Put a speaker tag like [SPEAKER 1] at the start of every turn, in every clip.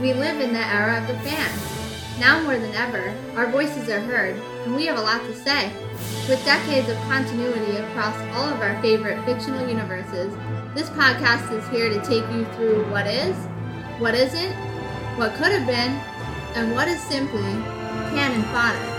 [SPEAKER 1] We live in the era of the fan. Now more than ever, our voices are heard, and we have a lot to say. With decades of continuity across all of our favorite fictional universes, this podcast is here to take you through what is, what isn't, what could have been, and what is simply canon fodder.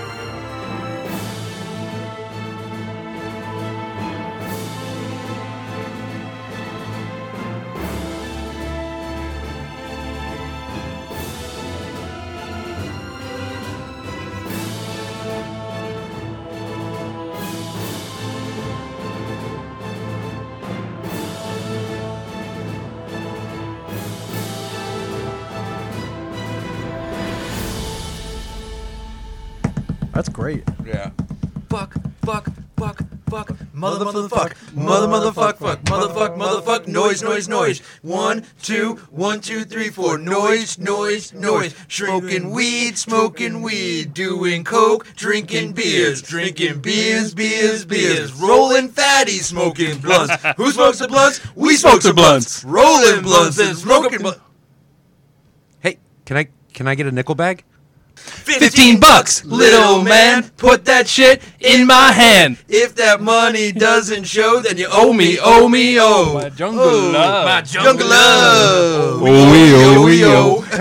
[SPEAKER 2] That's great.
[SPEAKER 3] Yeah.
[SPEAKER 4] fuck, fuck, fuck, fuck,
[SPEAKER 2] Mother, mother,
[SPEAKER 4] mother, motherfuck,
[SPEAKER 2] fuck. Mother,
[SPEAKER 4] mother, motherfuck,
[SPEAKER 2] fuck,
[SPEAKER 4] fuck, motherfuck, motherfuck, noise, noise, noise. One, two, one, two, three, four, noise, noise, noise. Smoking weed, smoking weed, doing coke, drinking beers, drinking beers, beers, beers. Rolling fatty, smoking blunts. Who smokes the blunts? We smoke the blunts. Rolling blunts and smoking blunts.
[SPEAKER 3] Hey, can I can I get a nickel bag?
[SPEAKER 4] 15 bucks, little man. Put that shit in my hand. If that money doesn't show, then you owe me, owe me, oh.
[SPEAKER 5] My jungle love.
[SPEAKER 3] Ah,
[SPEAKER 4] My jungle love.
[SPEAKER 3] Oh, we, oh, we,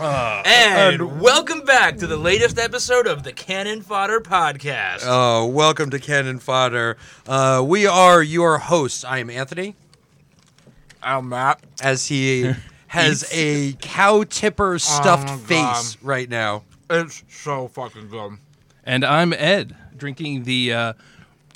[SPEAKER 4] oh. And, welcome back to the latest episode of the Cannon Fodder Podcast.
[SPEAKER 3] Uh, welcome to Cannon Fodder. Uh, we are your hosts. I am Anthony. I'm Matt. As he has a cow tipper stuffed
[SPEAKER 6] Um,
[SPEAKER 3] face right now.
[SPEAKER 6] It's so fucking good.
[SPEAKER 5] And I'm Ed, drinking the uh,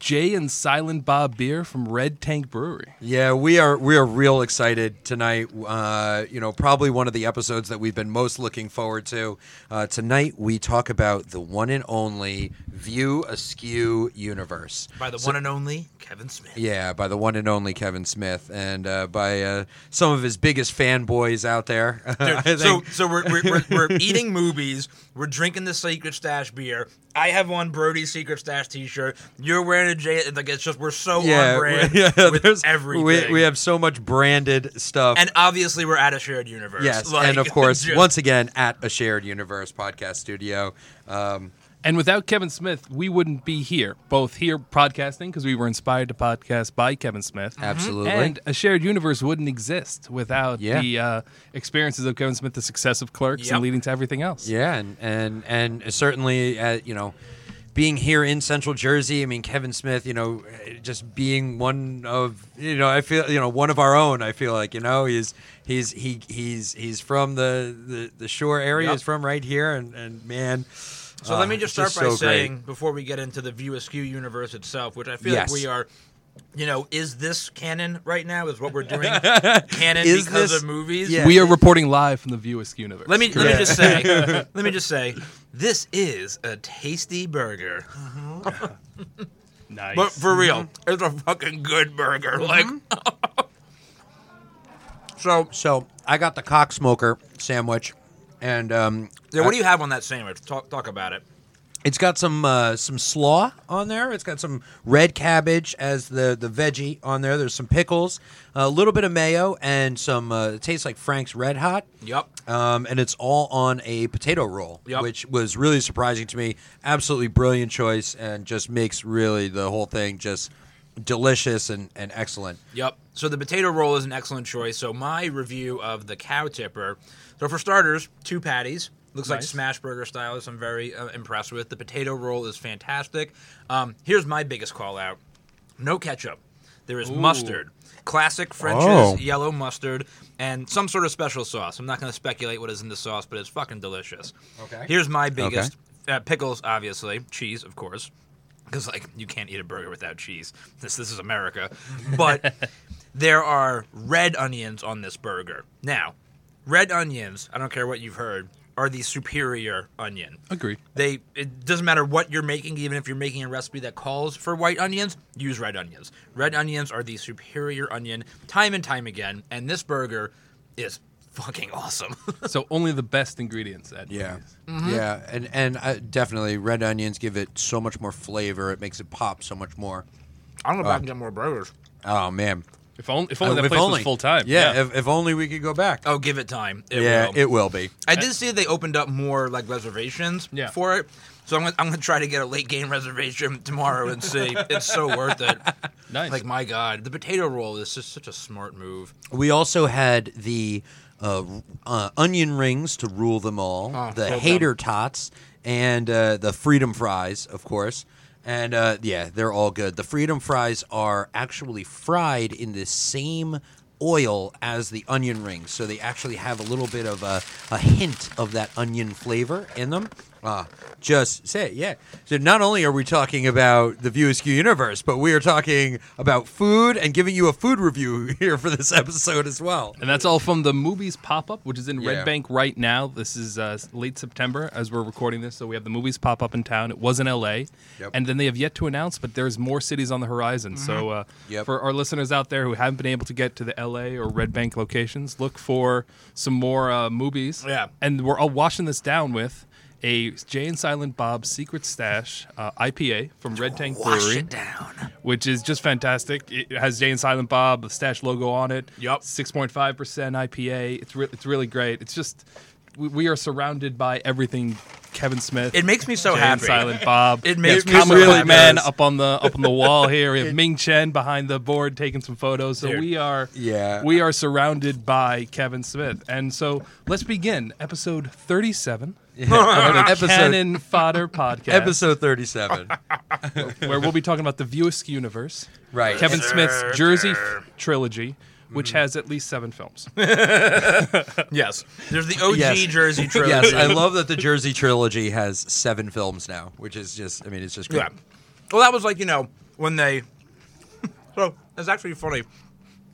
[SPEAKER 5] Jay and Silent Bob beer from Red Tank Brewery.
[SPEAKER 3] Yeah, we are we are real excited tonight. Uh, you know, probably one of the episodes that we've been most looking forward to. Uh, tonight we talk about the one and only View Askew universe.
[SPEAKER 4] By the one and only Kevin Smith.
[SPEAKER 3] Yeah, by the one and only Kevin Smith, and uh, by uh, some of his biggest fanboys out there. I think-
[SPEAKER 4] So, so we're, we're, we're, we're eating movies. We're drinking the Secret Stash beer. I have on Brody's Secret Stash T-shirt. You're wearing a J. Like it's just we're so on brand
[SPEAKER 3] we- yeah,
[SPEAKER 4] with
[SPEAKER 3] there's-
[SPEAKER 4] everything.
[SPEAKER 3] We, we have so much branded stuff.
[SPEAKER 4] and obviously we're at a shared universe.
[SPEAKER 3] yes,
[SPEAKER 4] Like,
[SPEAKER 3] and of course,
[SPEAKER 4] just-
[SPEAKER 3] once again at a shared universe podcast studio. Um,
[SPEAKER 5] And without Kevin Smith, we wouldn't be here, both here podcasting, because we were inspired to podcast by Kevin Smith.
[SPEAKER 3] Mm-hmm. Absolutely.
[SPEAKER 5] And a shared universe wouldn't exist without
[SPEAKER 3] Yeah.
[SPEAKER 5] the uh, experiences of Kevin Smith, the success of Clerks,
[SPEAKER 4] Yep.
[SPEAKER 5] and leading to everything else.
[SPEAKER 3] Yeah, and and and certainly, uh, you know, being here in Central Jersey, I mean, Kevin Smith, you know, just being one of you know, I feel you know one of our own. I feel like you know he's he's he he's he's from the the, the shore area.
[SPEAKER 4] Yep.
[SPEAKER 3] He's from right here, and and man.
[SPEAKER 4] So
[SPEAKER 3] uh,
[SPEAKER 4] let me just start
[SPEAKER 3] it's
[SPEAKER 4] by
[SPEAKER 3] so great.
[SPEAKER 4] saying before we get into the View Askew universe itself, which I feel
[SPEAKER 3] Yes.
[SPEAKER 4] like we are, you know, is this canon right now? Is what we're doing canon
[SPEAKER 3] Is
[SPEAKER 4] because
[SPEAKER 3] this-
[SPEAKER 4] of movies?
[SPEAKER 3] yeah.
[SPEAKER 5] We are reporting live from the Viewisk universe.
[SPEAKER 4] Let me let me
[SPEAKER 3] Correct.
[SPEAKER 4] just say, let me just say, this is a tasty burger,
[SPEAKER 5] nice.
[SPEAKER 4] but for real,
[SPEAKER 3] Mm-hmm.
[SPEAKER 4] it's a fucking good burger. Like,
[SPEAKER 3] so. So I got the cock smoker sandwich, and um,
[SPEAKER 4] yeah, what do you have on that sandwich? Talk talk about it.
[SPEAKER 3] It's got some uh, some slaw on there. It's got some red cabbage as the the veggie on there. There's some pickles, a little bit of mayo, and some. Uh, it tastes like Frank's Red Hot.
[SPEAKER 4] Yep.
[SPEAKER 3] Um, and it's all on a potato roll,
[SPEAKER 4] Yep.
[SPEAKER 3] which was really surprising to me. Absolutely brilliant choice, and just makes really the whole thing just delicious and, and excellent.
[SPEAKER 4] Yep. So the potato roll is an excellent choice. So my review of the cow tipper. So for starters, two patties. Looks like
[SPEAKER 5] Nice.
[SPEAKER 4] smash burger style. which I'm very uh, impressed with. The potato roll is fantastic. Um, here's my biggest call out: no ketchup. There is mustard, classic French's
[SPEAKER 3] Oh.
[SPEAKER 4] yellow mustard, and some sort of special sauce. I'm not going to speculate what is in the sauce, but it's fucking delicious.
[SPEAKER 3] Okay.
[SPEAKER 4] Here's my biggest uh, pickles, obviously cheese, of course, because like you can't eat a burger without cheese. This this is America, but there are red onions on this burger. Now, red onions. I don't care what you've heard. Are the superior onion.
[SPEAKER 5] Agree.
[SPEAKER 4] They it doesn't matter what you're making, even if you're making a recipe that calls for white onions, use red onions. Red onions are the superior onion, time and time again. And this burger is fucking awesome.
[SPEAKER 5] So only the best ingredients. At Wendy's.
[SPEAKER 3] yeah, and and I, definitely red onions give it so much more flavor. It makes it pop so much more.
[SPEAKER 6] I don't know if I can get more burgers.
[SPEAKER 3] Oh man,
[SPEAKER 5] If only, if only
[SPEAKER 3] Uh,
[SPEAKER 5] that
[SPEAKER 3] if
[SPEAKER 5] place
[SPEAKER 3] only.
[SPEAKER 5] was full time.
[SPEAKER 3] Yeah, If, if only we could go back.
[SPEAKER 4] Oh, give it time. It
[SPEAKER 3] yeah,
[SPEAKER 4] will.
[SPEAKER 3] it will be.
[SPEAKER 4] I did see they opened up more like reservations
[SPEAKER 5] Uh, Yeah.
[SPEAKER 4] for it. So I'm gonna, I'm gonna try to get a late game reservation tomorrow and see. it's so worth it.
[SPEAKER 5] nice.
[SPEAKER 4] Like my God, the potato roll is just such a smart move.
[SPEAKER 3] We also had the uh, uh, onion rings to rule them all,
[SPEAKER 4] Oh,
[SPEAKER 3] the
[SPEAKER 4] so
[SPEAKER 3] hater tots, and uh, the freedom fries, of course. And uh, yeah, they're all good. The freedom fries are actually fried in the same oil as the onion rings, so they actually have a little bit of a, a hint of that onion flavor in them. Uh, just say yeah. So not only are we talking about the View Askew universe, but we are talking about food and giving you a food review here for this episode as well.
[SPEAKER 5] And that's all from the movies pop up, which is in
[SPEAKER 3] Yeah.
[SPEAKER 5] Red Bank right now. This is uh, late September as we're recording this, so we have the movies pop up in town. It was in L.A.,
[SPEAKER 3] Yep.
[SPEAKER 5] and then they have yet to announce, but there's more cities on the horizon. So uh,
[SPEAKER 3] Mm-hmm. Yep.
[SPEAKER 5] for our listeners out there who haven't been able to get to the L.A. or Red Bank locations, look for some more uh, movies.
[SPEAKER 4] Yeah.
[SPEAKER 5] and we're all washing this down with. A Jay and Silent Bob Secret Stash uh, IPA from Red Tank Brewery
[SPEAKER 4] down.
[SPEAKER 5] which is just fantastic. It has Jay and Silent Bob, the Stash logo on it.
[SPEAKER 4] Yup.
[SPEAKER 5] Six point five percent IPA. It's re- it's really great. It's just we, we are surrounded by everything Kevin Smith.
[SPEAKER 4] It makes me so
[SPEAKER 5] Jay and
[SPEAKER 4] happy.
[SPEAKER 5] Silent Bob.
[SPEAKER 4] It makes
[SPEAKER 5] we
[SPEAKER 4] me
[SPEAKER 5] have
[SPEAKER 4] so
[SPEAKER 5] Comic Book
[SPEAKER 4] happy.
[SPEAKER 5] Man up on the up on the wall here. We have Ming Chen behind the board taking some photos. So
[SPEAKER 4] Dude.
[SPEAKER 5] we are
[SPEAKER 3] Yeah.
[SPEAKER 5] we are surrounded by Kevin Smith. And so let's begin episode thirty seven.
[SPEAKER 3] episode
[SPEAKER 5] Canon Fodder Podcast
[SPEAKER 3] episode thirty seven.
[SPEAKER 5] where we'll be talking about the Viewisk universe.
[SPEAKER 3] Right.
[SPEAKER 5] Kevin
[SPEAKER 3] Yes,
[SPEAKER 5] Smith's Jersey f- trilogy, which has at least seven films.
[SPEAKER 4] Yes, there's the OG
[SPEAKER 3] Yes.
[SPEAKER 4] Jersey trilogy.
[SPEAKER 3] yes, I love that the Jersey trilogy has seven films now, which is just I mean it's just great.
[SPEAKER 4] Yeah. Well, that was like you know when they. so it's actually funny.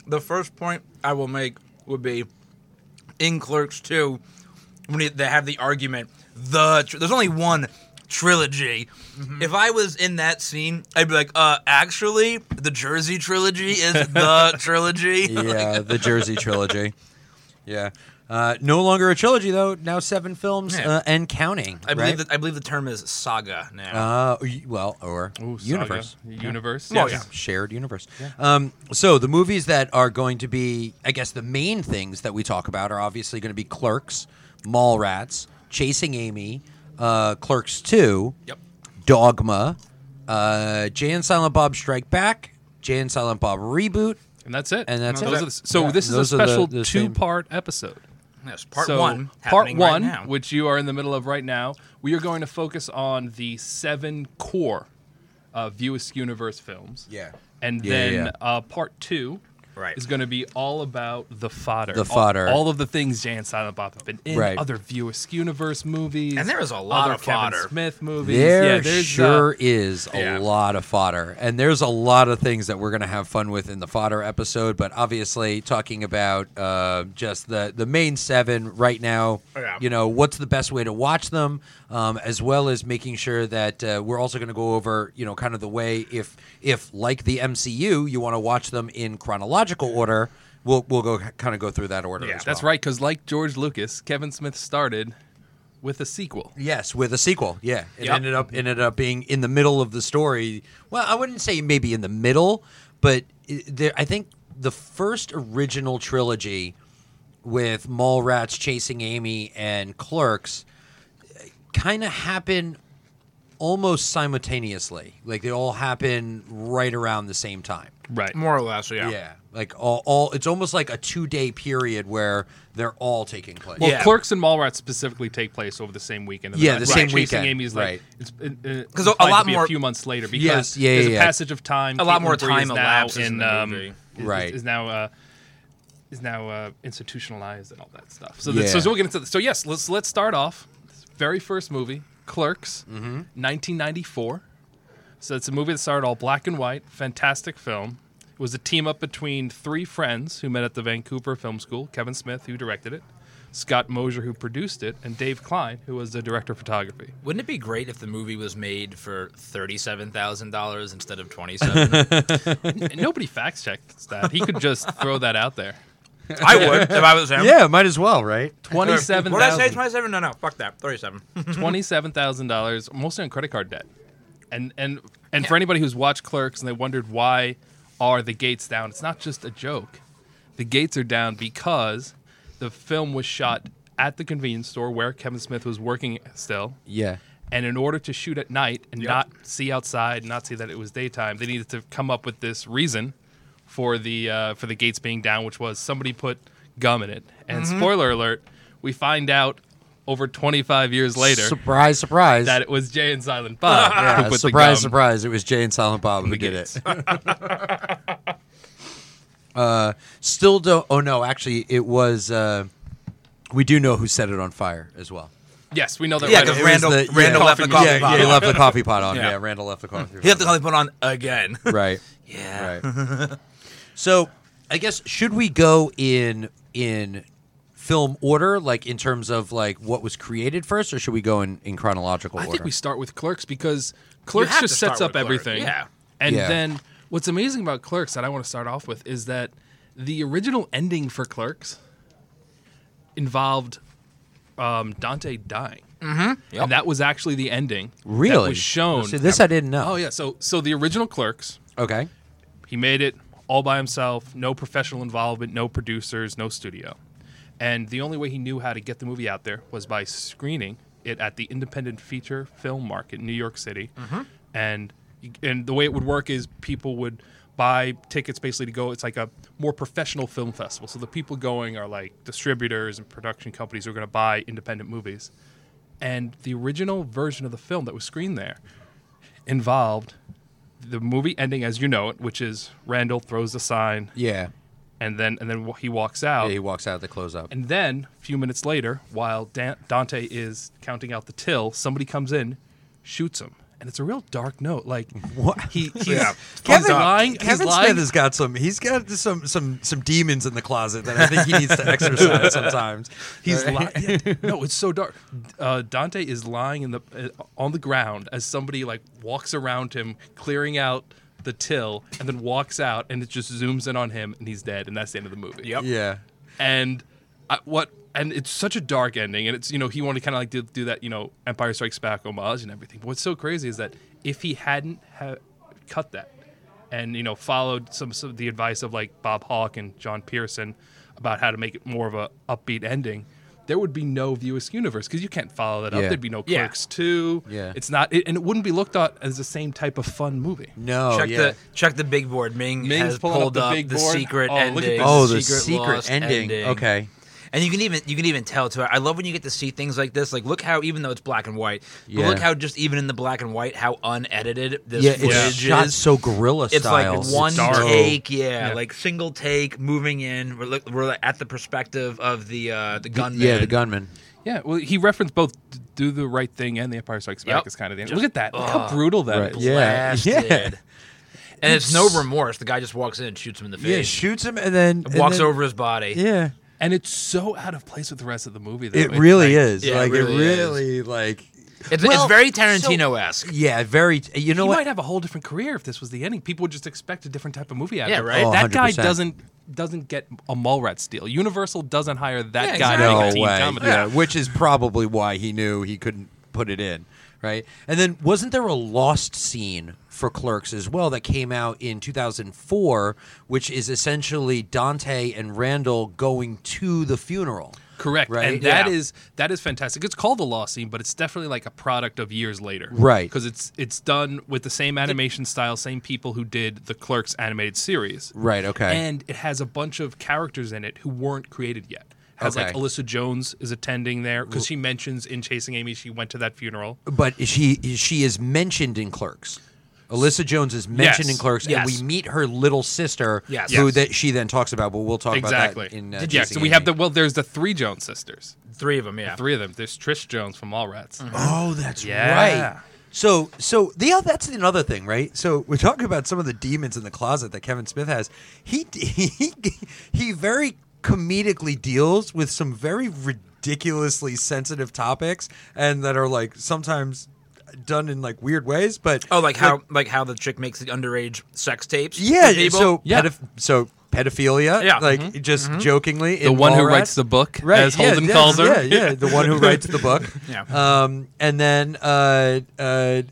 [SPEAKER 4] The first point I will make would be in Clerks Two when they- they have the argument. The tr- there's only one trilogy.
[SPEAKER 3] Mm-hmm.
[SPEAKER 4] If I was in that scene, I'd be like, uh, actually, the Jersey trilogy is the trilogy.
[SPEAKER 3] Yeah, the Jersey trilogy. Yeah. Uh, no longer a trilogy though. Now seven films
[SPEAKER 4] Yeah.
[SPEAKER 3] uh, and counting.
[SPEAKER 4] I
[SPEAKER 3] right?
[SPEAKER 4] believe that I believe the term is saga now.
[SPEAKER 3] Uh, y- well, or
[SPEAKER 5] Ooh, saga.
[SPEAKER 3] universe,
[SPEAKER 5] Universe.
[SPEAKER 4] Well,
[SPEAKER 5] yes.
[SPEAKER 3] shared universe. Um, so the movies that are going to be, I guess, the main things that we talk about are obviously going to be Clerks, Mallrats, Chasing Amy, uh, Clerks Two,
[SPEAKER 4] Yep.
[SPEAKER 3] Dogma, uh, Jay and Silent Bob Strike Back, Jay and Silent Bob Reboot.
[SPEAKER 5] And that's it.
[SPEAKER 3] And that's
[SPEAKER 5] Those
[SPEAKER 3] it.
[SPEAKER 5] are the- so
[SPEAKER 3] Yeah.
[SPEAKER 5] this is a
[SPEAKER 3] Those are the-
[SPEAKER 5] special
[SPEAKER 3] the same-
[SPEAKER 5] two-part episode.
[SPEAKER 4] Yes, part
[SPEAKER 5] So,
[SPEAKER 4] one.
[SPEAKER 5] Part
[SPEAKER 4] happening right
[SPEAKER 5] one,
[SPEAKER 4] now.
[SPEAKER 5] which you are in the middle of right now. We are going to focus on the seven core uh, Viewisk universe films.
[SPEAKER 3] Yeah.
[SPEAKER 5] And
[SPEAKER 3] Yeah,
[SPEAKER 5] then
[SPEAKER 3] yeah.
[SPEAKER 5] Uh, part two
[SPEAKER 4] Right.
[SPEAKER 5] is going to be all about the fodder.
[SPEAKER 3] The
[SPEAKER 5] All-
[SPEAKER 3] fodder.
[SPEAKER 5] All, of the things Jay and Silent Bob have been in,
[SPEAKER 3] Right.
[SPEAKER 5] other Viewisk universe movies.
[SPEAKER 4] And there is a lot
[SPEAKER 5] other
[SPEAKER 4] of
[SPEAKER 5] Kevin
[SPEAKER 4] fodder.
[SPEAKER 5] Smith movies.
[SPEAKER 3] There
[SPEAKER 5] yeah, there's,
[SPEAKER 3] sure
[SPEAKER 5] uh,
[SPEAKER 3] is a
[SPEAKER 4] yeah.
[SPEAKER 3] lot of fodder, and there's a lot of things that we're going to have fun with in the fodder episode. But obviously, talking about uh, just the the main seven right now,
[SPEAKER 5] Oh,
[SPEAKER 4] Yeah.
[SPEAKER 3] you know, what's the best way to watch them, um, as well as making sure that uh, we're also going to go over, you know, kind of the way if if like the MCU, you want to watch them in chronological order. We'll we'll go kind of go through that order.
[SPEAKER 4] Yeah,
[SPEAKER 3] as
[SPEAKER 5] that's
[SPEAKER 3] well.
[SPEAKER 5] right, because like George Lucas, Kevin Smith started with a sequel.
[SPEAKER 3] Yes, with a sequel. Yeah, it
[SPEAKER 5] Yep.
[SPEAKER 3] ended up ended up being in the middle of the story. Well, I wouldn't say maybe in the middle, but i- there, I think the first original trilogy with Mallrats chasing Amy and Clerks kind of happen almost simultaneously. Like they all happen right around the same time.
[SPEAKER 5] Right.
[SPEAKER 4] more or less, yeah.
[SPEAKER 3] Yeah, like all, all it's almost like a two day period where they're all taking place.
[SPEAKER 5] Well,
[SPEAKER 4] Yeah.
[SPEAKER 5] Clerks and Mallrats specifically take place over the same weekend. And
[SPEAKER 3] Yeah,
[SPEAKER 5] then
[SPEAKER 3] the
[SPEAKER 5] Right.
[SPEAKER 3] same
[SPEAKER 5] Chasing
[SPEAKER 3] weekend,
[SPEAKER 5] Amy is like,
[SPEAKER 3] right.
[SPEAKER 5] It's because
[SPEAKER 4] Because a- a lot
[SPEAKER 5] be
[SPEAKER 4] more-
[SPEAKER 5] a few months later because
[SPEAKER 3] Yes, yeah,
[SPEAKER 5] there's
[SPEAKER 3] yeah,
[SPEAKER 5] a
[SPEAKER 3] yeah.
[SPEAKER 5] passage of time.
[SPEAKER 4] A lot
[SPEAKER 5] Caitlin
[SPEAKER 4] more
[SPEAKER 5] Bree is
[SPEAKER 4] time
[SPEAKER 5] now
[SPEAKER 4] elapses in
[SPEAKER 5] in,
[SPEAKER 4] the
[SPEAKER 5] um,
[SPEAKER 4] movie.
[SPEAKER 5] is-
[SPEAKER 3] Right.
[SPEAKER 5] is now. Uh, is now uh, institutionalized and all that stuff. So, that, so,
[SPEAKER 3] Yeah.
[SPEAKER 5] so we'll get into this. So yes, let's let's start off. This very first movie, Clerks,
[SPEAKER 3] Mm-hmm.
[SPEAKER 5] 1994. So it's a movie that started all black and white. Fantastic film. It was a team up between three friends who met at the Vancouver Film School. Kevin Smith, who directed it, Scott Mosier, who produced it, and Dave Klein, who was the director of photography.
[SPEAKER 4] Wouldn't it be great if the movie was made for thirty-seven thousand dollars instead of twenty-seven?
[SPEAKER 5] And nobody fact checked that. He could just throw that out there.
[SPEAKER 4] I would if I was him.
[SPEAKER 3] yeah, might as well, right?
[SPEAKER 5] Twenty-seven
[SPEAKER 4] What did I say?
[SPEAKER 5] thousand.
[SPEAKER 4] Twenty-seven? No, no. Fuck that. Thirty-seven.
[SPEAKER 3] Mm-hmm.
[SPEAKER 5] Twenty-seven thousand dollars, mostly on credit card debt. And and and for anybody who's watched Clerks and they wondered why are the gates down. It's not just a joke. The gates are down because the film was shot at the convenience store where Kevin Smith was working still.
[SPEAKER 3] Yeah.
[SPEAKER 5] And in order to shoot at night and not see outside, not see that it was daytime, they needed to come up with this reason for the uh, for the gates being down, which was somebody put gum in it. And
[SPEAKER 3] Mm-hmm.
[SPEAKER 5] spoiler alert, we find out over 25 years later
[SPEAKER 3] Surprise, surprise.
[SPEAKER 5] that it was Jay and Silent Bob who
[SPEAKER 3] yeah,
[SPEAKER 5] put
[SPEAKER 3] Ah, surprise,
[SPEAKER 5] the gum
[SPEAKER 3] surprise. It was Jay and Silent Bob
[SPEAKER 5] in
[SPEAKER 3] who
[SPEAKER 5] the
[SPEAKER 3] did
[SPEAKER 5] gates.
[SPEAKER 3] it. Still don't. Oh, no. Actually, it was. Uh, we do know who set it on fire as well.
[SPEAKER 5] yes, we know that.
[SPEAKER 2] Yeah,
[SPEAKER 5] right
[SPEAKER 2] because
[SPEAKER 5] away.
[SPEAKER 2] Randall,
[SPEAKER 3] the- yeah,
[SPEAKER 2] Randall left
[SPEAKER 5] coffee
[SPEAKER 2] the coffee
[SPEAKER 5] machine.
[SPEAKER 2] pot.
[SPEAKER 3] yeah, he left the coffee pot on.
[SPEAKER 6] Yeah.
[SPEAKER 3] Yeah, Randall left the coffee pot
[SPEAKER 2] He left the coffee pot on again.
[SPEAKER 3] Right.
[SPEAKER 2] yeah.
[SPEAKER 3] Right. so I guess should we go in in film order, like in terms of like what was created first, or should we go in, in chronological
[SPEAKER 5] I
[SPEAKER 3] order?
[SPEAKER 5] think we start with Clerks because Clerks
[SPEAKER 6] have
[SPEAKER 5] just
[SPEAKER 6] to
[SPEAKER 5] sets
[SPEAKER 6] start
[SPEAKER 5] up
[SPEAKER 6] with Clerks,
[SPEAKER 5] everything.
[SPEAKER 6] yeah.
[SPEAKER 5] And
[SPEAKER 3] Yeah.
[SPEAKER 5] then what's amazing about Clerks that I want to start off with is that the original ending for Clerks involved um, Dante dying. Mm-hmm. And that was actually the ending. That
[SPEAKER 3] really
[SPEAKER 5] was shown.
[SPEAKER 3] See, this I didn't know.
[SPEAKER 5] oh yeah. So so the original Clerks,
[SPEAKER 3] Okay.
[SPEAKER 5] he made it all by himself, no professional involvement, no producers, no studio. And the only way he knew how to get the movie out there was by screening it at the independent feature film market in New York City. And and the way it would work is people would buy tickets basically to go. It's like a more professional film festival. So the people going are like distributors and production companies who are going to buy independent movies. And the original version of the film that was screened there involved the movie ending as you know it, which is Randall throws the sign
[SPEAKER 3] Yeah.
[SPEAKER 5] and then and then he walks out.
[SPEAKER 2] Oh.
[SPEAKER 3] yeah. He walks out. The close up.
[SPEAKER 5] and then a few minutes later, while Dan- Dante is counting out the till, somebody comes in, shoots him. And it's a real dark note. Like
[SPEAKER 3] What?
[SPEAKER 5] he he's
[SPEAKER 6] Yeah.
[SPEAKER 5] he's lying. he's
[SPEAKER 3] Kevin
[SPEAKER 5] lying.
[SPEAKER 3] Smith has got some. He's got some some some demons in the closet that I think he needs to exercise sometimes.
[SPEAKER 5] He's lying. no, it's so dark. Uh, Dante is lying in the uh, on the ground as somebody like walks around him, clearing out the till, and then walks out, and it just zooms in on him, and he's dead, and that's the end of the movie.
[SPEAKER 6] Yep.
[SPEAKER 3] Yeah.
[SPEAKER 5] and I, what and it's such a dark ending and it's you know he wanted to kind of like do, do that you know empire strikes back homage and everything but what's so crazy is that if he hadn't ha- cut that and you know followed some, some of the advice of like bob hawke and john pearson about how to make it more of a upbeat ending there would be no Viewers universe because you can't follow that up.
[SPEAKER 3] Yeah.
[SPEAKER 5] There'd be no
[SPEAKER 6] Yeah.
[SPEAKER 5] Clerks two.
[SPEAKER 3] Yeah.
[SPEAKER 5] it's not, it, and it wouldn't be looked at as the same type of fun movie.
[SPEAKER 3] No.
[SPEAKER 2] check
[SPEAKER 3] Oh, yeah.
[SPEAKER 2] the check the big board. Ming
[SPEAKER 5] Ming's
[SPEAKER 2] has
[SPEAKER 5] pulling up
[SPEAKER 2] pulled
[SPEAKER 5] the
[SPEAKER 2] up the,
[SPEAKER 5] big board.
[SPEAKER 2] secret
[SPEAKER 5] Oh, look at
[SPEAKER 2] ending.
[SPEAKER 5] this.
[SPEAKER 3] oh, the secret,
[SPEAKER 2] lost
[SPEAKER 3] ending. Okay.
[SPEAKER 2] And you can even you can even tell too. I love when you get to see things like this. Like look how even though it's black and white, but
[SPEAKER 3] Yeah.
[SPEAKER 2] look how just even in the black and white, how unedited this
[SPEAKER 3] yeah,
[SPEAKER 2] footage
[SPEAKER 3] it's shot
[SPEAKER 2] is.
[SPEAKER 3] so gorilla
[SPEAKER 2] it's
[SPEAKER 3] style.
[SPEAKER 2] like one
[SPEAKER 5] dark.
[SPEAKER 2] take, yeah,
[SPEAKER 5] Yeah.
[SPEAKER 2] like single take, moving in. We're, look, we're like, at the perspective of the uh, the gunman.
[SPEAKER 3] Yeah, the gunman.
[SPEAKER 5] Yeah, well, he referenced both D- "Do the Right Thing" and "The Empire Strikes Back"
[SPEAKER 2] Yep.
[SPEAKER 5] as kind of the end. Look at that! Look how brutal that
[SPEAKER 3] Right,
[SPEAKER 5] is.
[SPEAKER 3] yeah.
[SPEAKER 2] Blasted.
[SPEAKER 3] Yeah.
[SPEAKER 2] And it's no remorse. The guy just walks in, and shoots him in the
[SPEAKER 3] Yeah,
[SPEAKER 2] face,
[SPEAKER 3] shoots him and then and
[SPEAKER 2] walks
[SPEAKER 3] then-
[SPEAKER 2] over his body.
[SPEAKER 3] Yeah,
[SPEAKER 5] and it's so out of place with the rest of the movie. Though.
[SPEAKER 3] it really
[SPEAKER 5] like,
[SPEAKER 3] is.
[SPEAKER 2] yeah, it
[SPEAKER 3] like
[SPEAKER 2] really
[SPEAKER 3] it
[SPEAKER 2] is.
[SPEAKER 3] really like.
[SPEAKER 2] It's,
[SPEAKER 3] Well,
[SPEAKER 2] it's very
[SPEAKER 3] so-
[SPEAKER 2] Tarantino esque.
[SPEAKER 3] Yeah, very. You know
[SPEAKER 5] He
[SPEAKER 3] what?
[SPEAKER 5] might have a whole different career if this was the ending. People would just expect a different type of movie out
[SPEAKER 2] Yeah,
[SPEAKER 5] of it.
[SPEAKER 2] right? Oh,
[SPEAKER 5] that guy
[SPEAKER 3] 100%.
[SPEAKER 5] doesn't doesn't get a Mallrats deal. Universal doesn't hire
[SPEAKER 2] Yeah,
[SPEAKER 5] that guy to make a
[SPEAKER 3] no
[SPEAKER 5] teen
[SPEAKER 3] way.
[SPEAKER 5] comedy.
[SPEAKER 3] Yeah, which is probably why he knew he couldn't put it in, right? And then wasn't there a lost scene for Clerks as well that came out in 2004, which is essentially Dante and Randall going to the funeral.
[SPEAKER 5] Correct,
[SPEAKER 3] Right?
[SPEAKER 5] and that is
[SPEAKER 2] Yeah.
[SPEAKER 5] that is fantastic. It's called the Law Scene, but it's definitely like a product of years later,
[SPEAKER 3] Right.
[SPEAKER 5] Because it's it's done with the same animation style, same people who did the Clerks animated series,
[SPEAKER 3] Right, okay.
[SPEAKER 5] And it has a bunch of characters in it who weren't created yet. Has like
[SPEAKER 3] Okay.
[SPEAKER 5] Alyssa Jones is attending there because she mentions in Chasing Amy she went to that funeral.
[SPEAKER 3] But she she is mentioned in Clerks. Alyssa Jones is mentioned
[SPEAKER 5] Yes.
[SPEAKER 3] in Clerks,
[SPEAKER 2] Yes.
[SPEAKER 3] and we meet her little sister,
[SPEAKER 2] Yes.
[SPEAKER 3] who
[SPEAKER 5] Yes.
[SPEAKER 3] that she then talks about. But we'll talk
[SPEAKER 5] exactly.
[SPEAKER 3] about that in uh,
[SPEAKER 5] yeah,
[SPEAKER 3] Chasing
[SPEAKER 5] so we have the
[SPEAKER 3] Amy.
[SPEAKER 5] well. There's the three Jones sisters,
[SPEAKER 2] Three of them, yeah.
[SPEAKER 5] three of them. There's Trish Jones from Mallrats.
[SPEAKER 3] Oh, that's
[SPEAKER 5] Yeah.
[SPEAKER 3] right. So, so the oth- that's another thing, right? So we're talking about some of the demons in the closet that Kevin Smith has. He he he very comedically deals with some very ridiculously sensitive topics, and that are like sometimes done in like weird ways. But
[SPEAKER 5] Oh,
[SPEAKER 2] Oh, like how like how the chick makes the underage sex tapes.
[SPEAKER 3] yeah,
[SPEAKER 2] with people?
[SPEAKER 3] so
[SPEAKER 5] Yeah.
[SPEAKER 3] pedoph- so pedophilia.
[SPEAKER 5] Yeah. Mm-hmm.
[SPEAKER 3] like just jokingly.
[SPEAKER 5] The one who writes the book, as Holden
[SPEAKER 3] yeah,
[SPEAKER 5] calls her.
[SPEAKER 3] yeah, yeah, the one who writes the book.
[SPEAKER 7] Yeah.
[SPEAKER 3] Um, and then uh, uh, uh,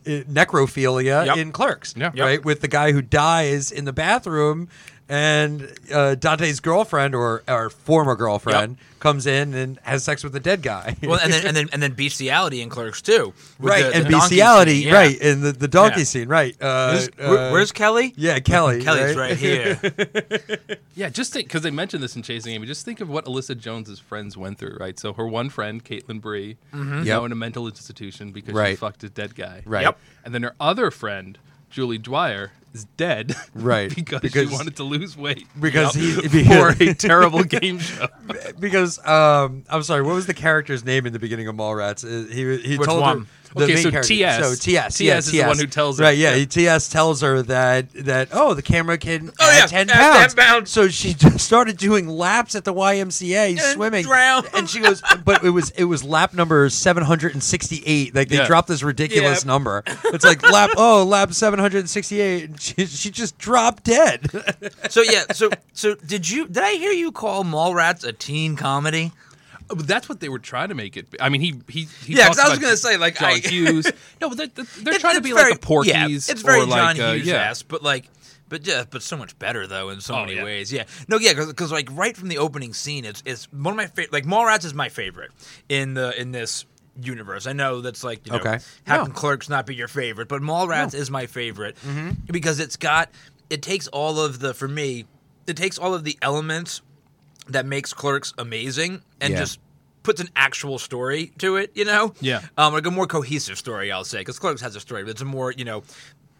[SPEAKER 3] necrophilia
[SPEAKER 7] Yep.
[SPEAKER 3] in Clerks.
[SPEAKER 5] Yeah.
[SPEAKER 7] Yep.
[SPEAKER 3] Right with the guy who dies in the bathroom, and uh, Dante's girlfriend or or former girlfriend comes in and has sex with the dead guy.
[SPEAKER 4] Well, and then and then and then bestiality in Clerks too. with
[SPEAKER 3] right
[SPEAKER 4] the-
[SPEAKER 3] and
[SPEAKER 4] the donkey
[SPEAKER 3] bestiality.
[SPEAKER 4] scene, yeah.
[SPEAKER 3] Right in the, the donkey
[SPEAKER 7] Yeah.
[SPEAKER 3] scene. Right. Uh,
[SPEAKER 4] Who's- where-
[SPEAKER 3] uh,
[SPEAKER 4] where's Kelly?
[SPEAKER 3] yeah Kelly?
[SPEAKER 4] Kelly's right, here.
[SPEAKER 5] Yeah, just think because they mentioned this in Chasing Amy. Just think of what Alyssa Jones's friends went through, right? So her one friend, Caitlin Bree, now
[SPEAKER 3] Yep.
[SPEAKER 5] in a mental institution because she
[SPEAKER 3] Right.
[SPEAKER 5] fucked a dead guy,
[SPEAKER 3] Right.
[SPEAKER 4] Yep.
[SPEAKER 5] And then her other friend, Julie Dwyer, is dead,
[SPEAKER 3] Right,
[SPEAKER 5] because,
[SPEAKER 3] because-
[SPEAKER 5] she wanted to lose weight
[SPEAKER 3] Because he
[SPEAKER 5] for
[SPEAKER 3] because,
[SPEAKER 5] a terrible game show.
[SPEAKER 3] because um I'm sorry, what was the character's name in the beginning of Mallrats? Uh, He he
[SPEAKER 7] Which
[SPEAKER 3] told
[SPEAKER 7] one?
[SPEAKER 3] her the
[SPEAKER 5] Okay,
[SPEAKER 3] main
[SPEAKER 5] so
[SPEAKER 3] character.
[SPEAKER 5] TS.
[SPEAKER 3] So TS,
[SPEAKER 5] TS
[SPEAKER 3] yeah,
[SPEAKER 5] is the one who tells her.
[SPEAKER 3] Right, yeah, he TS tells her that that oh the camera can
[SPEAKER 4] Oh,
[SPEAKER 3] add
[SPEAKER 4] yeah,
[SPEAKER 3] ten
[SPEAKER 4] add 10
[SPEAKER 3] pounds.
[SPEAKER 4] pounds.
[SPEAKER 3] So she just started doing laps at the YMCA
[SPEAKER 4] And
[SPEAKER 3] swimming,
[SPEAKER 4] drown.
[SPEAKER 3] and she goes, but it was it was lap number seven hundred and sixty eight. Like they
[SPEAKER 5] Yeah.
[SPEAKER 3] dropped this ridiculous
[SPEAKER 4] Yeah.
[SPEAKER 3] number. It's like lap oh lap seven hundred and sixty eight. She she just dropped dead.
[SPEAKER 4] so yeah, so so did you did I hear you call Mallrats a teen comedy?
[SPEAKER 5] But that's what they were trying to make it. be. I mean, he he, he
[SPEAKER 4] Yeah, 'cause I
[SPEAKER 5] talks
[SPEAKER 4] was
[SPEAKER 5] about
[SPEAKER 4] gonna say, like,
[SPEAKER 5] John
[SPEAKER 4] I-
[SPEAKER 5] Hughes. No, but they're, they're- they're
[SPEAKER 4] It-
[SPEAKER 5] trying to
[SPEAKER 4] it's
[SPEAKER 5] be
[SPEAKER 4] very-
[SPEAKER 5] like a Porky's.
[SPEAKER 4] Yeah, it's very
[SPEAKER 5] or like,
[SPEAKER 4] John
[SPEAKER 5] uh,
[SPEAKER 4] Hughes
[SPEAKER 5] yeah.
[SPEAKER 4] esque, but like, but yeah, but so much better though in so
[SPEAKER 5] Oh,
[SPEAKER 4] many
[SPEAKER 5] yeah.
[SPEAKER 4] ways. Yeah, no, yeah, because like right from the opening scene, it's it's one of my favorite. Like Mallrats is my favorite in the in this universe. I know that's like you know,
[SPEAKER 3] Okay.
[SPEAKER 4] how
[SPEAKER 3] No.
[SPEAKER 4] can Clerks not be your favorite? But Mallrats is my favorite
[SPEAKER 5] Mm-hmm.
[SPEAKER 4] because it's got it takes all of the for me it takes all of the elements that makes Clerks amazing and
[SPEAKER 3] Yeah.
[SPEAKER 4] just puts an actual story to it, you know?
[SPEAKER 5] Yeah.
[SPEAKER 4] Um, like a more cohesive story, I'll say, because Clerks has a story, but it's a more, you know,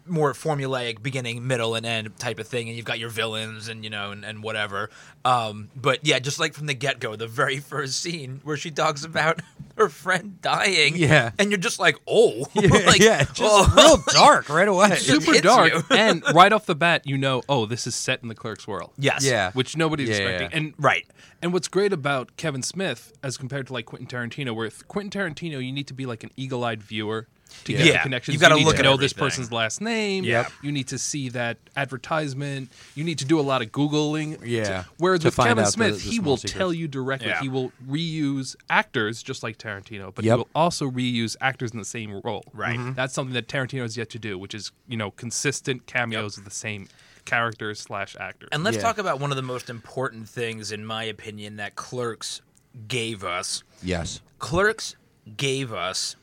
[SPEAKER 4] more formulaic beginning, middle, and end type of thing, and you've got your villains and you know and, and whatever. Um, but yeah, just like from the get go, the very first scene where she talks about her friend dying,
[SPEAKER 3] Yeah.
[SPEAKER 4] and you're just like, oh, like,
[SPEAKER 3] yeah, just
[SPEAKER 4] oh.
[SPEAKER 3] real dark right away.
[SPEAKER 4] just
[SPEAKER 5] Super
[SPEAKER 4] hits
[SPEAKER 5] dark,
[SPEAKER 4] you.
[SPEAKER 5] and right off the bat, you know, oh, this is set in the Clerks world.
[SPEAKER 4] yes,
[SPEAKER 3] Yeah.
[SPEAKER 5] which nobody's
[SPEAKER 3] Yeah,
[SPEAKER 5] expecting.
[SPEAKER 3] yeah.
[SPEAKER 5] And
[SPEAKER 4] right,
[SPEAKER 5] And what's great about Kevin Smith as compared to like Quentin Tarantino, where with Quentin Tarantino, you need to be like an eagle eyed viewer to get
[SPEAKER 4] Yeah.
[SPEAKER 5] the connections.
[SPEAKER 4] You've gotta
[SPEAKER 5] need
[SPEAKER 4] look
[SPEAKER 5] to
[SPEAKER 4] at
[SPEAKER 5] know this
[SPEAKER 4] everything.
[SPEAKER 5] person's last name.
[SPEAKER 4] Yep.
[SPEAKER 5] You need to see that advertisement. You need to do a lot of Googling.
[SPEAKER 3] Yeah.
[SPEAKER 5] To- whereas
[SPEAKER 3] To
[SPEAKER 5] with
[SPEAKER 3] find
[SPEAKER 5] Kevin
[SPEAKER 3] out the-
[SPEAKER 5] Smith,
[SPEAKER 3] the
[SPEAKER 5] he
[SPEAKER 3] small
[SPEAKER 5] will
[SPEAKER 3] secrets.
[SPEAKER 5] tell you directly.
[SPEAKER 7] Yeah.
[SPEAKER 5] He will reuse actors just like Tarantino, but
[SPEAKER 3] Yep.
[SPEAKER 5] he will also reuse actors in the same role. Mm-hmm.
[SPEAKER 7] Right. Mhm.
[SPEAKER 5] That's something that Tarantino has yet to do, which is, you know, consistent cameos of the same characters slash actors.
[SPEAKER 4] And let's
[SPEAKER 3] Yeah.
[SPEAKER 4] talk about one of the most important things, in my opinion, that Clerks gave us.
[SPEAKER 3] yes.
[SPEAKER 4] Clerks gave us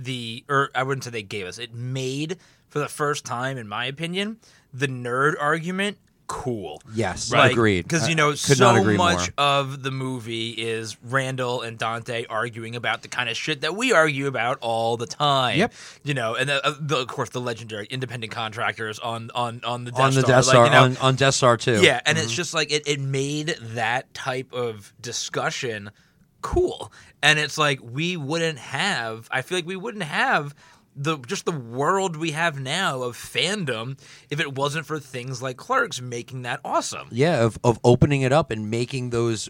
[SPEAKER 4] the, or I wouldn't say they gave us, it made for the first time, in my opinion, the nerd argument cool.
[SPEAKER 3] Yes,
[SPEAKER 4] Like,
[SPEAKER 3] agreed.
[SPEAKER 4] Because, you
[SPEAKER 3] I-
[SPEAKER 4] know,
[SPEAKER 3] could
[SPEAKER 4] so
[SPEAKER 3] not agree
[SPEAKER 4] much
[SPEAKER 3] more.
[SPEAKER 4] of the movie is Randall and Dante arguing about the kind of shit that we argue about all the time.
[SPEAKER 3] Yep.
[SPEAKER 4] You know, and the, the, of course, the legendary independent contractors on, on, on the Death
[SPEAKER 3] on the
[SPEAKER 4] Star.
[SPEAKER 3] Death
[SPEAKER 4] like,
[SPEAKER 3] Star,
[SPEAKER 4] you know,
[SPEAKER 3] on, on Death Star too.
[SPEAKER 4] yeah, and it's just like it, it made that type of discussion cool. And it's like we wouldn't have I feel like we wouldn't have the just the world we have now of fandom if it wasn't for things like clerks making that awesome.
[SPEAKER 3] yeah, of of opening it up and making those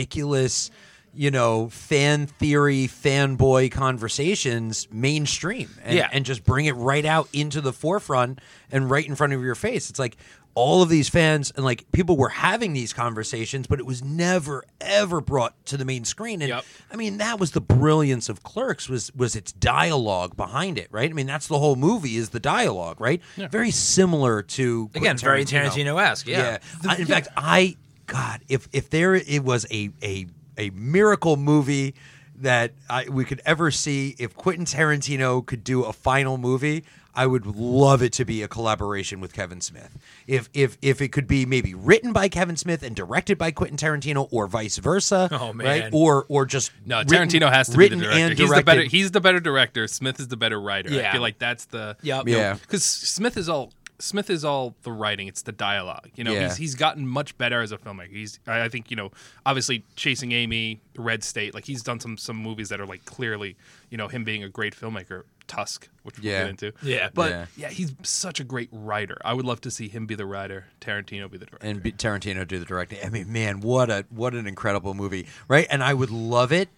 [SPEAKER 3] ridiculous, you know, fan theory, fanboy conversations mainstream, and,
[SPEAKER 4] Yeah.
[SPEAKER 3] and just bring it right out into the forefront and right in front of your face. It's like all of these fans and like people were having these conversations, but it was never ever brought to the main screen. And
[SPEAKER 5] Yep.
[SPEAKER 3] I mean, that was the brilliance of Clerks was was its dialogue behind it, right? I mean, that's the whole movie is the dialogue, right? Very similar to
[SPEAKER 4] Again, very Tarantino esque. Yeah.
[SPEAKER 3] yeah. I- in fact, I God, if if there it was a a a miracle movie that I, we could ever see, if Quentin Tarantino could do a final movie, I would love it to be a collaboration with Kevin Smith. If if if it could be maybe written by Kevin Smith and directed by Quentin Tarantino, or vice versa.
[SPEAKER 4] Oh, man.
[SPEAKER 3] right? Or or just
[SPEAKER 5] No,
[SPEAKER 3] written-
[SPEAKER 5] Tarantino has to be the
[SPEAKER 3] written
[SPEAKER 5] director.
[SPEAKER 3] and
[SPEAKER 5] he's the
[SPEAKER 3] directed.
[SPEAKER 5] better. He's the better director. Smith is the better writer. I
[SPEAKER 4] Yeah.
[SPEAKER 5] feel like that's the
[SPEAKER 4] Yep.
[SPEAKER 3] Yeah.
[SPEAKER 5] Because Smith is all Smith is all the writing. It's the dialogue. You know,
[SPEAKER 3] Yeah.
[SPEAKER 5] he's he's gotten much better as a filmmaker. He's I I think you know obviously chasing Amy, Red State. Like he's done some some movies that are like clearly you know him being a great filmmaker. Tusk, which we'll
[SPEAKER 3] Yeah.
[SPEAKER 5] get into.
[SPEAKER 4] Yeah.
[SPEAKER 5] but
[SPEAKER 3] Yeah.
[SPEAKER 5] yeah. he's such a great writer. I would love to see him be the writer. Tarantino be the director.
[SPEAKER 3] and be- Tarantino do the directing. I mean, man, what a what an incredible movie, right? And I would love it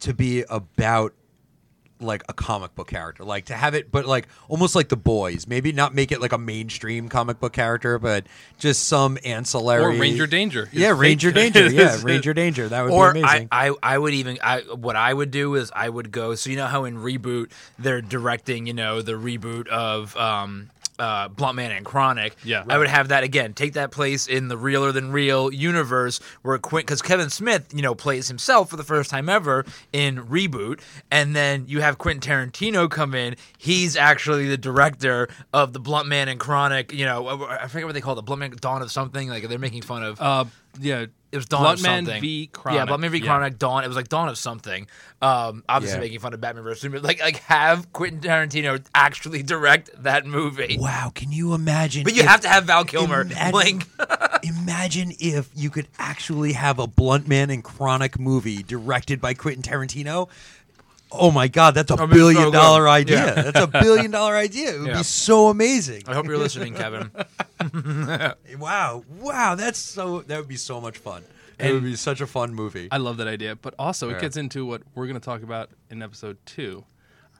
[SPEAKER 3] to be about like a comic book character, like to have it, but like almost like the boys. Maybe not make it like a mainstream comic book character, but just some ancillary
[SPEAKER 5] Or Ranger Danger.
[SPEAKER 3] Yeah,
[SPEAKER 5] His
[SPEAKER 3] Ranger
[SPEAKER 5] fake-
[SPEAKER 3] Danger. Yeah,
[SPEAKER 5] his-
[SPEAKER 3] Ranger Danger. That would
[SPEAKER 4] or
[SPEAKER 3] be
[SPEAKER 4] I,
[SPEAKER 3] amazing.
[SPEAKER 4] I, I would even I what I would do is I would go so you know how in reboot they're directing you know the reboot of um uh Blunt Man and Chronic
[SPEAKER 5] Yeah.
[SPEAKER 4] I would have that again take that place in the realer than real universe where Quint because Kevin Smith you know plays himself for the first time ever in reboot and then you have Quentin Tarantino come in he's actually the director of the Blunt Man and Chronic you know I I forget what they call it Blunt Man Dawn of something like they're making fun
[SPEAKER 3] Oh,
[SPEAKER 4] of
[SPEAKER 5] Uh, yeah.
[SPEAKER 4] it was Dawn of
[SPEAKER 5] Bluntman
[SPEAKER 4] something.
[SPEAKER 5] v.
[SPEAKER 4] Yeah,
[SPEAKER 5] Chronic.
[SPEAKER 4] Bloodman v.
[SPEAKER 5] Yeah.
[SPEAKER 4] Chronic. Dawn. It was like Dawn of something. Um, obviously
[SPEAKER 3] Yeah.
[SPEAKER 4] making fun of Batman vs. Superman. Like, like have Quentin Tarantino actually direct that movie.
[SPEAKER 3] wow, can you imagine?
[SPEAKER 4] But you
[SPEAKER 3] if-
[SPEAKER 4] have to have Val Kilmer.
[SPEAKER 3] Imagine-
[SPEAKER 4] Blink.
[SPEAKER 3] imagine if you could actually have a blunt man and chronic movie directed by Quentin Tarantino. Oh my God, that's a
[SPEAKER 4] That'd be so
[SPEAKER 3] billion
[SPEAKER 4] good.
[SPEAKER 3] dollar idea.
[SPEAKER 4] Yeah.
[SPEAKER 3] That's a billion dollar idea. It would
[SPEAKER 5] Yeah.
[SPEAKER 3] be so amazing.
[SPEAKER 4] I hope you're listening, Kevin.
[SPEAKER 3] Wow, wow, that's so. That would be so much fun. it would be such a fun movie.
[SPEAKER 5] I love that idea. But also, it
[SPEAKER 3] Yeah.
[SPEAKER 5] gets into what we're going to talk about in episode two.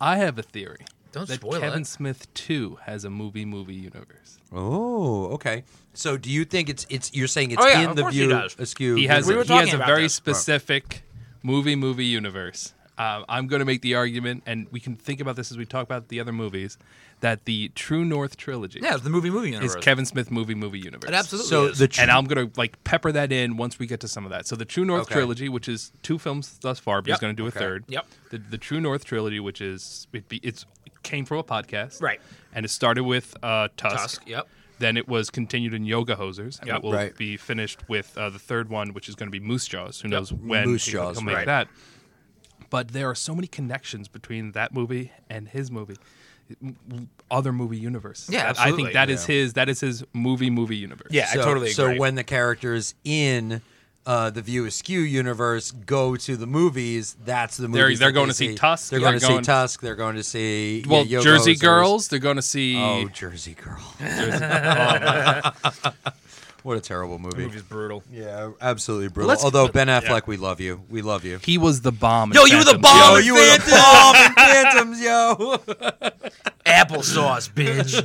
[SPEAKER 5] I have a theory.
[SPEAKER 4] Don't
[SPEAKER 5] that
[SPEAKER 4] spoil
[SPEAKER 5] Kevin
[SPEAKER 4] it.
[SPEAKER 5] Smith too has a movie movie universe.
[SPEAKER 3] oh, okay. So, do you think it's it's? You're saying it's
[SPEAKER 4] Oh, yeah,
[SPEAKER 3] in
[SPEAKER 4] of
[SPEAKER 3] the
[SPEAKER 4] course he
[SPEAKER 3] view
[SPEAKER 4] does.
[SPEAKER 3] askew.
[SPEAKER 5] He has
[SPEAKER 4] We
[SPEAKER 5] a,
[SPEAKER 4] were
[SPEAKER 5] he has
[SPEAKER 4] talking
[SPEAKER 5] a
[SPEAKER 4] about
[SPEAKER 5] very
[SPEAKER 4] this.
[SPEAKER 5] specific movie movie universe. Uh, I'm going to make the argument, and we can think about this as we talk about the other movies, that the True North trilogy
[SPEAKER 4] yeah, it's the movie movie
[SPEAKER 5] is
[SPEAKER 4] universe.
[SPEAKER 5] Kevin Smith movie movie universe.
[SPEAKER 4] It absolutely
[SPEAKER 3] So
[SPEAKER 4] is.
[SPEAKER 3] the tr-
[SPEAKER 5] and I'm gonna like pepper that in once we get to some of that. So the True North
[SPEAKER 3] Okay.
[SPEAKER 5] trilogy, which is two films thus far, but he's
[SPEAKER 4] Yep.
[SPEAKER 5] gonna do a third.
[SPEAKER 4] Yep.
[SPEAKER 5] The, the True North trilogy, which is it be, it's it came from a podcast,
[SPEAKER 4] Right.
[SPEAKER 5] And it started with uh, Tusk.
[SPEAKER 4] Tusk, yep.
[SPEAKER 5] Then it was continued in Yoga Hosers, and
[SPEAKER 4] Yep.
[SPEAKER 5] it will
[SPEAKER 3] Right.
[SPEAKER 5] be finished with uh, the third one, which is going to be Moose Jaws. Who knows when
[SPEAKER 3] Moose
[SPEAKER 5] he'll-
[SPEAKER 3] Jaws,
[SPEAKER 5] he'll make
[SPEAKER 3] right.
[SPEAKER 5] that? But there are so many connections between that movie and his movie, m- m- other movie universe.
[SPEAKER 4] Yeah,
[SPEAKER 5] I
[SPEAKER 4] absolutely.
[SPEAKER 5] think that is his. That is his movie movie universe.
[SPEAKER 4] Yeah,
[SPEAKER 3] so,
[SPEAKER 4] I totally agree.
[SPEAKER 3] So when the characters in uh, the View Askew universe go to the movies, that's the
[SPEAKER 5] They're-
[SPEAKER 3] movies.
[SPEAKER 5] they're
[SPEAKER 3] that
[SPEAKER 5] going
[SPEAKER 3] they
[SPEAKER 5] to see
[SPEAKER 3] see
[SPEAKER 5] Tusk,
[SPEAKER 3] They're
[SPEAKER 5] they're
[SPEAKER 3] going to
[SPEAKER 5] going-
[SPEAKER 3] see Tusk. They're going to see
[SPEAKER 5] Well,
[SPEAKER 3] yeah, Yo
[SPEAKER 5] Jersey
[SPEAKER 3] Gozers.
[SPEAKER 5] Girls, they're going to see.
[SPEAKER 3] Oh, Jersey Oh, Girl.
[SPEAKER 4] Oh,
[SPEAKER 3] what a terrible movie.
[SPEAKER 4] movie's brutal.
[SPEAKER 3] Yeah, absolutely brutal.
[SPEAKER 5] Let's-
[SPEAKER 3] Although Ben Affleck, we love you. We love you.
[SPEAKER 5] He was the bomb. in
[SPEAKER 4] Yo, you were the
[SPEAKER 5] Phantom.
[SPEAKER 4] bomb!
[SPEAKER 3] Yo,
[SPEAKER 4] Oh,
[SPEAKER 3] you were the bomb in Phantoms, yo.
[SPEAKER 4] Applesauce, bitch.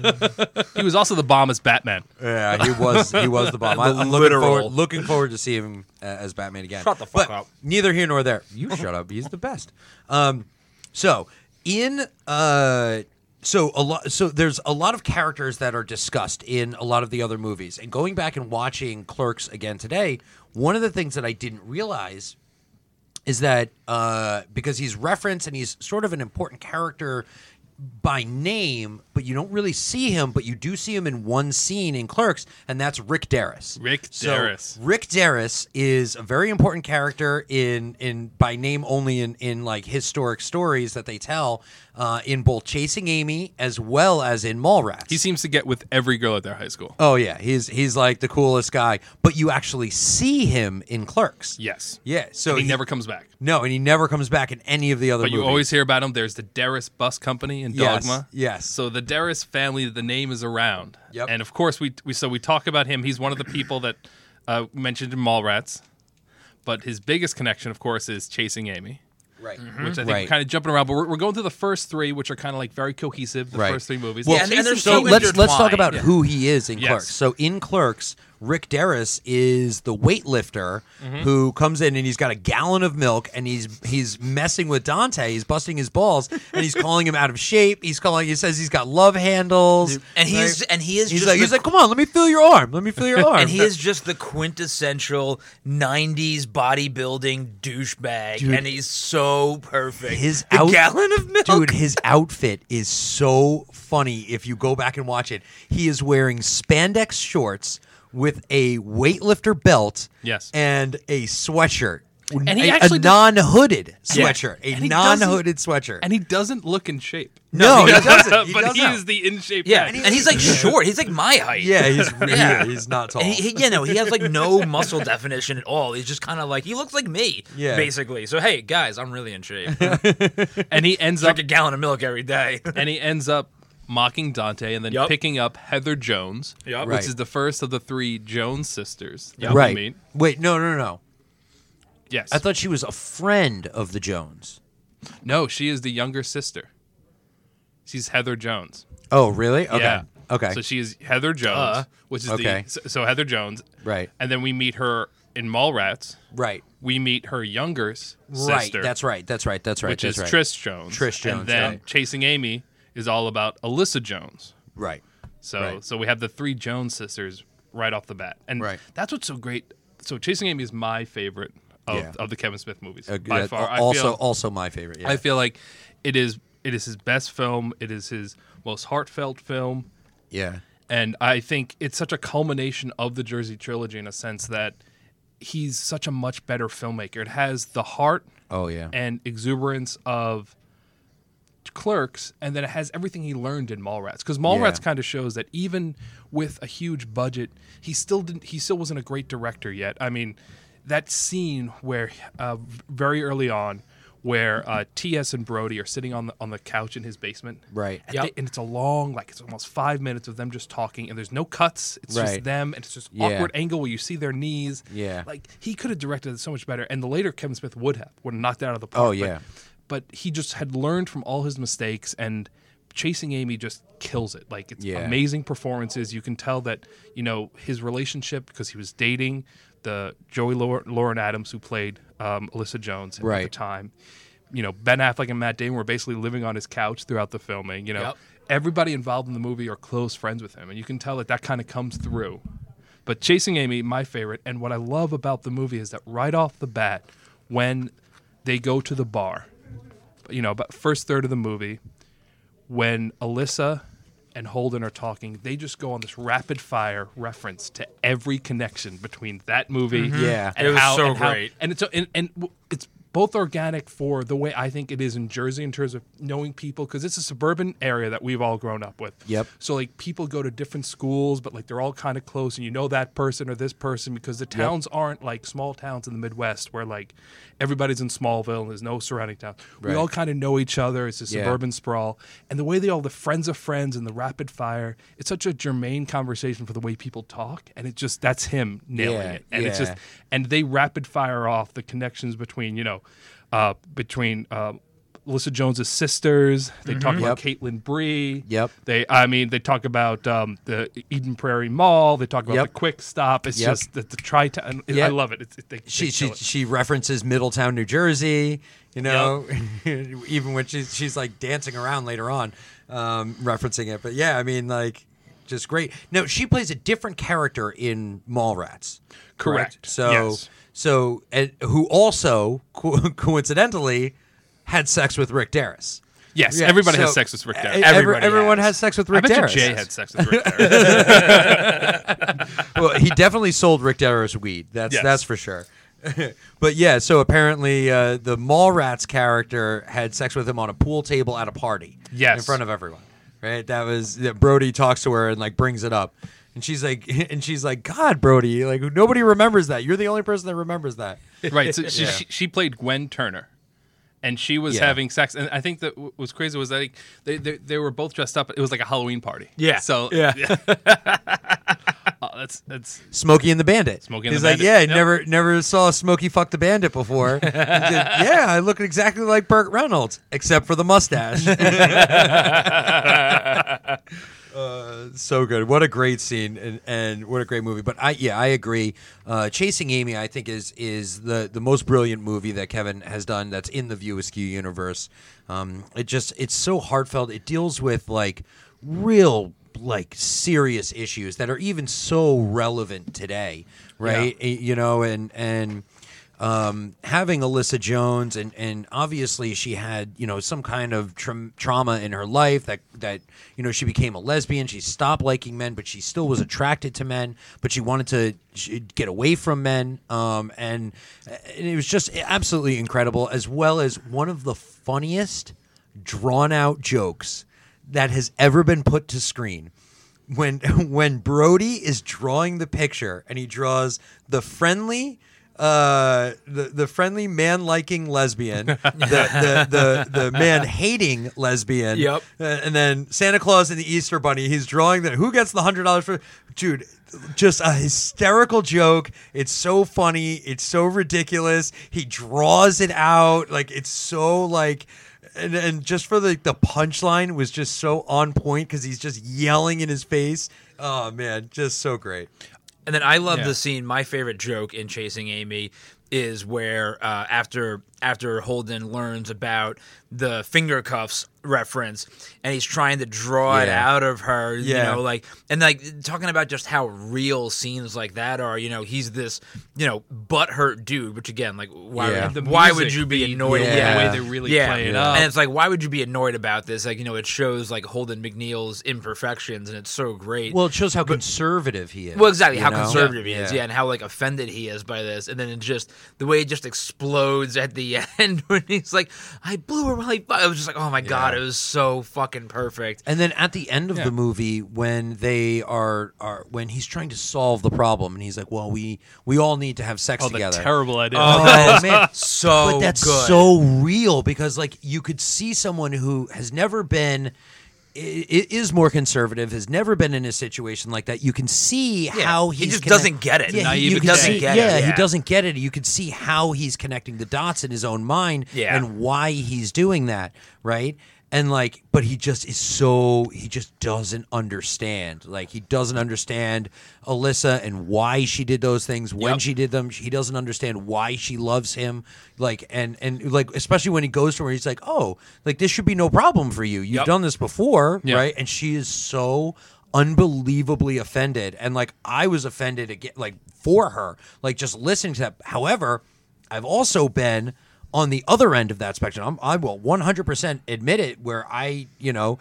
[SPEAKER 5] He was also the bomb as Batman.
[SPEAKER 3] Yeah, he was. He was the bomb. I,
[SPEAKER 4] The
[SPEAKER 3] I'm looking
[SPEAKER 4] literal.
[SPEAKER 3] forward, looking forward to seeing him uh, as Batman again.
[SPEAKER 4] Shut the fuck
[SPEAKER 3] But
[SPEAKER 4] up.
[SPEAKER 3] Neither here nor there. You shut up. He's the best. Um, so in uh, so a lot. So there's a lot of characters that are discussed in a lot of the other movies. And going back and watching Clerks again today, one of the things that I didn't realize is that uh, because he's referenced and he's sort of an important character by name, but you don't really see him, but you do see him in one scene in Clerks, and that's Rick Darris.
[SPEAKER 5] Rick
[SPEAKER 3] So,
[SPEAKER 5] Darris.
[SPEAKER 3] Rick Darris is a very important character in in by name only in in like historic stories that they tell uh, in both Chasing Amy as well as in Mallrats.
[SPEAKER 5] He seems to get with every girl at their high school.
[SPEAKER 3] oh yeah, he's he's like the coolest guy, but you actually see him in Clerks.
[SPEAKER 5] Yes.
[SPEAKER 3] Yeah, so
[SPEAKER 5] He never comes back.
[SPEAKER 3] no, and he never comes back in any of the other
[SPEAKER 5] But you
[SPEAKER 3] movies.
[SPEAKER 5] always hear about him. There's the Darris Bus Company in
[SPEAKER 3] Yes,
[SPEAKER 5] Dogma.
[SPEAKER 3] yes.
[SPEAKER 5] So the Darris family, the name is around.
[SPEAKER 3] Yep.
[SPEAKER 5] And of course, we, we so we talk about him. He's one of the people that uh, mentioned in Mallrats. But his biggest connection, of course, is Chasing Amy.
[SPEAKER 3] right.
[SPEAKER 5] which I think
[SPEAKER 3] Right.
[SPEAKER 5] we're kind of jumping around, but we're, we're going through the first three, which are kind of like very cohesive. The
[SPEAKER 3] Right.
[SPEAKER 5] first three movies.
[SPEAKER 3] Well,
[SPEAKER 4] Yeah, and they're
[SPEAKER 3] So
[SPEAKER 4] so
[SPEAKER 3] let's let's talk about
[SPEAKER 4] intertwined.
[SPEAKER 3] who he is in
[SPEAKER 5] Yes.
[SPEAKER 3] Clerks. So in Clerks, Rick Darris is the weightlifter who comes in and he's got a gallon of milk and he's he's messing with Dante. He's busting his balls and he's calling him out of shape. He's calling. He says he's got love handles
[SPEAKER 4] And he's- and he is
[SPEAKER 3] He's
[SPEAKER 4] just
[SPEAKER 3] like
[SPEAKER 4] the-
[SPEAKER 3] he's like, come on, let me feel your arm. Let me feel your arm.
[SPEAKER 4] And he is just the quintessential '90s bodybuilding douchebag,
[SPEAKER 3] Dude.
[SPEAKER 4] and he's so perfect.
[SPEAKER 3] His
[SPEAKER 4] the
[SPEAKER 3] out-
[SPEAKER 4] gallon of milk,
[SPEAKER 3] Dude, his outfit is so funny if you go back and watch it. He is wearing spandex shorts with a weightlifter belt
[SPEAKER 5] Yes.
[SPEAKER 3] and a sweatshirt.
[SPEAKER 5] And he
[SPEAKER 3] a,
[SPEAKER 5] actually
[SPEAKER 3] a
[SPEAKER 5] does-
[SPEAKER 3] non-hooded
[SPEAKER 5] Yeah.
[SPEAKER 3] sweatshirt,
[SPEAKER 5] And
[SPEAKER 3] a
[SPEAKER 5] he doesn't-
[SPEAKER 3] non-hooded sweatshirt.
[SPEAKER 5] and he doesn't look in shape.
[SPEAKER 3] no, he doesn't. He
[SPEAKER 5] but
[SPEAKER 3] doesn't.
[SPEAKER 5] he is the in shape.
[SPEAKER 4] Yeah,
[SPEAKER 5] guy.
[SPEAKER 4] and, he's like short. He's like my height.
[SPEAKER 3] yeah, he's yeah. he's not tall.
[SPEAKER 4] And he, he, you know, he has like no muscle definition at all. He's just kind of like he looks like me,
[SPEAKER 3] Yeah.
[SPEAKER 4] basically. So hey, guys, I'm really in shape.
[SPEAKER 5] and he ends up
[SPEAKER 4] Drink a gallon of milk every day.
[SPEAKER 5] and he ends up mocking Dante and then
[SPEAKER 4] Yup.
[SPEAKER 5] picking up Heather Jones,
[SPEAKER 4] Yup.
[SPEAKER 5] which
[SPEAKER 3] Right.
[SPEAKER 5] is the first of the three Jones sisters. that we
[SPEAKER 3] right.
[SPEAKER 5] meet.
[SPEAKER 3] Wait, no, no, no.
[SPEAKER 5] Yes.
[SPEAKER 3] I thought she was a friend of the Jones.
[SPEAKER 5] No, she is the younger sister. She's Heather Jones.
[SPEAKER 3] Oh, really? Okay.
[SPEAKER 5] Yeah.
[SPEAKER 3] Okay. Uh,
[SPEAKER 5] So she is Heather Jones, which is
[SPEAKER 3] Okay.
[SPEAKER 5] the so- so Heather Jones,
[SPEAKER 3] Right.
[SPEAKER 5] And then we meet her in Mallrats.
[SPEAKER 3] right.
[SPEAKER 5] We meet her younger s-
[SPEAKER 3] Right.
[SPEAKER 5] sister,
[SPEAKER 3] That's right. That's right. That's right.
[SPEAKER 5] which
[SPEAKER 3] that's
[SPEAKER 5] is
[SPEAKER 3] right.
[SPEAKER 5] Trish Jones.
[SPEAKER 3] Trish Jones,
[SPEAKER 5] And then
[SPEAKER 3] right.
[SPEAKER 5] Chasing Amy is all about Alyssa Jones.
[SPEAKER 3] Right.
[SPEAKER 5] So
[SPEAKER 3] Right.
[SPEAKER 5] so we have the three Jones sisters right off the bat, and
[SPEAKER 3] Right.
[SPEAKER 5] that's what's so great. So Chasing Amy is my favorite of,
[SPEAKER 3] Yeah.
[SPEAKER 5] of the Kevin Smith movies
[SPEAKER 3] Uh,
[SPEAKER 5] by
[SPEAKER 3] that-
[SPEAKER 5] far. I
[SPEAKER 3] also,
[SPEAKER 5] feel-
[SPEAKER 3] also my favorite. Yeah.
[SPEAKER 5] I feel like it is it is his best film. It is his most heartfelt film,
[SPEAKER 3] yeah.
[SPEAKER 5] and I think it's such a culmination of the Jersey trilogy in a sense that he's such a much better filmmaker. It has the heart
[SPEAKER 3] Oh yeah.
[SPEAKER 5] and exuberance of Clerks, and then it has everything he learned in Mallrats. Because Mallrats
[SPEAKER 3] Yeah.
[SPEAKER 5] kind of shows that even with a huge budget, he still didn't. He still wasn't a great director yet. I mean, that scene where uh, very early on, where uh, T.S. and Brody are sitting on the on the couch in his basement,
[SPEAKER 3] Right.
[SPEAKER 5] And, they- and it's a long, like it's almost five minutes of them just talking, and there's no cuts. It's
[SPEAKER 3] Right.
[SPEAKER 5] just them, and it's just
[SPEAKER 3] Yeah.
[SPEAKER 5] awkward angle where you see their knees.
[SPEAKER 3] Yeah.
[SPEAKER 5] like he could have directed it so much better, and the later Kevin Smith would have would have knocked it out of the park.
[SPEAKER 3] Oh,
[SPEAKER 5] but-
[SPEAKER 3] yeah.
[SPEAKER 5] but he just had learned from all his mistakes and chasing Amy just kills it. Like it's
[SPEAKER 3] Yeah.
[SPEAKER 5] amazing performances. You can tell that you know his relationship because he was dating the Joey Lau- Lauren Adams who played um, Alyssa Jones at the
[SPEAKER 3] Right.
[SPEAKER 5] time. You know Ben Affleck and Matt Damon were basically living on his couch throughout the filming. You know
[SPEAKER 4] Yep.
[SPEAKER 5] everybody involved in the movie are close friends with him, and you can tell that that kind of comes through. But Chasing Amy, my favorite, and what I love about the movie is that right off the bat, when they go to the bar, you know, about first third of the movie, when Alyssa and Holden are talking, they just go on this rapid fire reference to every connection between that movie,
[SPEAKER 3] Yeah.
[SPEAKER 6] Mm-hmm.
[SPEAKER 5] and
[SPEAKER 6] It was
[SPEAKER 5] how,
[SPEAKER 6] so
[SPEAKER 5] and how-
[SPEAKER 6] great.
[SPEAKER 5] and it's and, and w- it's both organic for the way I think it is in Jersey in terms of knowing people because it's a suburban area that we've all grown up with.
[SPEAKER 3] Yep.
[SPEAKER 5] So like people go to different schools, but like they're all kind of close, and you know that person or this person because the towns aren't like small towns in the Midwest where like everybody's in Smallville and there's no surrounding towns. We
[SPEAKER 3] Right.
[SPEAKER 5] all kind of know each other. It's a
[SPEAKER 3] Yeah.
[SPEAKER 5] suburban sprawl, and the way they all the friends of friends and the rapid fire. It's such a germane conversation for the way people talk, and it just that's him nailing
[SPEAKER 3] Yeah,
[SPEAKER 5] it, and it's
[SPEAKER 3] yeah.
[SPEAKER 5] just and they rapid fire off the connections between you know uh, between uh, Alyssa Jones's sisters. They talk about Caitlin Bree.
[SPEAKER 3] Mm-hmm. Yep.
[SPEAKER 5] They I mean they talk about um, the Eden Prairie Mall. They talk about
[SPEAKER 3] Yep.
[SPEAKER 5] the Quick Stop. It's
[SPEAKER 3] Yep.
[SPEAKER 5] just the, the tri town. I
[SPEAKER 3] Yep.
[SPEAKER 5] love it. It's, it they,
[SPEAKER 3] she
[SPEAKER 5] they
[SPEAKER 3] she
[SPEAKER 5] kill it.
[SPEAKER 3] she references Middletown, New Jersey. You know, even when she's she's like dancing around later on, um, referencing it. But yeah, I mean, like, just great. No, she plays a different character in Mallrats.
[SPEAKER 5] Correct.
[SPEAKER 3] So
[SPEAKER 5] Yes.
[SPEAKER 3] so and who also co- coincidentally had sex with Rick Darris.
[SPEAKER 5] yes.
[SPEAKER 3] Yeah,
[SPEAKER 5] everybody has
[SPEAKER 3] so-
[SPEAKER 5] sex with Rick Derrick.
[SPEAKER 3] e- every-
[SPEAKER 5] Everybody
[SPEAKER 3] everyone has sex with Rick
[SPEAKER 5] I bet
[SPEAKER 3] Darris.
[SPEAKER 5] you Jay had sex with Rick Derrick.
[SPEAKER 3] well, he definitely sold Rick Darrow's weed. That's
[SPEAKER 5] Yes.
[SPEAKER 3] that's for sure. but yeah, so apparently uh, the Mallrats character had sex with him on a pool table at a party.
[SPEAKER 5] Yes.
[SPEAKER 3] in front of everyone. Right. That was that Brody talks to her and like brings it up, and she's like, and she's like, God, Brody, like nobody remembers that. You're the only person that remembers that.
[SPEAKER 5] right. So she, she, she played Gwen Turner. And she was
[SPEAKER 3] Yeah.
[SPEAKER 5] having sex, and I think that w- was crazy was that like, they, they they were both dressed up. It was like a Halloween party.
[SPEAKER 4] Yeah.
[SPEAKER 5] So
[SPEAKER 4] Yeah.
[SPEAKER 5] Oh, that's that's
[SPEAKER 3] Smokey and the Bandit.
[SPEAKER 5] Smokey and
[SPEAKER 3] He's
[SPEAKER 5] the
[SPEAKER 3] like,
[SPEAKER 5] Bandit.
[SPEAKER 3] yeah, I never
[SPEAKER 5] Yep.
[SPEAKER 3] never saw Smokey fuck the Bandit before. He's like, yeah, I look exactly like Burt Reynolds, except for the mustache. Uh, so good. What a great scene and, and what a great movie. But I yeah, I agree. Uh, Chasing Amy, I think is is the the most brilliant movie that Kevin has done. That's in the View Askew universe. Um, it just it's so heartfelt. It deals with like real like serious issues that are even so relevant today, right? Eh, You know, and and um, having Alyssa Jones, and, and obviously she had you know some kind of tra- trauma in her life that that you know she became a lesbian. She stopped liking men, but she still was attracted to men. But she wanted to she, get away from men, um, and, and it was just absolutely incredible. As well as one of the funniest, drawn out jokes that has ever been put to screen when when Brody is drawing the picture and he draws the friendly uh, the the friendly man liking lesbian, the the, the, the man hating lesbian.
[SPEAKER 4] Yep.
[SPEAKER 3] uh, and then Santa Claus and the Easter Bunny. He's drawing that. Who gets the hundred dollars for? Dude, just a hysterical joke. It's so funny. It's so ridiculous. He draws it out like it's so like. And, and just for the the punchline was just so on point because he's just yelling in his face. Oh man, just so great.
[SPEAKER 4] And then I love
[SPEAKER 5] Yeah.
[SPEAKER 4] the scene. My favorite joke in Chasing Amy is where uh, after after Holden learns about the finger cuffs reference, and he's trying to draw it
[SPEAKER 3] Yeah.
[SPEAKER 4] out of her. You
[SPEAKER 3] Yeah.
[SPEAKER 4] know, like and like talking about just how real scenes like that are. You know, he's this you know butthurt dude. Which again, like why
[SPEAKER 3] Yeah.
[SPEAKER 4] would,
[SPEAKER 5] The
[SPEAKER 4] why would
[SPEAKER 5] music,
[SPEAKER 4] you
[SPEAKER 5] the-
[SPEAKER 4] be annoyed?
[SPEAKER 5] The
[SPEAKER 3] Yeah.
[SPEAKER 5] way they really play it up.
[SPEAKER 4] And it's like, why would you be annoyed about this? Like, you know, it shows like Holden McNeil's imperfections, and it's so great.
[SPEAKER 3] Well, it shows how conservative he is.
[SPEAKER 4] Well, exactly
[SPEAKER 3] you
[SPEAKER 4] how
[SPEAKER 3] know?
[SPEAKER 4] conservative he is, yeah. and how like offended he is by this, and then it just the way it just explodes at the end when he's like, "I blew her while I." fu-" I was just like, "Oh my god, it was so fucking perfect."
[SPEAKER 3] And then at the end of
[SPEAKER 5] Yeah.
[SPEAKER 3] the movie, when they are, are when he's trying to solve the problem, and he's like, "Well, we we all need to have sex
[SPEAKER 5] oh,
[SPEAKER 3] together."
[SPEAKER 5] the terrible idea.
[SPEAKER 3] Oh man,
[SPEAKER 4] So
[SPEAKER 3] but that's
[SPEAKER 4] good.
[SPEAKER 3] so real because like you could see someone who has never been i- i- is more conservative has never been in a situation like that you can see how
[SPEAKER 4] he
[SPEAKER 3] he's
[SPEAKER 4] just doesn't get it.
[SPEAKER 3] yeah, he,
[SPEAKER 5] Naive
[SPEAKER 3] you can
[SPEAKER 5] doesn't
[SPEAKER 3] see-
[SPEAKER 4] get it,
[SPEAKER 3] yeah, he
[SPEAKER 4] yeah.
[SPEAKER 3] doesn't get it you can see how he's connecting the dots in his own mind
[SPEAKER 4] Yeah.
[SPEAKER 3] and why he's doing that right and like but he just is so he just doesn't understand like he doesn't understand alyssa and why she did those things when
[SPEAKER 5] Yep.
[SPEAKER 3] she did them he doesn't understand why she loves him like and and like especially when he goes to her he's like oh like this should be no problem for you you've
[SPEAKER 4] Yep.
[SPEAKER 3] done this before
[SPEAKER 5] Yeah.
[SPEAKER 3] right and she is so unbelievably offended and like i was offended again like for her like just listening to that however i've also been on the other end of that spectrum I'm, i will 100% admit it where i you know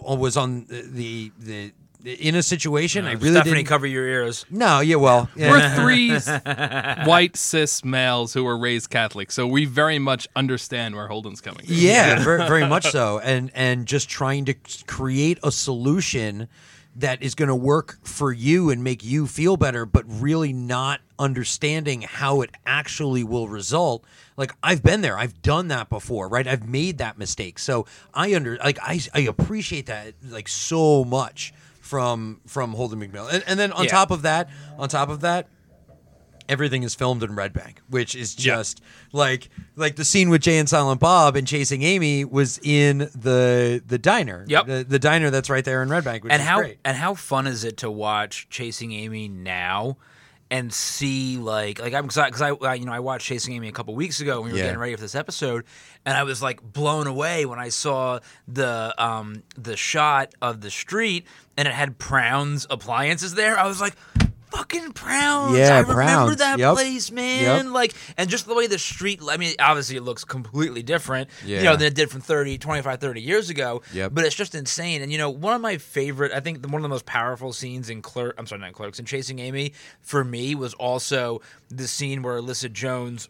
[SPEAKER 3] was on the the, the in a situation i really
[SPEAKER 4] Stephanie,
[SPEAKER 3] didn't
[SPEAKER 4] cover your ears.
[SPEAKER 3] no yeah well yeah.
[SPEAKER 5] We're three s- white cis males who were raised Catholic, so we very much understand where Holden's coming. from.
[SPEAKER 3] Yeah, very, very much so. And and just trying to create a solution that is going to work for you and make you feel better, but really not understanding how it actually will result. Like I've been there, I've done that before, right? I've made that mistake, so I under like I I appreciate that like so much from from Holden McMillan. And, and then on
[SPEAKER 4] Yeah.
[SPEAKER 3] top of that, on top of that everything is filmed in Red Bank, which is just like like the scene with Jay and Silent Bob and Chasing Amy was in the the diner.
[SPEAKER 4] Yep.
[SPEAKER 3] The, the diner that's right there in Red Bank, which
[SPEAKER 4] and
[SPEAKER 3] is
[SPEAKER 4] how
[SPEAKER 3] great.
[SPEAKER 4] and how fun is it to watch Chasing Amy now and see like like I'm excited because I, I you know I watched Chasing Amy a couple weeks ago when we were
[SPEAKER 3] Yeah.
[SPEAKER 4] getting ready for this episode and I was like blown away when I saw the um the shot of the street and it had Proun's appliances there I was like. Fucking Prounds.
[SPEAKER 3] Yeah,
[SPEAKER 4] I remember
[SPEAKER 3] Prounds.
[SPEAKER 4] that
[SPEAKER 3] Yep.
[SPEAKER 4] place, man.
[SPEAKER 3] Yep.
[SPEAKER 4] Like, and just the way the street, I mean, obviously it looks completely different, you
[SPEAKER 3] Yeah.
[SPEAKER 4] know, than it did from 30, 25, 30 years ago.
[SPEAKER 3] Yep.
[SPEAKER 4] But it's just insane. And you know, one of my favorite, I think, the, one of the most powerful scenes in Clerk, I'm sorry, not Clerks, in Chasing Amy for me was also the scene where Alyssa Jones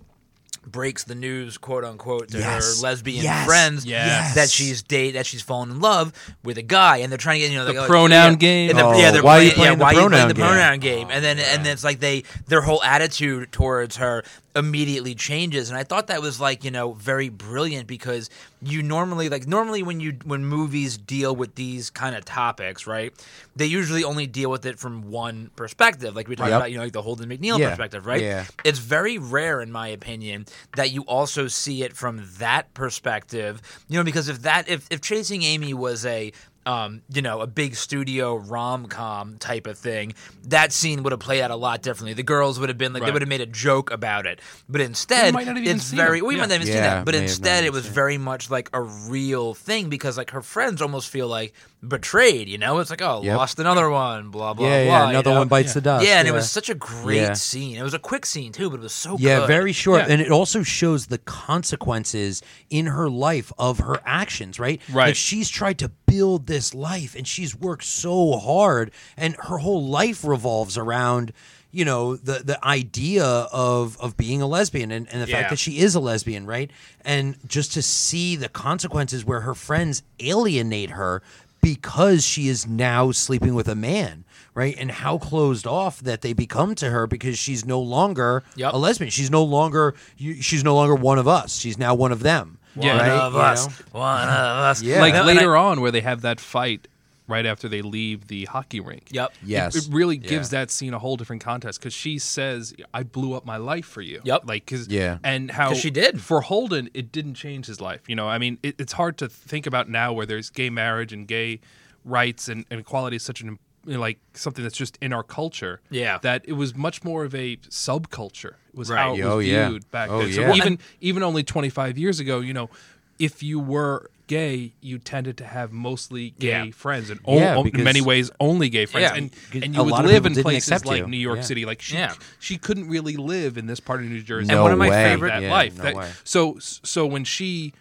[SPEAKER 4] breaks the news, quote unquote, to
[SPEAKER 3] Yes.
[SPEAKER 4] her lesbian
[SPEAKER 3] Yes.
[SPEAKER 4] friends
[SPEAKER 5] Yes.
[SPEAKER 4] that she's date that she's fallen in love with a guy, and they're trying to get you know
[SPEAKER 5] The
[SPEAKER 4] like, oh,
[SPEAKER 5] pronoun
[SPEAKER 4] yeah,
[SPEAKER 5] game.
[SPEAKER 4] and the-
[SPEAKER 3] Oh,
[SPEAKER 4] yeah, they're
[SPEAKER 3] why are you
[SPEAKER 4] playing- yeah,
[SPEAKER 3] playing the
[SPEAKER 4] why are you
[SPEAKER 3] pronoun
[SPEAKER 4] playing the
[SPEAKER 3] game?
[SPEAKER 4] pronoun game? And then and then it's like they their whole attitude towards her immediately changes, and I thought that was like you know very brilliant because you normally like normally when you when movies deal with these kind of topics, right? They usually only deal with it from one perspective, like we talked
[SPEAKER 3] Yep.
[SPEAKER 4] about, you know, like the Holden McNeil
[SPEAKER 3] Yeah.
[SPEAKER 4] perspective, right?
[SPEAKER 3] Yeah.
[SPEAKER 4] it's very rare in my opinion that you also see it from that perspective you know because if that if, if chasing amy was a um, you know, a big studio rom com type of thing. That scene would have played out a lot differently. The girls would have been like they
[SPEAKER 5] Right.
[SPEAKER 4] would have made a joke about it, but instead,
[SPEAKER 5] might not have even
[SPEAKER 4] it's
[SPEAKER 5] seen
[SPEAKER 4] very
[SPEAKER 5] it.
[SPEAKER 4] we
[SPEAKER 5] Yeah.
[SPEAKER 4] might not even see
[SPEAKER 3] Yeah,
[SPEAKER 4] that. But
[SPEAKER 3] may have not
[SPEAKER 4] instead,
[SPEAKER 3] even
[SPEAKER 4] it was
[SPEAKER 3] seen it.
[SPEAKER 4] very much like a real thing because like her friends almost feel like betrayed. You know, it's like oh,
[SPEAKER 3] Yep.
[SPEAKER 4] lost another one, blah blah
[SPEAKER 3] yeah,
[SPEAKER 4] blah.
[SPEAKER 3] yeah,
[SPEAKER 4] you
[SPEAKER 3] another
[SPEAKER 4] know?
[SPEAKER 3] one bites the dust.
[SPEAKER 4] Yeah, and it was such a great
[SPEAKER 3] Yeah.
[SPEAKER 4] scene. It was a quick scene too, but it was so
[SPEAKER 3] yeah,
[SPEAKER 4] good.
[SPEAKER 3] very short,
[SPEAKER 5] Yeah.
[SPEAKER 3] and it also shows the consequences in her life of her actions. Right,
[SPEAKER 5] Right.
[SPEAKER 3] Like she's tried to build this life, and she's worked so hard, and her whole life revolves around, you know, the the idea of of being a lesbian, and, and the
[SPEAKER 4] Yeah.
[SPEAKER 3] fact that she is a lesbian, right? And just to see the consequences where her friends alienate her because she is now sleeping with a man, right? And how closed off that they become to her because she's no longer
[SPEAKER 4] Yep.
[SPEAKER 3] a lesbian. She's no longer you- she's no longer one of us. She's now one of them.
[SPEAKER 5] Yeah.
[SPEAKER 4] one
[SPEAKER 3] right?
[SPEAKER 4] of
[SPEAKER 3] You
[SPEAKER 4] us,
[SPEAKER 3] know?
[SPEAKER 4] one of us.
[SPEAKER 3] Yeah.
[SPEAKER 5] Like
[SPEAKER 3] No,
[SPEAKER 4] and
[SPEAKER 5] later on, where they have that fight right after they leave the hockey rink.
[SPEAKER 4] Yep.
[SPEAKER 3] Yes.
[SPEAKER 5] It really
[SPEAKER 3] Yeah.
[SPEAKER 5] gives that scene a whole different context because she says, "I blew up my life for you."
[SPEAKER 4] Yep.
[SPEAKER 5] Like, cause
[SPEAKER 3] Yeah.
[SPEAKER 5] and how
[SPEAKER 4] 'Cause she did.
[SPEAKER 5] for Holden, it didn't change his life. You know, I mean, it, it's hard to think about now where there's gay marriage and gay rights and, and equality is such an you know, like something that's just in our culture.
[SPEAKER 4] Yeah.
[SPEAKER 5] That it was much more of a subculture. Was
[SPEAKER 4] Right.
[SPEAKER 5] how it
[SPEAKER 3] Oh,
[SPEAKER 5] was
[SPEAKER 3] yeah.
[SPEAKER 5] viewed back
[SPEAKER 3] Oh,
[SPEAKER 5] then. So
[SPEAKER 3] yeah. Well,
[SPEAKER 5] even even only 25 years ago, you know, if you were gay, you tended to have mostly gay
[SPEAKER 4] Yeah.
[SPEAKER 5] friends and
[SPEAKER 3] Yeah,
[SPEAKER 5] o-
[SPEAKER 3] because-
[SPEAKER 5] in many ways only gay friends.
[SPEAKER 4] Yeah.
[SPEAKER 5] and,
[SPEAKER 3] Because
[SPEAKER 5] and
[SPEAKER 3] a
[SPEAKER 5] you would
[SPEAKER 3] lot of
[SPEAKER 5] live
[SPEAKER 3] people
[SPEAKER 5] in
[SPEAKER 3] didn't
[SPEAKER 5] places
[SPEAKER 3] accept
[SPEAKER 5] like
[SPEAKER 3] you.
[SPEAKER 5] New York
[SPEAKER 3] Yeah.
[SPEAKER 5] City. Like she,
[SPEAKER 4] Yeah.
[SPEAKER 5] she couldn't really live in this part of New Jersey.
[SPEAKER 3] No
[SPEAKER 4] one of my
[SPEAKER 3] way.
[SPEAKER 4] favorite-
[SPEAKER 5] that
[SPEAKER 3] Yeah,
[SPEAKER 5] life.
[SPEAKER 3] no
[SPEAKER 5] that,
[SPEAKER 3] way.
[SPEAKER 5] So so when she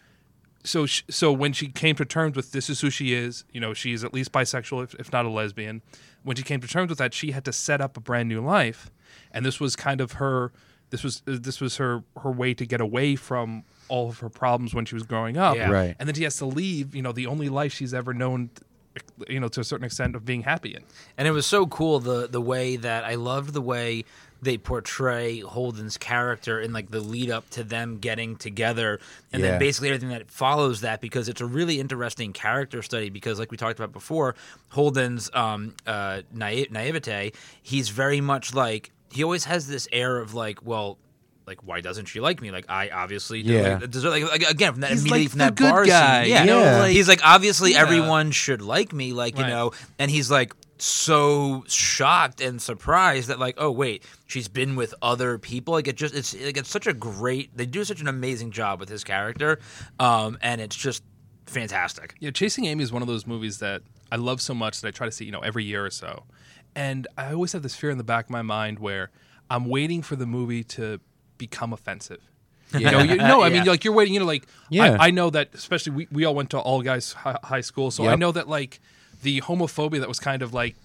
[SPEAKER 5] so sh so when she came to terms with this is who she is, you know, she is at least bisexual, if, if not a lesbian. When she came to terms with that, she had to set up a brand new life, and this was kind of her. This was uh, this was her her way to get away from all of her problems when she was growing up.
[SPEAKER 4] Yeah.
[SPEAKER 3] Right.
[SPEAKER 5] And then she has to leave. You know, the only life she's ever known. You know, to a certain extent of being happy in.
[SPEAKER 4] And it was so cool the the way that I loved the way they portray Holden's character and like the lead up to them getting together and
[SPEAKER 3] Yeah.
[SPEAKER 4] then basically everything that follows that because it's a really interesting character study because like we talked about before Holden's um uh naive, naivete he's very much like he always has this air of like well like why doesn't she like me? Like I obviously do.
[SPEAKER 3] Yeah.
[SPEAKER 4] Like, deserve, like, like, again from that
[SPEAKER 5] He's
[SPEAKER 4] immediately
[SPEAKER 5] like
[SPEAKER 4] from
[SPEAKER 5] the
[SPEAKER 4] that
[SPEAKER 5] good
[SPEAKER 4] bar
[SPEAKER 5] guy,
[SPEAKER 4] scene. Yeah,
[SPEAKER 3] Uh, you know, Yeah. like-
[SPEAKER 4] he's like obviously
[SPEAKER 5] Yeah.
[SPEAKER 4] everyone should like me. Like you
[SPEAKER 5] Right.
[SPEAKER 4] know, and he's like so shocked and surprised that like oh wait she's been with other people like it just it's like it's such a great they do such an amazing job with his character um and it's just fantastic
[SPEAKER 5] Yeah, Chasing Amy is one of those movies that I love so much that I try to see, you know, every year or so. And I always have this fear in the back of my mind where I'm waiting for the movie to become offensive. You know, you, no, I mean,
[SPEAKER 4] Yeah.
[SPEAKER 5] like you're waiting, you know, like
[SPEAKER 3] Yeah.
[SPEAKER 5] I, I know that, especially we, we all went to all guys high, high school. So I
[SPEAKER 3] Yep.
[SPEAKER 5] know that like the homophobia that was kind of like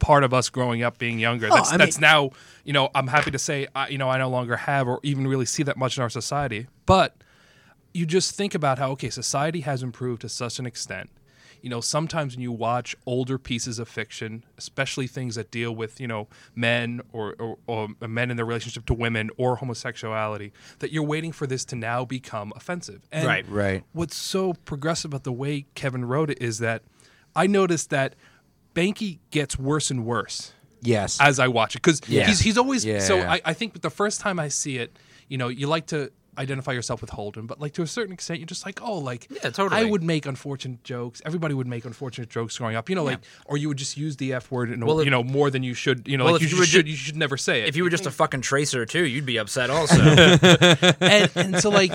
[SPEAKER 5] part of us growing up being younger, that's,
[SPEAKER 3] Oh, I
[SPEAKER 5] that's
[SPEAKER 3] mean-
[SPEAKER 5] now, you know, I'm happy to say, I, you know, I no longer have or even really see that much in our society. But you just think about how okay society has improved to such an extent you know sometimes when you watch older pieces of fiction especially things that deal with you know men or, or, or men in their relationship to women or homosexuality that you're waiting for this to now become offensive and
[SPEAKER 4] Right.
[SPEAKER 3] Right.
[SPEAKER 5] what's so progressive about the way kevin wrote it is that i noticed that banky gets worse and worse
[SPEAKER 3] Yes.
[SPEAKER 5] as I watch it because
[SPEAKER 3] Yeah.
[SPEAKER 5] he's he's always
[SPEAKER 3] Yeah,
[SPEAKER 5] so.
[SPEAKER 3] yeah.
[SPEAKER 5] I, I think the first time I see it, you know, you like to identify yourself with Holden, but like to a certain extent, you're just like, oh, like
[SPEAKER 4] Yeah, totally.
[SPEAKER 5] I would make unfortunate jokes. Everybody would make unfortunate jokes growing up, you know, like or you would just use the f word, and
[SPEAKER 4] Well, if-
[SPEAKER 5] you know, more than you should, you know,
[SPEAKER 4] Well,
[SPEAKER 5] like
[SPEAKER 4] if
[SPEAKER 5] you,
[SPEAKER 4] you
[SPEAKER 5] just
[SPEAKER 4] were ju-
[SPEAKER 5] should you should never say it.
[SPEAKER 4] if you were just a fucking tracer too you'd be upset also
[SPEAKER 5] and, and so like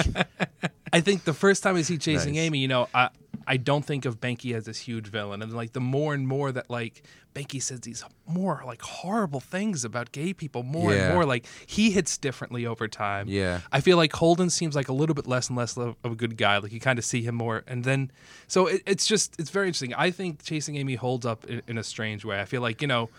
[SPEAKER 5] I think the first time I see Chasing
[SPEAKER 3] Nice.
[SPEAKER 5] Amy, you know, I I don't think of Banky as this huge villain, and like the more and more that like Banky says these more like horrible things about gay people, more
[SPEAKER 3] Yeah.
[SPEAKER 5] and more like he hits differently over time.
[SPEAKER 3] Yeah.
[SPEAKER 5] I feel like Holden seems like a little bit less and less of of a good guy. Like you kind of see him more, and then so it, it's just it's very interesting. I think Chasing Amy holds up in, in a strange way. I feel like you know.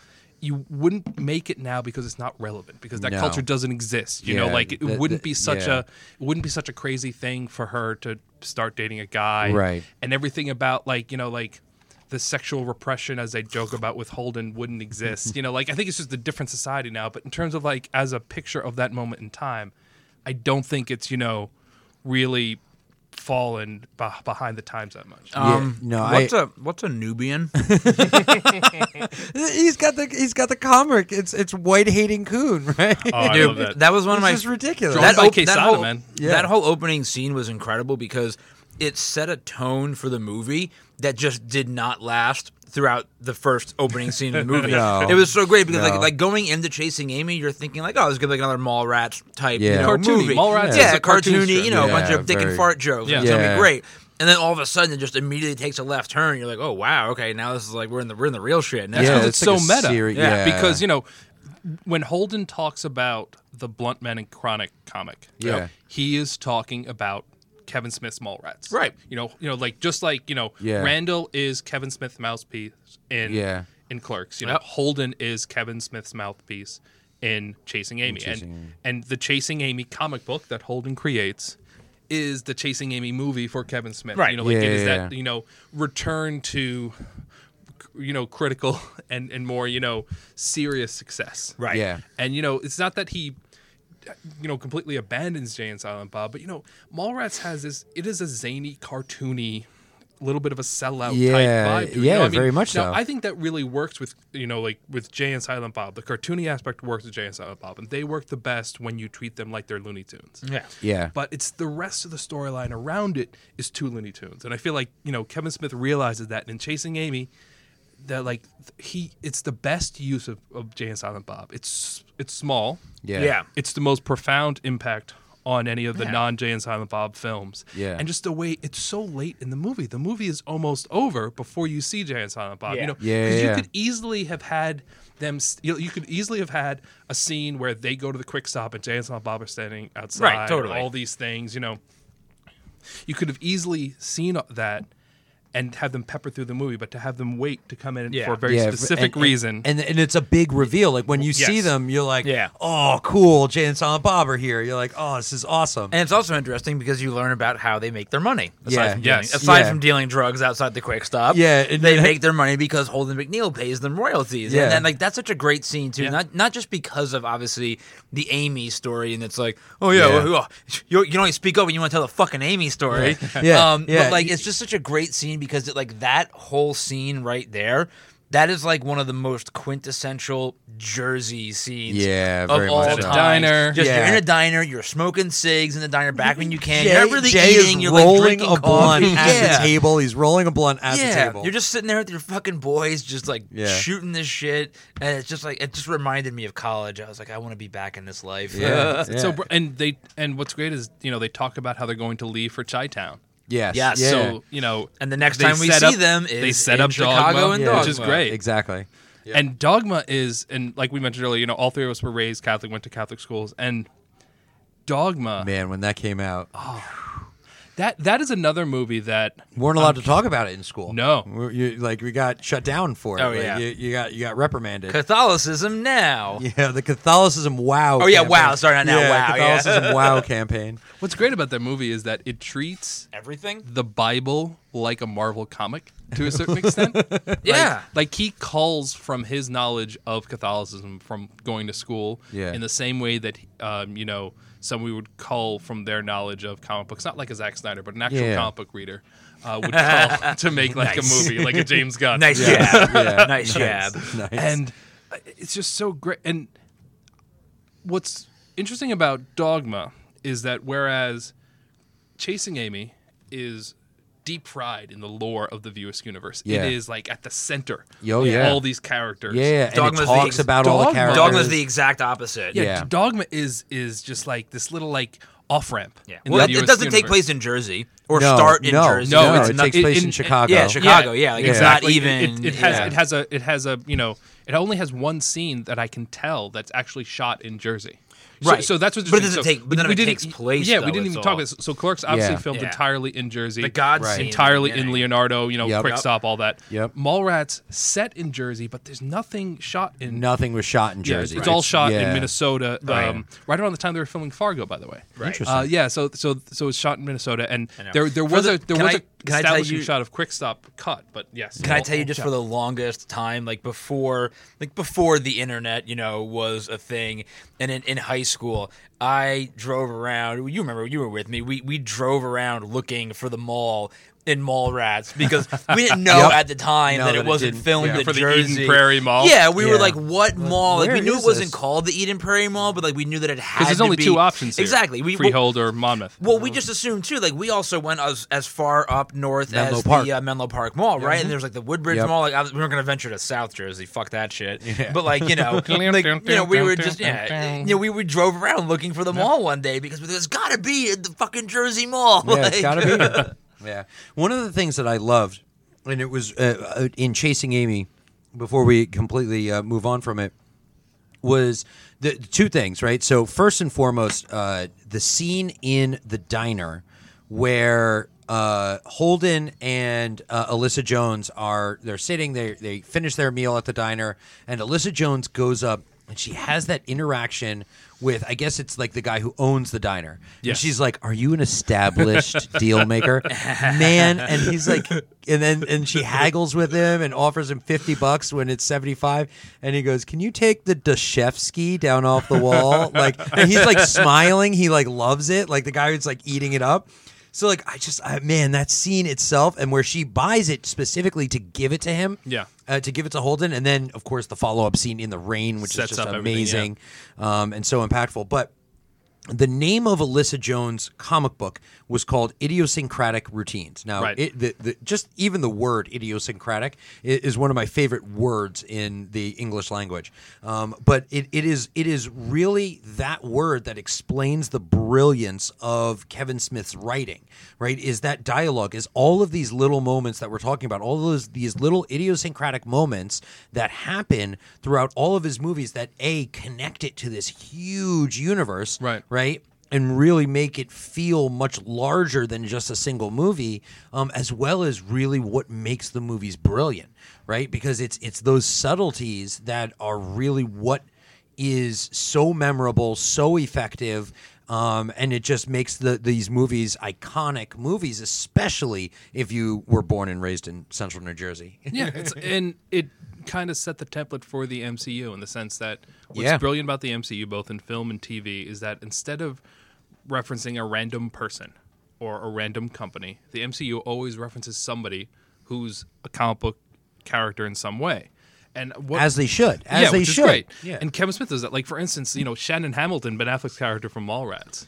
[SPEAKER 5] You wouldn't make it now because it's not relevant because that
[SPEAKER 3] No.
[SPEAKER 5] culture doesn't exist. You
[SPEAKER 3] Yeah,
[SPEAKER 5] know, like it
[SPEAKER 3] that-
[SPEAKER 5] wouldn't
[SPEAKER 3] that-
[SPEAKER 5] be such
[SPEAKER 3] yeah.
[SPEAKER 5] a it wouldn't be such a crazy thing for her to start dating a guy
[SPEAKER 3] Right.
[SPEAKER 5] and everything about like you know like the sexual repression as they joke about with holden wouldn't exist you know like i think it's just a different society now but in terms of like as a picture of that moment in time i don't think it's you know really fallen be- behind the times that much
[SPEAKER 4] um
[SPEAKER 3] no,
[SPEAKER 4] what's
[SPEAKER 3] I-
[SPEAKER 4] a what's a nubian
[SPEAKER 3] he's got the he's got the comic. It's it's white hating coon, right?
[SPEAKER 5] Oh, I
[SPEAKER 4] Dude,
[SPEAKER 5] love that.
[SPEAKER 4] was one of
[SPEAKER 3] This
[SPEAKER 4] my
[SPEAKER 3] is ridiculous.
[SPEAKER 5] Drawn by
[SPEAKER 4] that,
[SPEAKER 5] Quesada,
[SPEAKER 4] whole,
[SPEAKER 5] man.
[SPEAKER 3] Yeah.
[SPEAKER 4] that whole opening scene was incredible because it set a tone for the movie that just did not last throughout the first opening scene of the movie.
[SPEAKER 3] No.
[SPEAKER 4] It was so great because
[SPEAKER 3] No.
[SPEAKER 4] like like going into chasing Amy, you're thinking like, oh, it's gonna be like another Mallrats type
[SPEAKER 3] Yeah.
[SPEAKER 4] you know,
[SPEAKER 5] Cartoony.
[SPEAKER 4] movie.
[SPEAKER 5] Mallrats
[SPEAKER 4] yeah,
[SPEAKER 5] is a cartoon
[SPEAKER 4] cartoony,
[SPEAKER 5] strip.
[SPEAKER 4] you know, a bunch
[SPEAKER 3] Yeah,
[SPEAKER 4] of dick
[SPEAKER 3] very-
[SPEAKER 4] and fart jokes.
[SPEAKER 5] Yeah.
[SPEAKER 4] It's gonna
[SPEAKER 3] Yeah.
[SPEAKER 4] be great. And then all of a sudden, it just immediately takes a left turn. You're like, "Oh wow, okay, now this is like we're in the we're in the real shit." And that's
[SPEAKER 3] Yeah,
[SPEAKER 5] because
[SPEAKER 3] it's
[SPEAKER 5] it's,
[SPEAKER 3] like
[SPEAKER 5] so
[SPEAKER 3] a
[SPEAKER 5] meta.
[SPEAKER 3] seri- Yeah. yeah.
[SPEAKER 5] Because you know, when Holden talks about the Blunt Men and Chronic comic, you know,
[SPEAKER 3] Yeah.
[SPEAKER 5] he is talking about Kevin Smith's Mallrats,
[SPEAKER 4] Right.
[SPEAKER 5] You know, you know, like just like you know,
[SPEAKER 3] Yeah.
[SPEAKER 5] Randall is Kevin Smith's mouthpiece in
[SPEAKER 3] Yeah.
[SPEAKER 5] in Clerks. You know,
[SPEAKER 4] Yep.
[SPEAKER 5] Holden is Kevin Smith's mouthpiece in Chasing Amy,
[SPEAKER 3] Chasing Amy.
[SPEAKER 5] and and the Chasing Amy comic book that Holden creates. Is the Chasing Amy movie for Kevin Smith?
[SPEAKER 4] Right.
[SPEAKER 5] You know, like
[SPEAKER 3] Yeah,
[SPEAKER 5] it is
[SPEAKER 3] yeah,
[SPEAKER 5] that
[SPEAKER 3] yeah.
[SPEAKER 5] you know return to you know critical and and more you know serious success.
[SPEAKER 4] Right.
[SPEAKER 3] Yeah.
[SPEAKER 5] And you know, it's not that he, you know, completely abandons Jay and Silent Bob, but you know, Mallrats has this. It is a zany, cartoony, little bit of a sellout
[SPEAKER 3] Yeah,
[SPEAKER 5] type vibe. To
[SPEAKER 3] yeah,
[SPEAKER 5] it. you know, I mean,
[SPEAKER 3] very much
[SPEAKER 5] now,
[SPEAKER 3] so.
[SPEAKER 5] I think that really works with you know, like with Jay and Silent Bob. The cartoony aspect works with Jay and Silent Bob, and they work the best when you treat them like they're Looney Tunes.
[SPEAKER 6] Yeah.
[SPEAKER 3] Yeah.
[SPEAKER 5] But it's the rest of the storyline around it is too Looney Tunes, and I feel like you know Kevin Smith realizes that and in Chasing Amy, that like he it's the best use of, of Jay and Silent Bob. It's it's small.
[SPEAKER 3] Yeah.
[SPEAKER 6] Yeah.
[SPEAKER 5] It's the most profound impact on any of the non Jay and Silent Bob films.
[SPEAKER 3] Yeah.
[SPEAKER 5] And just the way it's so late in the movie. The movie is almost over before you see Jay and Silent Bob. You
[SPEAKER 6] Yeah.
[SPEAKER 5] know,
[SPEAKER 3] Yeah, yeah,
[SPEAKER 5] you
[SPEAKER 3] yeah.
[SPEAKER 5] could easily have had them. s- You, know, you could easily have had a scene where they go to the quick stop and Jay and Silent Bob are standing outside. and
[SPEAKER 4] totally.
[SPEAKER 5] All these things. You know, you could have easily seen that. And have them pepper through the movie, but to have them wait to come in
[SPEAKER 6] Yeah.
[SPEAKER 5] for a very
[SPEAKER 3] Yeah, f-
[SPEAKER 5] specific
[SPEAKER 3] and- and-
[SPEAKER 5] reason.
[SPEAKER 3] And, and it's a big reveal. Like when you see
[SPEAKER 5] Yes.
[SPEAKER 3] them, you're like,
[SPEAKER 6] Yeah.
[SPEAKER 3] oh, cool. Jay and Silent Bob are here. You're like, oh, this is awesome.
[SPEAKER 4] And it's also interesting because you learn about how they make their money. Aside
[SPEAKER 3] Yeah.
[SPEAKER 4] from dealing,
[SPEAKER 5] Yes.
[SPEAKER 4] aside
[SPEAKER 3] Yeah.
[SPEAKER 4] from dealing drugs outside the quick stop.
[SPEAKER 3] Yeah, and
[SPEAKER 4] they
[SPEAKER 3] then-
[SPEAKER 4] make their money because Holden McNeil pays them royalties.
[SPEAKER 3] Yeah.
[SPEAKER 4] And then like that's such a great scene too. Not not just because of obviously the Amy story and it's like, oh yeah,
[SPEAKER 3] Yeah.
[SPEAKER 4] well, well, you, you don't speak up when you want to tell the fucking Amy story.
[SPEAKER 3] Yeah,
[SPEAKER 4] Um
[SPEAKER 3] yeah.
[SPEAKER 4] but like it's just such a great scene because it like that whole scene right there. That is like one of the most quintessential Jersey scenes
[SPEAKER 3] Yeah, very
[SPEAKER 4] of all
[SPEAKER 3] much
[SPEAKER 4] time.
[SPEAKER 3] so.
[SPEAKER 5] Diner.
[SPEAKER 4] Just you're
[SPEAKER 3] Yeah.
[SPEAKER 4] in a diner, you're smoking cigs in the diner back when you can.
[SPEAKER 3] Jay-
[SPEAKER 4] you're not really
[SPEAKER 3] Jay is
[SPEAKER 4] eating. You're like
[SPEAKER 3] rolling
[SPEAKER 4] drinking
[SPEAKER 3] a blunt
[SPEAKER 4] coffee.
[SPEAKER 3] at
[SPEAKER 4] yeah.
[SPEAKER 3] the table. He's rolling a blunt at
[SPEAKER 4] Yeah,
[SPEAKER 3] the table.
[SPEAKER 4] you're just sitting there with your fucking boys, just like
[SPEAKER 3] Yeah.
[SPEAKER 4] shooting this shit, and it's just like it just reminded me of college. I was like, I want to be back in this life.
[SPEAKER 3] Yeah.
[SPEAKER 5] It's So br- and they and what's great is you know they talk about how they're going to leave for Chi Town.
[SPEAKER 3] yes.
[SPEAKER 4] Yes,
[SPEAKER 3] Yeah.
[SPEAKER 5] So you know,
[SPEAKER 4] And the next
[SPEAKER 5] they
[SPEAKER 4] time we
[SPEAKER 5] set
[SPEAKER 4] see
[SPEAKER 5] up-
[SPEAKER 4] them is
[SPEAKER 5] they set
[SPEAKER 4] in
[SPEAKER 5] up
[SPEAKER 4] Chicago
[SPEAKER 5] Dogma,
[SPEAKER 4] and
[SPEAKER 5] which is
[SPEAKER 4] Dogma.
[SPEAKER 5] great.
[SPEAKER 3] Exactly.
[SPEAKER 5] And Dogma is and like we mentioned earlier, you know, all three of us were raised Catholic, went to Catholic schools, and Dogma
[SPEAKER 3] Man, when that came out,
[SPEAKER 4] Oh,
[SPEAKER 5] that that is another movie that
[SPEAKER 3] weren't allowed to talk about it in school.
[SPEAKER 5] No.
[SPEAKER 3] we you, like we got shut down for it.
[SPEAKER 4] Oh,
[SPEAKER 3] Like,
[SPEAKER 4] yeah.
[SPEAKER 3] you, you got you got reprimanded.
[SPEAKER 4] Catholicism now.
[SPEAKER 3] yeah, the Catholicism Wow.
[SPEAKER 4] Oh, yeah,
[SPEAKER 3] campaign.
[SPEAKER 4] wow, sorry, not now,
[SPEAKER 3] Yeah,
[SPEAKER 4] wow, yeah.
[SPEAKER 3] Catholicism Wow campaign.
[SPEAKER 5] what's great about that movie is that it treats
[SPEAKER 4] Everything.
[SPEAKER 5] the Bible like a Marvel comic to a certain extent. Like-
[SPEAKER 4] Yeah.
[SPEAKER 5] Like he calls from his knowledge of Catholicism from going to school
[SPEAKER 3] Yeah.
[SPEAKER 5] in the same way that, um, you know, some we would call from their knowledge of comic books, not like a Zack Snyder, but an actual
[SPEAKER 3] Yeah.
[SPEAKER 5] comic book reader uh, would call to make like
[SPEAKER 4] Nice.
[SPEAKER 5] a movie, like a James Gunn.
[SPEAKER 4] Nice jab. Nice jab.
[SPEAKER 3] Nice.
[SPEAKER 5] And uh, it's just so great. And what's interesting about Dogma is that whereas Chasing Amy is deep fried in the lore of the Viewers universe,
[SPEAKER 3] Yeah.
[SPEAKER 5] it is like at the center
[SPEAKER 3] Yo,
[SPEAKER 5] of
[SPEAKER 3] yeah.
[SPEAKER 5] all these characters.
[SPEAKER 3] yeah, yeah, and
[SPEAKER 4] Dogma's
[SPEAKER 3] it
[SPEAKER 4] the
[SPEAKER 3] talks
[SPEAKER 4] ex-
[SPEAKER 3] about all the
[SPEAKER 5] Dogma.
[SPEAKER 3] characters.
[SPEAKER 4] Dogma's the exact opposite.
[SPEAKER 5] yeah,
[SPEAKER 3] Yeah.
[SPEAKER 5] Dogma is is just like this little like off ramp.
[SPEAKER 4] Yeah. Well, it, it doesn't take place in Jersey or start in
[SPEAKER 3] no,
[SPEAKER 4] Jersey.
[SPEAKER 3] No,
[SPEAKER 5] No,
[SPEAKER 3] it
[SPEAKER 5] it's
[SPEAKER 3] takes
[SPEAKER 5] not-
[SPEAKER 3] place
[SPEAKER 5] in-
[SPEAKER 3] in
[SPEAKER 5] in-
[SPEAKER 3] Chicago.
[SPEAKER 4] yeah, Chicago. yeah, like, it's not
[SPEAKER 5] It,
[SPEAKER 4] even-
[SPEAKER 5] it has
[SPEAKER 4] yeah.
[SPEAKER 5] it has a it has a you know it only has one scene that I can tell that's actually shot in Jersey. So-
[SPEAKER 4] Right.
[SPEAKER 5] So, that's what.
[SPEAKER 4] But it doesn't
[SPEAKER 5] so
[SPEAKER 4] take- but none
[SPEAKER 5] we
[SPEAKER 4] of it
[SPEAKER 5] didn't-
[SPEAKER 4] takes
[SPEAKER 5] e-,
[SPEAKER 4] place,
[SPEAKER 5] Yeah, we
[SPEAKER 4] though,
[SPEAKER 5] didn't
[SPEAKER 4] it's
[SPEAKER 5] even talk
[SPEAKER 4] all.
[SPEAKER 5] about. this. So Clerks obviously
[SPEAKER 3] Yeah.
[SPEAKER 5] filmed
[SPEAKER 4] Yeah.
[SPEAKER 5] entirely in Jersey.
[SPEAKER 4] The God
[SPEAKER 3] Right.
[SPEAKER 4] scene
[SPEAKER 5] entirely
[SPEAKER 4] beginning.
[SPEAKER 5] in Leonardo. You know,
[SPEAKER 3] Yep.
[SPEAKER 5] quick
[SPEAKER 3] Yep.
[SPEAKER 5] stop, all that.
[SPEAKER 3] Yep.
[SPEAKER 5] Mallrats set in Jersey, but there's nothing shot in.
[SPEAKER 3] Nothing was shot in
[SPEAKER 5] Yeah,
[SPEAKER 3] Jersey.
[SPEAKER 5] it's all shot in
[SPEAKER 3] Yeah.
[SPEAKER 5] Minnesota.
[SPEAKER 4] Right.
[SPEAKER 5] Um, right around the time they were filming Fargo, by the way.
[SPEAKER 4] Right.
[SPEAKER 3] Interesting.
[SPEAKER 5] Uh, yeah, so so so it's shot in Minnesota, and
[SPEAKER 4] know.
[SPEAKER 5] there there
[SPEAKER 4] For
[SPEAKER 5] was
[SPEAKER 4] the-
[SPEAKER 5] a there
[SPEAKER 4] can
[SPEAKER 5] was
[SPEAKER 4] I-
[SPEAKER 5] a
[SPEAKER 4] can I tell
[SPEAKER 5] establishing
[SPEAKER 4] you-
[SPEAKER 5] shot of quick stop cut, but yes.
[SPEAKER 4] Can I
[SPEAKER 5] I'll-
[SPEAKER 4] tell you
[SPEAKER 5] I'll
[SPEAKER 4] just
[SPEAKER 5] check.
[SPEAKER 4] for the longest time, like before, like before the internet, you know, was a thing, and in, in high school, I drove around. You remember, you were with me. We we drove around looking for the mall in mall rats because we didn't know
[SPEAKER 3] Yep.
[SPEAKER 4] at the time
[SPEAKER 3] No,
[SPEAKER 4] that it
[SPEAKER 3] that it
[SPEAKER 4] wasn't
[SPEAKER 3] didn't.
[SPEAKER 4] filmed
[SPEAKER 5] Yeah,
[SPEAKER 4] in
[SPEAKER 5] for the Eden
[SPEAKER 4] Jersey.
[SPEAKER 5] Prairie Mall?
[SPEAKER 4] Yeah, we were
[SPEAKER 3] Yeah.
[SPEAKER 4] like, what mall? Like,
[SPEAKER 3] where
[SPEAKER 4] we knew
[SPEAKER 3] is
[SPEAKER 4] it wasn't
[SPEAKER 3] this?
[SPEAKER 4] called the Eden Prairie Mall, but like we knew that it had
[SPEAKER 5] because there's
[SPEAKER 4] to
[SPEAKER 5] only
[SPEAKER 4] be-
[SPEAKER 5] two options here.
[SPEAKER 4] Exactly. We well,
[SPEAKER 5] freehold or Monmouth.
[SPEAKER 4] well,
[SPEAKER 3] Um,
[SPEAKER 4] we just assumed too. Like we also went as as far up north
[SPEAKER 3] Menlo
[SPEAKER 4] as
[SPEAKER 3] Park. Mm-hmm.
[SPEAKER 4] the uh, Menlo Park Mall, right? And there's like the Woodbridge
[SPEAKER 3] Yep.
[SPEAKER 4] Mall. Like I was, we weren't gonna venture to South Jersey, fuck that shit. But like you know, like, you know, we were just yeah, you know, we, we drove around looking for the mall one day because there's gotta be the fucking Jersey Mall.
[SPEAKER 3] Yeah,
[SPEAKER 4] like,
[SPEAKER 3] it's gotta be. here. yeah. One of the things that I loved, and it was uh, uh, in Chasing Amy, before we completely uh, move on from it, was the two things, right? So first and foremost, uh, the scene in the diner where uh, Holden and uh, Alyssa Jones are they're sitting they they finish their meal at the diner, and Alyssa Jones goes up and she has that interaction with I guess it's like the guy who owns the diner. And
[SPEAKER 5] Yes.
[SPEAKER 3] she's like, "Are you an established deal maker, man?" And he's like, and then and she haggles with him and offers him fifty bucks when it's seventy five, and he goes, "Can you take the Dashevsky down off the wall?" Like, and he's like smiling. He like loves it. Like the guy who's like eating it up. So like I just I, man that scene itself and where she buys it specifically to give it to him
[SPEAKER 5] Yeah.
[SPEAKER 3] uh, to give it to Holden and then of course the follow up scene in the rain which
[SPEAKER 5] Sets
[SPEAKER 3] is just
[SPEAKER 5] up everything,
[SPEAKER 3] amazing um, and so impactful but the name of Alyssa Jones' comic book was called Idiosyncratic Routines. Now,
[SPEAKER 5] Right.
[SPEAKER 3] it, the, the, just even the word idiosyncratic i- is one of my favorite words in the English language. Um, but it, it is it is really that word that explains the brilliance of Kevin Smith's writing. Right? Is that dialogue? Is all of these little moments that we're talking about? All those these little idiosyncratic moments that happen throughout all of his movies that a connect it to this huge universe
[SPEAKER 5] Right.
[SPEAKER 3] right? And really make it feel much larger than just a single movie, um, as well as really what makes the movies brilliant, right? Because it's it's those subtleties that are really what is so memorable, so effective, um, and it just makes the these movies iconic movies, especially if you were born and raised in Central New Jersey.
[SPEAKER 5] Yeah, it's, and it kind of set the template for the MCU in the sense that what's
[SPEAKER 3] Yeah.
[SPEAKER 5] brilliant about the MCU, both in film and TV, is that instead of referencing a random person or a random company, the MCU always references somebody who's a comic book character in some way. And what
[SPEAKER 3] As they should, as
[SPEAKER 5] yeah,
[SPEAKER 3] they
[SPEAKER 5] which
[SPEAKER 3] should.
[SPEAKER 5] Is great.
[SPEAKER 3] Yeah.
[SPEAKER 5] And Kevin Smith does that. Like for instance, you know Shannon Hamilton, Ben Affleck's character from Mallrats.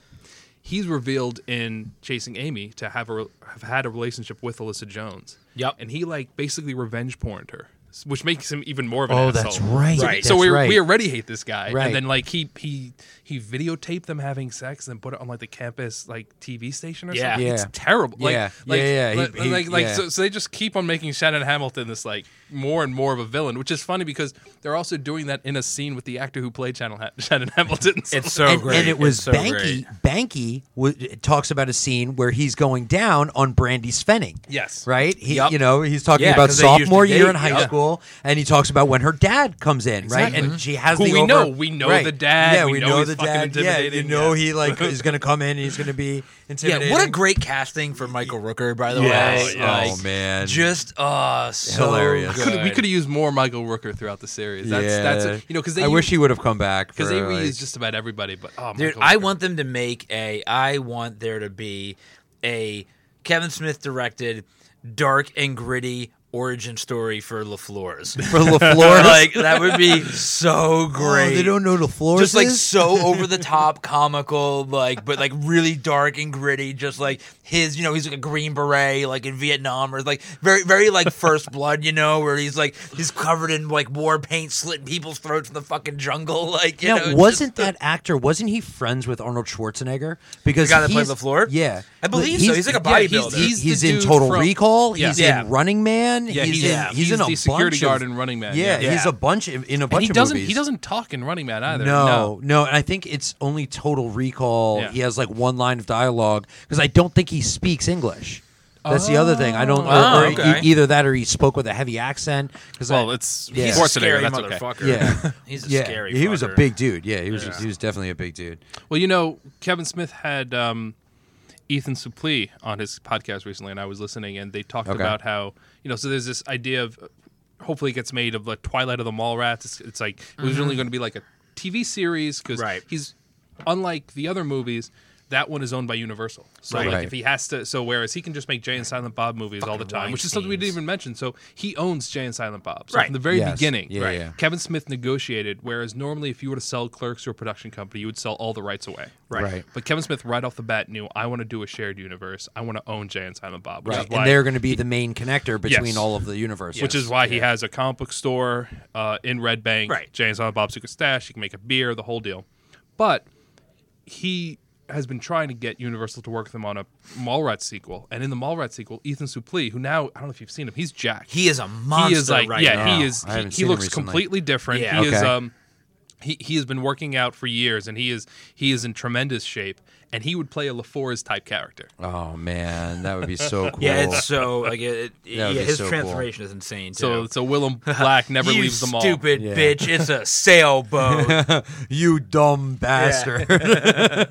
[SPEAKER 5] He's revealed in Chasing Amy to have a have had a relationship with Alyssa Jones.
[SPEAKER 8] Yep.
[SPEAKER 5] And he like basically revenge porned her, s- which makes him even more of an
[SPEAKER 3] Oh,
[SPEAKER 5] asshole.
[SPEAKER 3] that's right. Right.
[SPEAKER 5] So
[SPEAKER 3] That's
[SPEAKER 5] we
[SPEAKER 3] right.
[SPEAKER 5] we already hate this guy,
[SPEAKER 3] Right.
[SPEAKER 5] and then like he he he videotaped them having sex and put it on like the campus like TV station or
[SPEAKER 8] Yeah.
[SPEAKER 5] something.
[SPEAKER 3] Yeah.
[SPEAKER 5] It's terrible. Like,
[SPEAKER 3] Yeah.
[SPEAKER 5] like,
[SPEAKER 3] Yeah, yeah,
[SPEAKER 5] Like,
[SPEAKER 3] he- he-
[SPEAKER 5] like, like,
[SPEAKER 3] yeah.
[SPEAKER 5] so, so they just keep on making Shannon Hamilton this like more and more of a villain, which is funny because they're also doing that in a scene with the actor who played Shannon, ha- Shannon Hamilton. So-
[SPEAKER 4] It's so
[SPEAKER 3] and,
[SPEAKER 4] great.
[SPEAKER 3] and it was
[SPEAKER 4] It's so
[SPEAKER 3] Banky.
[SPEAKER 4] great.
[SPEAKER 3] Banky w- talks about a scene where he's going down on Brandy Svenning.
[SPEAKER 5] Yes.
[SPEAKER 3] right. He,
[SPEAKER 4] Yup.
[SPEAKER 3] You know, he's talking
[SPEAKER 4] Yeah,
[SPEAKER 3] about
[SPEAKER 4] 'cause they used to
[SPEAKER 3] sophomore year
[SPEAKER 4] date,
[SPEAKER 3] in high
[SPEAKER 4] yeah.
[SPEAKER 3] school, and he talks about when her dad comes in, right? And she has
[SPEAKER 5] Who
[SPEAKER 3] the
[SPEAKER 5] we
[SPEAKER 3] over-
[SPEAKER 5] know. We know
[SPEAKER 3] right.
[SPEAKER 5] the dad.
[SPEAKER 3] Yeah,
[SPEAKER 5] We
[SPEAKER 3] we,
[SPEAKER 5] know
[SPEAKER 3] know,
[SPEAKER 5] he's
[SPEAKER 3] the
[SPEAKER 5] fucking
[SPEAKER 3] dad. Yeah, you
[SPEAKER 5] intimidating.
[SPEAKER 3] know
[SPEAKER 5] Yeah.
[SPEAKER 3] he like is going to come in. and He's going to be intimidating.
[SPEAKER 4] Yeah, what a great casting for Michael Rooker, by the
[SPEAKER 5] Yes.
[SPEAKER 4] way.
[SPEAKER 5] Oh,
[SPEAKER 4] Like,
[SPEAKER 3] man.
[SPEAKER 4] just uh, so
[SPEAKER 3] Hilarious.
[SPEAKER 4] good.
[SPEAKER 5] Could- we could have used more Michael Rooker throughout the series. That's that's a, you know because they
[SPEAKER 3] I
[SPEAKER 5] use,
[SPEAKER 3] wish he would have come back
[SPEAKER 5] because
[SPEAKER 3] for,
[SPEAKER 5] they
[SPEAKER 3] like-
[SPEAKER 5] reuse just about everybody. But oh,
[SPEAKER 4] Dude,
[SPEAKER 5] Michael
[SPEAKER 4] I
[SPEAKER 5] Rooker.
[SPEAKER 4] want them to make a. I want there to be a Kevin Smith directed, dark and gritty origin story for LaFleur's.
[SPEAKER 3] for LaFleur.
[SPEAKER 4] like that would be so great.
[SPEAKER 3] Oh, they don't know the floors.
[SPEAKER 4] just like
[SPEAKER 3] is?
[SPEAKER 4] so over the top comical like but like really dark and gritty just like his you know he's like a green beret like in vietnam or like very very like first blood you know where he's like he's covered in like war paint slitting people's throats in the fucking jungle like you
[SPEAKER 3] Now,
[SPEAKER 4] know it's
[SPEAKER 3] wasn't
[SPEAKER 4] just-
[SPEAKER 3] that actor? Wasn't he friends with Arnold Schwarzenegger? Because
[SPEAKER 4] The guy that played
[SPEAKER 3] he's-
[SPEAKER 4] LaFleur?
[SPEAKER 3] Yeah,
[SPEAKER 4] I believe
[SPEAKER 3] But
[SPEAKER 4] so. He's like a
[SPEAKER 5] yeah, he's-
[SPEAKER 4] bodybuilder.
[SPEAKER 3] he-
[SPEAKER 5] he's-
[SPEAKER 3] he's,
[SPEAKER 5] the
[SPEAKER 3] in
[SPEAKER 5] dude
[SPEAKER 3] Total
[SPEAKER 5] from-
[SPEAKER 3] Recall.
[SPEAKER 5] Yeah.
[SPEAKER 3] He's
[SPEAKER 4] Yeah.
[SPEAKER 3] in Running Man.
[SPEAKER 5] Yeah,
[SPEAKER 3] he's,
[SPEAKER 5] he's-
[SPEAKER 3] in,
[SPEAKER 4] yeah.
[SPEAKER 3] he's,
[SPEAKER 5] he's
[SPEAKER 3] in a
[SPEAKER 5] the security
[SPEAKER 3] bunch of-
[SPEAKER 5] guard in Running Man,
[SPEAKER 3] Yeah,
[SPEAKER 5] yeah.
[SPEAKER 3] he's
[SPEAKER 4] Yeah.
[SPEAKER 3] a bunch of, in a bunch
[SPEAKER 5] And he
[SPEAKER 3] of
[SPEAKER 5] doesn't
[SPEAKER 3] movies.
[SPEAKER 5] he doesn't talk in Running Man either.
[SPEAKER 3] No, no, and I think it's only Total Recall.
[SPEAKER 5] Yeah.
[SPEAKER 3] He has like one line of dialogue because I don't think he speaks English. That's the other thing. I don't. Or,
[SPEAKER 4] Oh,
[SPEAKER 3] or e-
[SPEAKER 4] okay.
[SPEAKER 3] either that, or he spoke with a heavy accent. Because
[SPEAKER 5] Well, it's
[SPEAKER 3] Yeah.
[SPEAKER 5] yeah.
[SPEAKER 4] he's a scary motherfucker
[SPEAKER 3] Yeah.
[SPEAKER 4] he's a
[SPEAKER 3] yeah,
[SPEAKER 4] scary
[SPEAKER 3] he was a
[SPEAKER 4] fucker.
[SPEAKER 3] big dude. Yeah, he was. He was definitely a big dude.
[SPEAKER 5] Well, you know, Kevin Smith had um, Ethan Suplee on his podcast recently, and I was listening, and they talked
[SPEAKER 3] Okay.
[SPEAKER 5] about how you know. So there's this idea of hopefully it gets made of like Twilight of the Mallrats. It's, it's like it was
[SPEAKER 3] Mm-hmm.
[SPEAKER 5] really going to be like a TV series because
[SPEAKER 4] Right.
[SPEAKER 5] he's unlike the other movies. That one is owned by Universal, so
[SPEAKER 4] Right.
[SPEAKER 5] like
[SPEAKER 3] Right.
[SPEAKER 5] if he has to, so whereas he can just make Jay and Silent Bob movies all the
[SPEAKER 4] Fucking
[SPEAKER 5] time, which is something we didn't
[SPEAKER 4] Weinsteins.
[SPEAKER 5] even mention. So he owns Jay and Silent Bob, so
[SPEAKER 4] Right.
[SPEAKER 5] From the very
[SPEAKER 3] Yes.
[SPEAKER 5] beginning,
[SPEAKER 3] Yeah,
[SPEAKER 5] right?
[SPEAKER 3] yeah.
[SPEAKER 5] Kevin Smith negotiated, whereas normally if you were to sell Clerks to a production company, you would sell all the rights away.
[SPEAKER 4] Right.
[SPEAKER 3] Right.
[SPEAKER 5] But Kevin Smith, right off the bat, knew I want to do a shared universe. I want to own Jay and Silent Bob, which
[SPEAKER 3] Right.
[SPEAKER 5] is why,
[SPEAKER 3] And they're going to be the main connector between
[SPEAKER 5] Yes.
[SPEAKER 3] all of the universes.
[SPEAKER 5] which is why he has a comic book store uh, in Red Bank.
[SPEAKER 4] Right.
[SPEAKER 5] Jay and Silent Bob's Secret Stash. He can make a beer, the whole deal. But he has been trying to get Universal to work with him on a Mallrats sequel, and in the Mallrats sequel, Ethan Suplee, who now I don't know if you've seen him, he's Jack
[SPEAKER 4] he is a monster
[SPEAKER 5] he is like
[SPEAKER 4] right
[SPEAKER 5] yeah
[SPEAKER 4] now.
[SPEAKER 5] he
[SPEAKER 3] now.
[SPEAKER 5] is
[SPEAKER 3] I
[SPEAKER 5] he,
[SPEAKER 3] haven't
[SPEAKER 5] he
[SPEAKER 3] seen him
[SPEAKER 5] looks
[SPEAKER 3] recently.
[SPEAKER 5] completely different
[SPEAKER 4] Yeah.
[SPEAKER 5] he is
[SPEAKER 3] Okay.
[SPEAKER 5] um he, he has been working out for years and he is he is in tremendous shape and he would play a LaForest type character.
[SPEAKER 3] Oh man, that would be so cool.
[SPEAKER 4] Yeah, it's so like it, it-
[SPEAKER 3] That
[SPEAKER 4] yeah,
[SPEAKER 3] would be
[SPEAKER 4] his
[SPEAKER 3] so cool.
[SPEAKER 4] transformation is insane.
[SPEAKER 5] So
[SPEAKER 4] Too.
[SPEAKER 5] so Willem Black never
[SPEAKER 4] you
[SPEAKER 5] leaves the mall.
[SPEAKER 4] stupid
[SPEAKER 3] Yeah.
[SPEAKER 4] bitch! It's a sailboat.
[SPEAKER 3] you dumb bastard.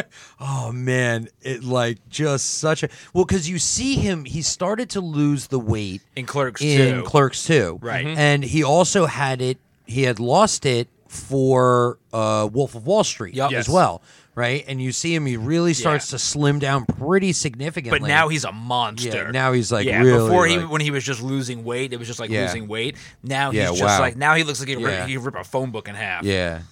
[SPEAKER 3] oh man, it like just such a well because you see him. He started to lose the weight
[SPEAKER 4] in Clerks
[SPEAKER 3] in
[SPEAKER 4] too.
[SPEAKER 3] Clerks Two, Mm-hmm.
[SPEAKER 4] Right. Mhm.
[SPEAKER 3] And he also had it. He had lost it for uh, Wolf of Wall Street
[SPEAKER 4] Yup.
[SPEAKER 5] Yes.
[SPEAKER 3] as well, right? And you see him. He really starts to slim down pretty significantly.
[SPEAKER 4] but now he's a monster.
[SPEAKER 3] yeah, now he's like
[SPEAKER 4] yeah,
[SPEAKER 3] really
[SPEAKER 4] before he
[SPEAKER 3] like-
[SPEAKER 4] when he was just losing weight, it was just like
[SPEAKER 3] Yeah.
[SPEAKER 4] losing weight. Now
[SPEAKER 3] Yeah,
[SPEAKER 4] he's just
[SPEAKER 3] wow.
[SPEAKER 4] like now he looks like he,
[SPEAKER 3] Yeah.
[SPEAKER 4] rip, he rip a phone book in half.
[SPEAKER 3] Yeah,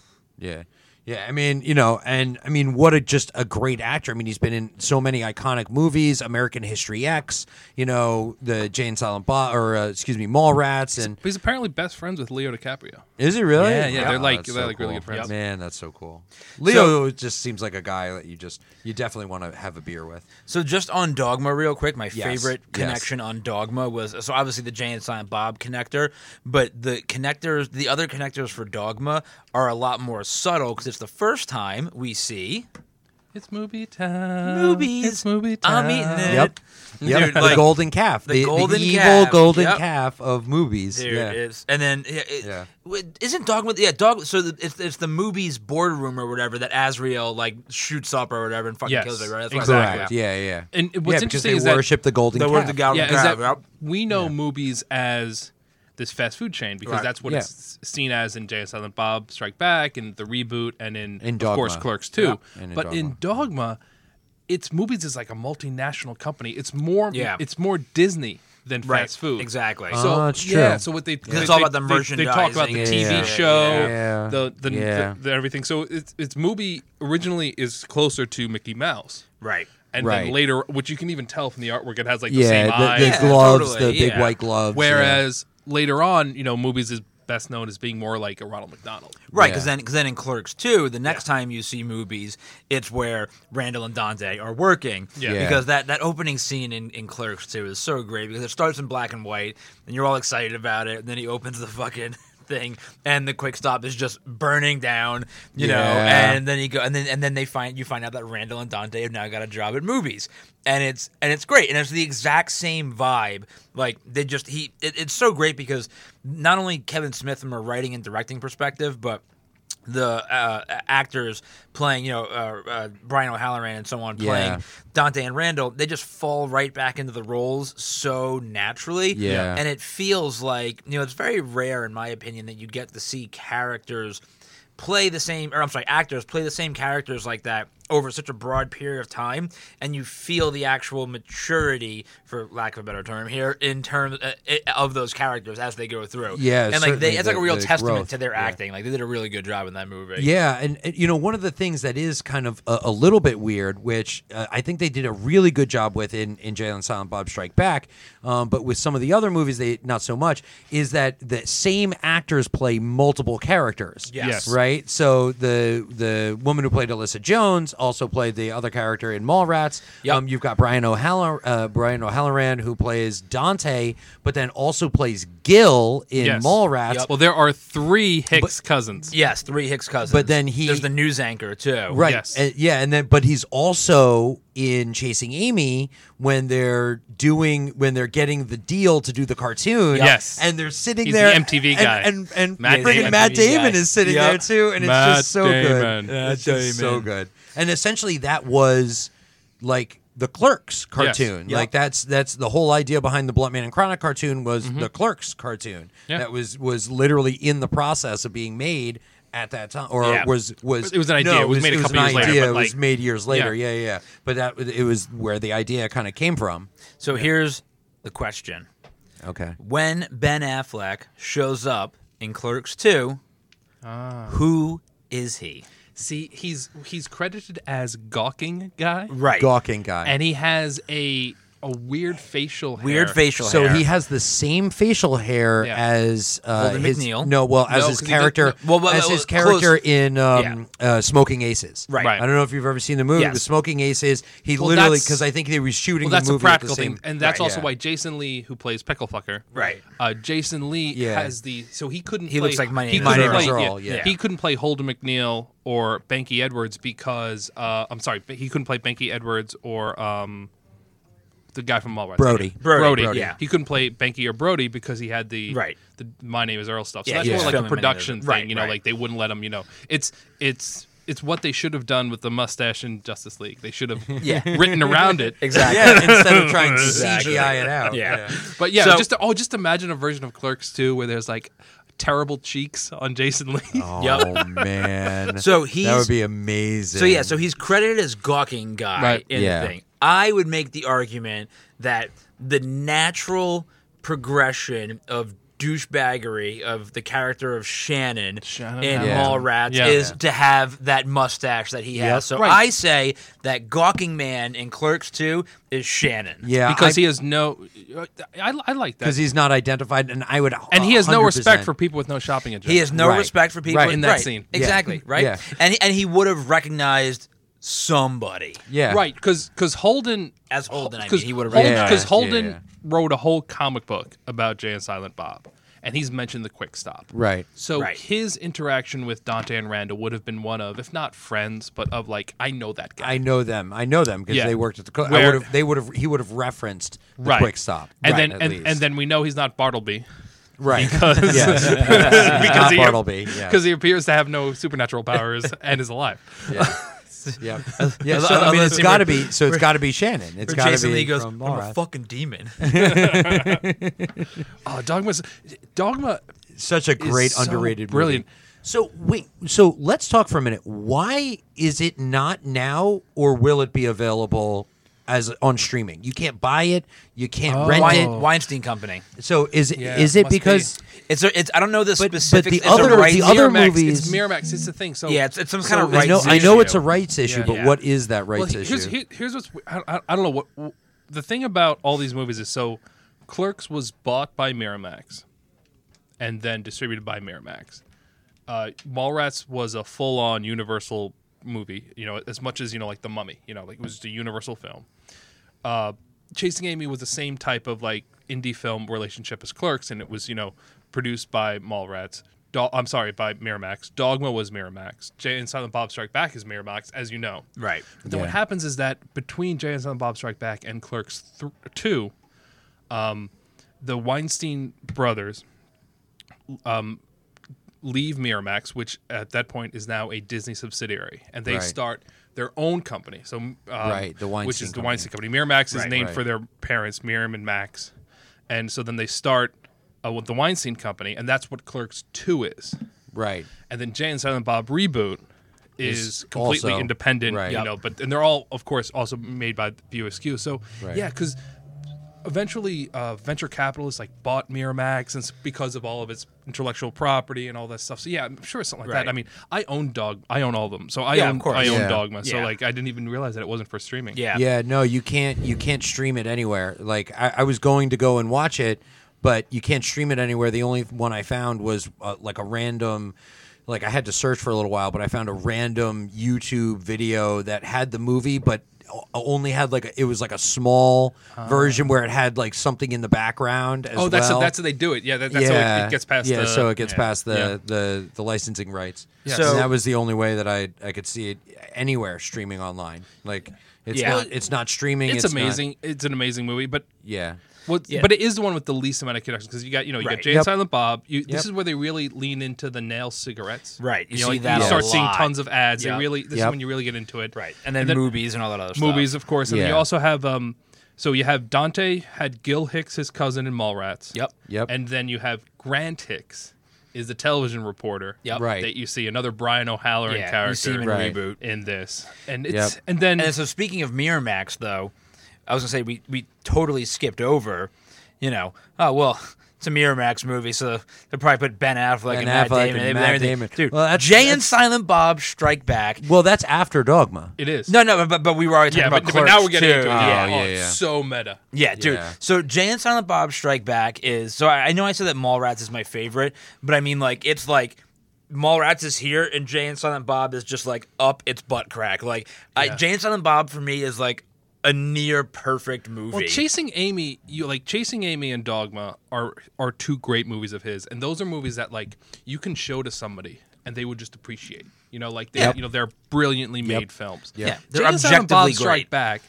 [SPEAKER 3] yeah, yeah. I mean, you know, and I mean, what a just a great actor. I mean, he's been in so many iconic movies, American History X, you know, the Jane Silent Bob, or uh, excuse me, Mallrats, and
[SPEAKER 5] But he's apparently best friends with Leo DiCaprio.
[SPEAKER 3] is he really?
[SPEAKER 5] Yeah, yeah, they're like-
[SPEAKER 3] that's
[SPEAKER 5] they're like really good
[SPEAKER 3] cool.
[SPEAKER 5] friends.
[SPEAKER 3] Man, that's so cool. Leo just seems like a guy that you just you definitely want to have a beer with.
[SPEAKER 4] So just on Dogma, real quick, my
[SPEAKER 3] Yes,
[SPEAKER 4] favorite
[SPEAKER 3] yes.
[SPEAKER 4] connection on Dogma was so obviously the Jay and Silent Bob connector, but the connectors, the other connectors for Dogma are a lot more subtle because it's the first time we see
[SPEAKER 5] It's movie time.
[SPEAKER 4] Movies.
[SPEAKER 5] It's movie time.
[SPEAKER 4] I'm eating it.
[SPEAKER 3] Yep. Yep,
[SPEAKER 4] Dude,
[SPEAKER 3] the
[SPEAKER 4] like-
[SPEAKER 3] golden calf,
[SPEAKER 4] the
[SPEAKER 3] the, the
[SPEAKER 4] golden
[SPEAKER 3] evil
[SPEAKER 4] calf,
[SPEAKER 3] golden
[SPEAKER 4] yep.
[SPEAKER 3] calf of movies.
[SPEAKER 4] There
[SPEAKER 3] yeah.
[SPEAKER 4] it is. And then yeah, it,
[SPEAKER 3] Yeah.
[SPEAKER 4] w- isn't Dogma yeah, Dog so the, it's it's the movie's boardroom or whatever that Azrael like shoots up or whatever and fucking
[SPEAKER 5] Yes,
[SPEAKER 4] kills everybody. That's what I thought.
[SPEAKER 5] exactly.
[SPEAKER 3] Correct. Yeah, yeah.
[SPEAKER 5] And what's
[SPEAKER 3] yeah, because
[SPEAKER 5] interesting
[SPEAKER 3] they
[SPEAKER 5] is that-
[SPEAKER 3] worship the golden
[SPEAKER 4] They
[SPEAKER 3] calf.
[SPEAKER 4] worship the golden
[SPEAKER 5] yeah,
[SPEAKER 4] Yeah,
[SPEAKER 5] is that
[SPEAKER 4] yep.
[SPEAKER 5] we know movies as this fast food chain because
[SPEAKER 4] Right.
[SPEAKER 5] that's what
[SPEAKER 3] Yeah.
[SPEAKER 5] it's seen as in Jay and Silent Bob Strike Back and the reboot and in,
[SPEAKER 3] In
[SPEAKER 5] of course
[SPEAKER 3] Dogma.
[SPEAKER 5] Clerks too.
[SPEAKER 3] And in
[SPEAKER 5] but in Dogma, it's movies is like a multinational company. It's more
[SPEAKER 4] Yeah.
[SPEAKER 5] it's more Disney than
[SPEAKER 4] Right.
[SPEAKER 5] fast food.
[SPEAKER 4] Exactly.
[SPEAKER 3] Uh,
[SPEAKER 5] So
[SPEAKER 3] Oh, it's
[SPEAKER 5] yeah,
[SPEAKER 3] true.
[SPEAKER 5] so what they they,
[SPEAKER 4] it's all
[SPEAKER 5] they-
[SPEAKER 4] about the
[SPEAKER 5] they- They talk about
[SPEAKER 4] merchandising.
[SPEAKER 5] the
[SPEAKER 4] Yeah,
[SPEAKER 5] TV
[SPEAKER 3] yeah,
[SPEAKER 5] show,
[SPEAKER 3] yeah.
[SPEAKER 5] the the,
[SPEAKER 3] Yeah.
[SPEAKER 5] the the everything. So it's it's movie originally is closer to Mickey Mouse.
[SPEAKER 4] right.
[SPEAKER 5] And
[SPEAKER 3] Right.
[SPEAKER 5] then later, which you can even tell from the artwork, it has like the
[SPEAKER 3] yeah,
[SPEAKER 5] same
[SPEAKER 3] the,
[SPEAKER 5] eyes.
[SPEAKER 3] the
[SPEAKER 4] Yeah,
[SPEAKER 3] gloves,
[SPEAKER 4] totally,
[SPEAKER 3] the big
[SPEAKER 4] yeah.
[SPEAKER 3] white gloves. yeah.
[SPEAKER 5] Whereas later on, you know, movies is best known as being more like a Ronald McDonald.
[SPEAKER 4] Right, because
[SPEAKER 3] Yeah.
[SPEAKER 4] then, cause then in Clerks 2, the next time you see movies, it's where Randall and Dante are working.
[SPEAKER 5] Yeah.
[SPEAKER 3] Yeah.
[SPEAKER 4] Because that, that opening scene in, in Clerks 2 is so great because it starts in black and white and you're all excited about it. And then he opens the fucking thing and the quick stop is just burning down, you know.
[SPEAKER 3] Yeah.
[SPEAKER 4] And then you go and then and then they find you find out that Randall and Dante have now got a job at movies. And it's and it's great. And it's the exact same vibe. Like they just he it, it's so great because not only Kevin Smith from a writing and directing perspective, but the uh, a- actors playing, you know, uh, uh, Brian O'Halloran and so on playing
[SPEAKER 3] Yeah.
[SPEAKER 4] Dante and Randall, they just fall right back into the roles so naturally.
[SPEAKER 3] Yeah.
[SPEAKER 4] And it feels like, you know, it's very rare, in my opinion, that you get to see characters play the same, or I'm sorry, actors play the same characters like that over such a broad period of time and you feel the actual maturity for lack of a better term here in terms uh, i- of those characters as they go through
[SPEAKER 3] Yeah,
[SPEAKER 4] and like
[SPEAKER 3] certainly
[SPEAKER 4] they, it's like
[SPEAKER 3] the-
[SPEAKER 4] a real
[SPEAKER 3] the
[SPEAKER 4] testament
[SPEAKER 3] growth,
[SPEAKER 4] to their
[SPEAKER 3] yeah.
[SPEAKER 4] acting like they did a really good job in that movie
[SPEAKER 3] Yeah, and, and, you know one of the things that is kind of a, a little bit weird, which uh, I think they did a really good job with in in Jay and Silent Bob Strike Back, um, but with some of the other movies they not so much, is that the same actors play multiple characters.
[SPEAKER 4] Yes. Yes.
[SPEAKER 3] Right. So the the woman who played Alyssa Jones also played the other character in Mallrats.
[SPEAKER 4] Yep.
[SPEAKER 3] Um, you've got Brian O'Halloran, uh, Brian O'Halloran who plays Dante, but then also plays Gil in
[SPEAKER 5] Yes.
[SPEAKER 3] Mallrats.
[SPEAKER 5] Well, there are three Hicks cousins.
[SPEAKER 4] Yes, three Hicks cousins.
[SPEAKER 3] But then he-
[SPEAKER 4] there's the news anchor too.
[SPEAKER 3] Right.
[SPEAKER 5] Yes.
[SPEAKER 3] And- yeah, and then but he's also in Chasing Amy when they're doing when they're getting the deal to do the cartoon.
[SPEAKER 5] Yes.
[SPEAKER 3] And they're sitting
[SPEAKER 5] He's
[SPEAKER 3] there
[SPEAKER 5] the MTV
[SPEAKER 3] and-
[SPEAKER 5] guy.
[SPEAKER 3] And and,
[SPEAKER 5] Matt
[SPEAKER 3] friggin'
[SPEAKER 5] Damon.
[SPEAKER 3] Matt
[SPEAKER 4] MTV guy.
[SPEAKER 3] Damon is sitting
[SPEAKER 4] Yep.
[SPEAKER 3] there too and
[SPEAKER 5] Matt
[SPEAKER 3] it's just so
[SPEAKER 5] Damon.
[SPEAKER 3] good. It's just so good. And essentially that was like the Clerks cartoon.
[SPEAKER 4] Yep.
[SPEAKER 3] Like that's that's the whole idea behind the Blunt Man and Chronic cartoon was the Clerks cartoon.
[SPEAKER 5] Mm-hmm. Yeah.
[SPEAKER 3] That was was literally in the process of being made at that time or
[SPEAKER 5] Yeah.
[SPEAKER 3] was was
[SPEAKER 5] It was an idea.
[SPEAKER 3] no,
[SPEAKER 5] It was made a couple
[SPEAKER 3] an
[SPEAKER 5] years later,
[SPEAKER 3] idea.
[SPEAKER 5] but,
[SPEAKER 3] it was
[SPEAKER 5] like-
[SPEAKER 3] made years later. Yeah. yeah, But that it was where the idea kind of came from.
[SPEAKER 4] So here's the question:
[SPEAKER 3] Okay.
[SPEAKER 4] When Ben Affleck shows up in Clerks Two,
[SPEAKER 5] Ah.
[SPEAKER 4] who is he?
[SPEAKER 5] See, he's he's credited as gawking guy,
[SPEAKER 4] Right.
[SPEAKER 3] Gawking guy.
[SPEAKER 5] and he has a a weird facial hair.
[SPEAKER 4] Weird facial
[SPEAKER 3] So
[SPEAKER 4] hair.
[SPEAKER 3] he has the same facial hair
[SPEAKER 5] Yeah.
[SPEAKER 3] as uh,
[SPEAKER 4] Holden
[SPEAKER 3] his
[SPEAKER 4] McNeil.
[SPEAKER 3] no, well, as
[SPEAKER 5] No,
[SPEAKER 3] his
[SPEAKER 5] 'cause he did-
[SPEAKER 3] character,
[SPEAKER 4] no, well, well,
[SPEAKER 3] as
[SPEAKER 4] well,
[SPEAKER 3] his
[SPEAKER 4] close.
[SPEAKER 3] character in um, uh, Smoking Aces.
[SPEAKER 4] Right.
[SPEAKER 5] Right.
[SPEAKER 3] I don't know if you've ever seen the movie,
[SPEAKER 4] Yes.
[SPEAKER 3] but Smoking Aces. He
[SPEAKER 5] Well,
[SPEAKER 3] literally
[SPEAKER 5] that's-
[SPEAKER 3] because I think they were shooting
[SPEAKER 5] Well, that's
[SPEAKER 3] the
[SPEAKER 5] a
[SPEAKER 3] movie at the
[SPEAKER 5] practical
[SPEAKER 3] same-
[SPEAKER 5] thing, and that's
[SPEAKER 3] Right,
[SPEAKER 5] also
[SPEAKER 3] yeah.
[SPEAKER 5] why Jason Lee, who plays Picklefucker,
[SPEAKER 4] Right.
[SPEAKER 5] Uh, Jason Lee
[SPEAKER 3] Yeah.
[SPEAKER 5] has the so he couldn't.
[SPEAKER 4] He
[SPEAKER 5] play,
[SPEAKER 4] looks like my
[SPEAKER 5] he
[SPEAKER 4] name
[SPEAKER 3] is
[SPEAKER 5] couldn't
[SPEAKER 3] Earl.
[SPEAKER 5] play-
[SPEAKER 3] Earl, yeah.
[SPEAKER 5] He couldn't play Holden McNeil or Banky Edwards because uh, I'm sorry, he couldn't play Banky Edwards or um, the guy from Mallrats.
[SPEAKER 3] Brody.
[SPEAKER 5] Brody.
[SPEAKER 4] Brody, yeah.
[SPEAKER 5] He couldn't play Banky or Brody because he had the
[SPEAKER 4] Right.
[SPEAKER 5] The My name is Earl stuff. So
[SPEAKER 4] Yeah,
[SPEAKER 5] that's
[SPEAKER 4] he was
[SPEAKER 5] more like a
[SPEAKER 4] filming many of
[SPEAKER 5] production
[SPEAKER 4] them.
[SPEAKER 5] thing.
[SPEAKER 4] Right,
[SPEAKER 5] you know,
[SPEAKER 4] right.
[SPEAKER 5] like they wouldn't let him. You know, it's it's. It's what they should have done with the mustache in Justice League. They should have
[SPEAKER 4] Yeah.
[SPEAKER 5] written around it
[SPEAKER 4] exactly.
[SPEAKER 3] Yeah, instead of trying to
[SPEAKER 4] Exactly.
[SPEAKER 3] CGI it out.
[SPEAKER 4] Yeah.
[SPEAKER 5] But Oh, yeah,
[SPEAKER 4] So-
[SPEAKER 5] just oh, just imagine a version of Clerks too, where there's like terrible cheeks on Jason Lee.
[SPEAKER 3] Oh man.
[SPEAKER 4] So
[SPEAKER 3] that
[SPEAKER 4] he's-
[SPEAKER 3] would be amazing.
[SPEAKER 4] So yeah, so he's credited as gawking guy
[SPEAKER 5] Right.
[SPEAKER 4] in
[SPEAKER 3] Yeah.
[SPEAKER 4] the thing. I would make the argument that the natural progression of douchebaggery of the character of Shannon,
[SPEAKER 5] Shannon
[SPEAKER 4] in
[SPEAKER 3] Yeah.
[SPEAKER 4] Mallrats
[SPEAKER 5] Yeah.
[SPEAKER 4] is to have that mustache that he has. So
[SPEAKER 5] Right.
[SPEAKER 4] I say that gawking man in Clerks 2 is Shannon.
[SPEAKER 3] yeah,
[SPEAKER 5] because
[SPEAKER 3] I-
[SPEAKER 5] he has no. I, I like that,
[SPEAKER 3] because he's not identified, and I would
[SPEAKER 5] and he has no respect
[SPEAKER 3] 100%
[SPEAKER 5] for people with no shopping address.
[SPEAKER 4] He has no
[SPEAKER 3] Right.
[SPEAKER 4] respect for people
[SPEAKER 3] Right.
[SPEAKER 5] In that scene. Yeah.
[SPEAKER 4] Exactly, right?
[SPEAKER 3] Yeah.
[SPEAKER 4] And and he would have recognized somebody.
[SPEAKER 3] yeah
[SPEAKER 5] right because because Holden
[SPEAKER 4] As Holden, I mean,
[SPEAKER 5] because
[SPEAKER 4] he would've
[SPEAKER 5] Holden,
[SPEAKER 3] recognized.
[SPEAKER 5] 'cause
[SPEAKER 3] Yeah,
[SPEAKER 5] Holden
[SPEAKER 3] yeah, yeah.
[SPEAKER 5] wrote a whole comic book about Jay and Silent Bob, and he's mentioned the Quick Stop.
[SPEAKER 3] right.
[SPEAKER 5] So
[SPEAKER 4] Right.
[SPEAKER 5] his interaction with Dante and Randall would have been one of, if not friends, but of like I know that guy.
[SPEAKER 3] I know them. I know them because
[SPEAKER 5] Yeah.
[SPEAKER 3] they worked at the. Co- I
[SPEAKER 5] Where-
[SPEAKER 3] would have. They would have. He would have referenced the
[SPEAKER 5] right.
[SPEAKER 3] quick stop.
[SPEAKER 5] and
[SPEAKER 3] Right,
[SPEAKER 5] then
[SPEAKER 3] at
[SPEAKER 5] and,
[SPEAKER 3] least.
[SPEAKER 5] and then we know he's not Bartleby.
[SPEAKER 3] right
[SPEAKER 5] Because-
[SPEAKER 3] Yes.
[SPEAKER 5] because
[SPEAKER 3] Not
[SPEAKER 5] he,
[SPEAKER 3] Bartleby. Yeah.
[SPEAKER 5] because he appears to have no supernatural powers and is alive.
[SPEAKER 3] yeah. yeah.
[SPEAKER 4] I
[SPEAKER 3] So I
[SPEAKER 4] love
[SPEAKER 3] mean,
[SPEAKER 4] that
[SPEAKER 3] it's
[SPEAKER 4] scene
[SPEAKER 3] got to
[SPEAKER 4] where-
[SPEAKER 3] be. So it's got to be Shannon. It's
[SPEAKER 4] Where
[SPEAKER 3] got to
[SPEAKER 4] Jason
[SPEAKER 3] be.
[SPEAKER 4] Lee goes,
[SPEAKER 3] from
[SPEAKER 4] I'm a
[SPEAKER 3] Mallrats."
[SPEAKER 4] fucking demon.
[SPEAKER 5] Oh, Dogma's Dogma
[SPEAKER 3] Such a
[SPEAKER 5] is
[SPEAKER 3] great
[SPEAKER 5] so
[SPEAKER 3] underrated. movie.
[SPEAKER 5] brilliant.
[SPEAKER 3] So wait. So let's talk for a minute. Why is it not now, or will it be available? As on streaming, you can't buy it, you can't rent
[SPEAKER 4] Wein-
[SPEAKER 3] it.
[SPEAKER 4] Weinstein Company.
[SPEAKER 3] So is it is
[SPEAKER 5] Yeah,
[SPEAKER 3] it
[SPEAKER 5] must
[SPEAKER 3] because
[SPEAKER 4] It's a, it's I don't know the
[SPEAKER 3] But- but
[SPEAKER 4] specifics.
[SPEAKER 3] the
[SPEAKER 4] it's
[SPEAKER 3] other-
[SPEAKER 4] a rights,
[SPEAKER 3] the other
[SPEAKER 5] Miramax,
[SPEAKER 3] movies-
[SPEAKER 5] It's Miramax. It's the thing. So
[SPEAKER 4] yeah, it's, it's some
[SPEAKER 5] so
[SPEAKER 4] kind of
[SPEAKER 3] I
[SPEAKER 5] it's-
[SPEAKER 4] rights.
[SPEAKER 3] know I know it's a
[SPEAKER 4] issue.
[SPEAKER 3] rights issue,
[SPEAKER 5] Yeah.
[SPEAKER 3] but
[SPEAKER 5] Yeah.
[SPEAKER 3] what is that rights
[SPEAKER 5] well, he-
[SPEAKER 3] issue?
[SPEAKER 5] here's, here- here's what's I, I, I don't know what w- the thing about all these movies is. So Clerks was bought by Miramax, and then distributed by Miramax. Uh, Mallrats was a full-on Universal movie. You know, as much as you know, like The Mummy. You know, like it was just a Universal film. uh, Chasing Amy was the same type of like indie film relationship as Clerks, and it was you know produced by Mallrats. Do- I'm sorry, by Miramax. Dogma was Miramax. Jay and Silent Bob Strike Back is Miramax, as you know.
[SPEAKER 4] Right.
[SPEAKER 5] But then what happens is that between Jay and Silent Bob Strike Back and Clerks th- Two, um, the Weinstein brothers um, leave Miramax, which at that point is now a Disney subsidiary, and they
[SPEAKER 3] Right.
[SPEAKER 5] start their own company. So um,
[SPEAKER 3] Right, the
[SPEAKER 5] which is
[SPEAKER 3] Weinstein
[SPEAKER 5] the
[SPEAKER 3] company.
[SPEAKER 5] Weinstein company. Miramax is
[SPEAKER 4] Right,
[SPEAKER 5] named
[SPEAKER 3] right.
[SPEAKER 5] for their parents, Miriam and Max, and so then they start uh, with the Weinstein company, and that's what Clerks Two is.
[SPEAKER 3] right.
[SPEAKER 5] And then Jay and Silent Bob reboot is,
[SPEAKER 3] Is
[SPEAKER 5] completely
[SPEAKER 3] also-
[SPEAKER 5] independent,
[SPEAKER 3] right.
[SPEAKER 5] you
[SPEAKER 3] Yep.
[SPEAKER 5] know. But and they're all, of course, also made by VOSQ. So
[SPEAKER 3] Right.
[SPEAKER 5] yeah, because eventually uh, venture capitalists like bought Miramax and s- because of all of its intellectual property and all that stuff. So yeah, I'm sure it's something like
[SPEAKER 4] Right.
[SPEAKER 5] that. I mean, I own Dog, I own all of them. So I
[SPEAKER 4] Yeah,
[SPEAKER 5] own,
[SPEAKER 4] of course.
[SPEAKER 5] I own
[SPEAKER 3] Yeah.
[SPEAKER 5] Dogma. So
[SPEAKER 4] Yeah.
[SPEAKER 5] like, I didn't even realize that it wasn't for streaming.
[SPEAKER 4] Yeah.
[SPEAKER 3] Yeah, no, you can't. You can't stream it anywhere. Like I, I was going to go and watch it, but you can't stream it anywhere. The only one I found was uh, like a random. Like I had to search for a little while, but I found a random YouTube video that had the movie, but o- only had like a, it was like a small version where it had like something in the background. As
[SPEAKER 5] Ah. Oh, that's
[SPEAKER 3] well.
[SPEAKER 5] how, that's how they do it. Yeah, that, that's
[SPEAKER 3] yeah.
[SPEAKER 5] how it, it gets past.
[SPEAKER 3] Yeah,
[SPEAKER 5] the,
[SPEAKER 3] so it gets
[SPEAKER 5] yeah.
[SPEAKER 3] past the,
[SPEAKER 5] Yeah.
[SPEAKER 3] the the licensing rights.
[SPEAKER 5] Yeah.
[SPEAKER 3] So
[SPEAKER 4] So-
[SPEAKER 3] that was the only way that I I could see it anywhere streaming online. Like it's
[SPEAKER 4] Yeah.
[SPEAKER 3] not it's not streaming.
[SPEAKER 5] It's,
[SPEAKER 3] It's, not-
[SPEAKER 5] amazing. it's an amazing movie, but
[SPEAKER 3] yeah.
[SPEAKER 5] Well,
[SPEAKER 4] Yeah.
[SPEAKER 5] but it is the one with the least amount of connections because you got you know you
[SPEAKER 4] Right.
[SPEAKER 5] got Jay
[SPEAKER 3] Yep.
[SPEAKER 5] and Silent Bob. You,
[SPEAKER 3] Yep.
[SPEAKER 5] This is where they really lean into the nail cigarettes.
[SPEAKER 4] Right. You
[SPEAKER 5] You, know,
[SPEAKER 4] see
[SPEAKER 5] like,
[SPEAKER 4] that
[SPEAKER 5] you
[SPEAKER 4] a
[SPEAKER 5] start seeing
[SPEAKER 4] lot.
[SPEAKER 5] tons of ads.
[SPEAKER 4] Yep.
[SPEAKER 5] They really this
[SPEAKER 3] Yep.
[SPEAKER 5] is when you really get into it.
[SPEAKER 4] Right. And then, movies and all that other stuff.
[SPEAKER 5] movies, of course, and then
[SPEAKER 3] Yeah.
[SPEAKER 5] you also have um. So you have Dante had Gil Hicks, his cousin, in Mallrats.
[SPEAKER 4] Yep.
[SPEAKER 3] Yep.
[SPEAKER 5] And then you have Grant Hicks, is the television reporter.
[SPEAKER 4] Yep.
[SPEAKER 3] Right.
[SPEAKER 5] That you see another Brian O'Halloran
[SPEAKER 4] Yeah.
[SPEAKER 5] character
[SPEAKER 4] You see him in
[SPEAKER 3] Right.
[SPEAKER 4] reboot.
[SPEAKER 5] in this, and it's
[SPEAKER 3] Yep.
[SPEAKER 5] and then
[SPEAKER 4] And so speaking of Miramax, though, I was gonna say we we totally skipped over, you know, oh well, it's a Miramax movie, so they'll probably put Ben Affleck
[SPEAKER 3] Ben
[SPEAKER 4] and Matt
[SPEAKER 3] Affleck
[SPEAKER 4] Damon.
[SPEAKER 3] and
[SPEAKER 4] They-
[SPEAKER 3] Matt
[SPEAKER 4] everything.
[SPEAKER 3] Damon.
[SPEAKER 4] Dude,
[SPEAKER 3] Well, that's-
[SPEAKER 4] Jay and
[SPEAKER 3] that's-
[SPEAKER 4] Silent Bob Strike Back.
[SPEAKER 3] Well, that's after Dogma.
[SPEAKER 5] It is.
[SPEAKER 4] No, no, but, but we were already talking
[SPEAKER 5] yeah,
[SPEAKER 4] about
[SPEAKER 5] but, but now
[SPEAKER 4] Clerks,
[SPEAKER 5] we're getting
[SPEAKER 4] too.
[SPEAKER 5] into it.
[SPEAKER 3] Yeah.
[SPEAKER 5] Yeah,
[SPEAKER 3] Oh,
[SPEAKER 5] oh,
[SPEAKER 3] yeah,
[SPEAKER 5] it's
[SPEAKER 3] yeah.
[SPEAKER 5] so meta.
[SPEAKER 4] Yeah, dude.
[SPEAKER 3] Yeah.
[SPEAKER 4] So Jay and Silent Bob Strike Back is so I, I know I said that Mallrats is my favorite, but I mean like it's like Mallrats is here and Jay and Silent Bob is just like up its butt crack. Like I, Jay and Silent Bob for me is like a near perfect movie.
[SPEAKER 5] Well, Chasing Amy, you like Chasing Amy and Dogma are are two great movies of his, and those are movies that like you can show to somebody and they would just appreciate. You know, like they,
[SPEAKER 4] Yep.
[SPEAKER 5] you know they're brilliantly made films.
[SPEAKER 4] Yeah, they're
[SPEAKER 5] they're objectively Bob
[SPEAKER 4] objectively great.
[SPEAKER 5] Strike Back.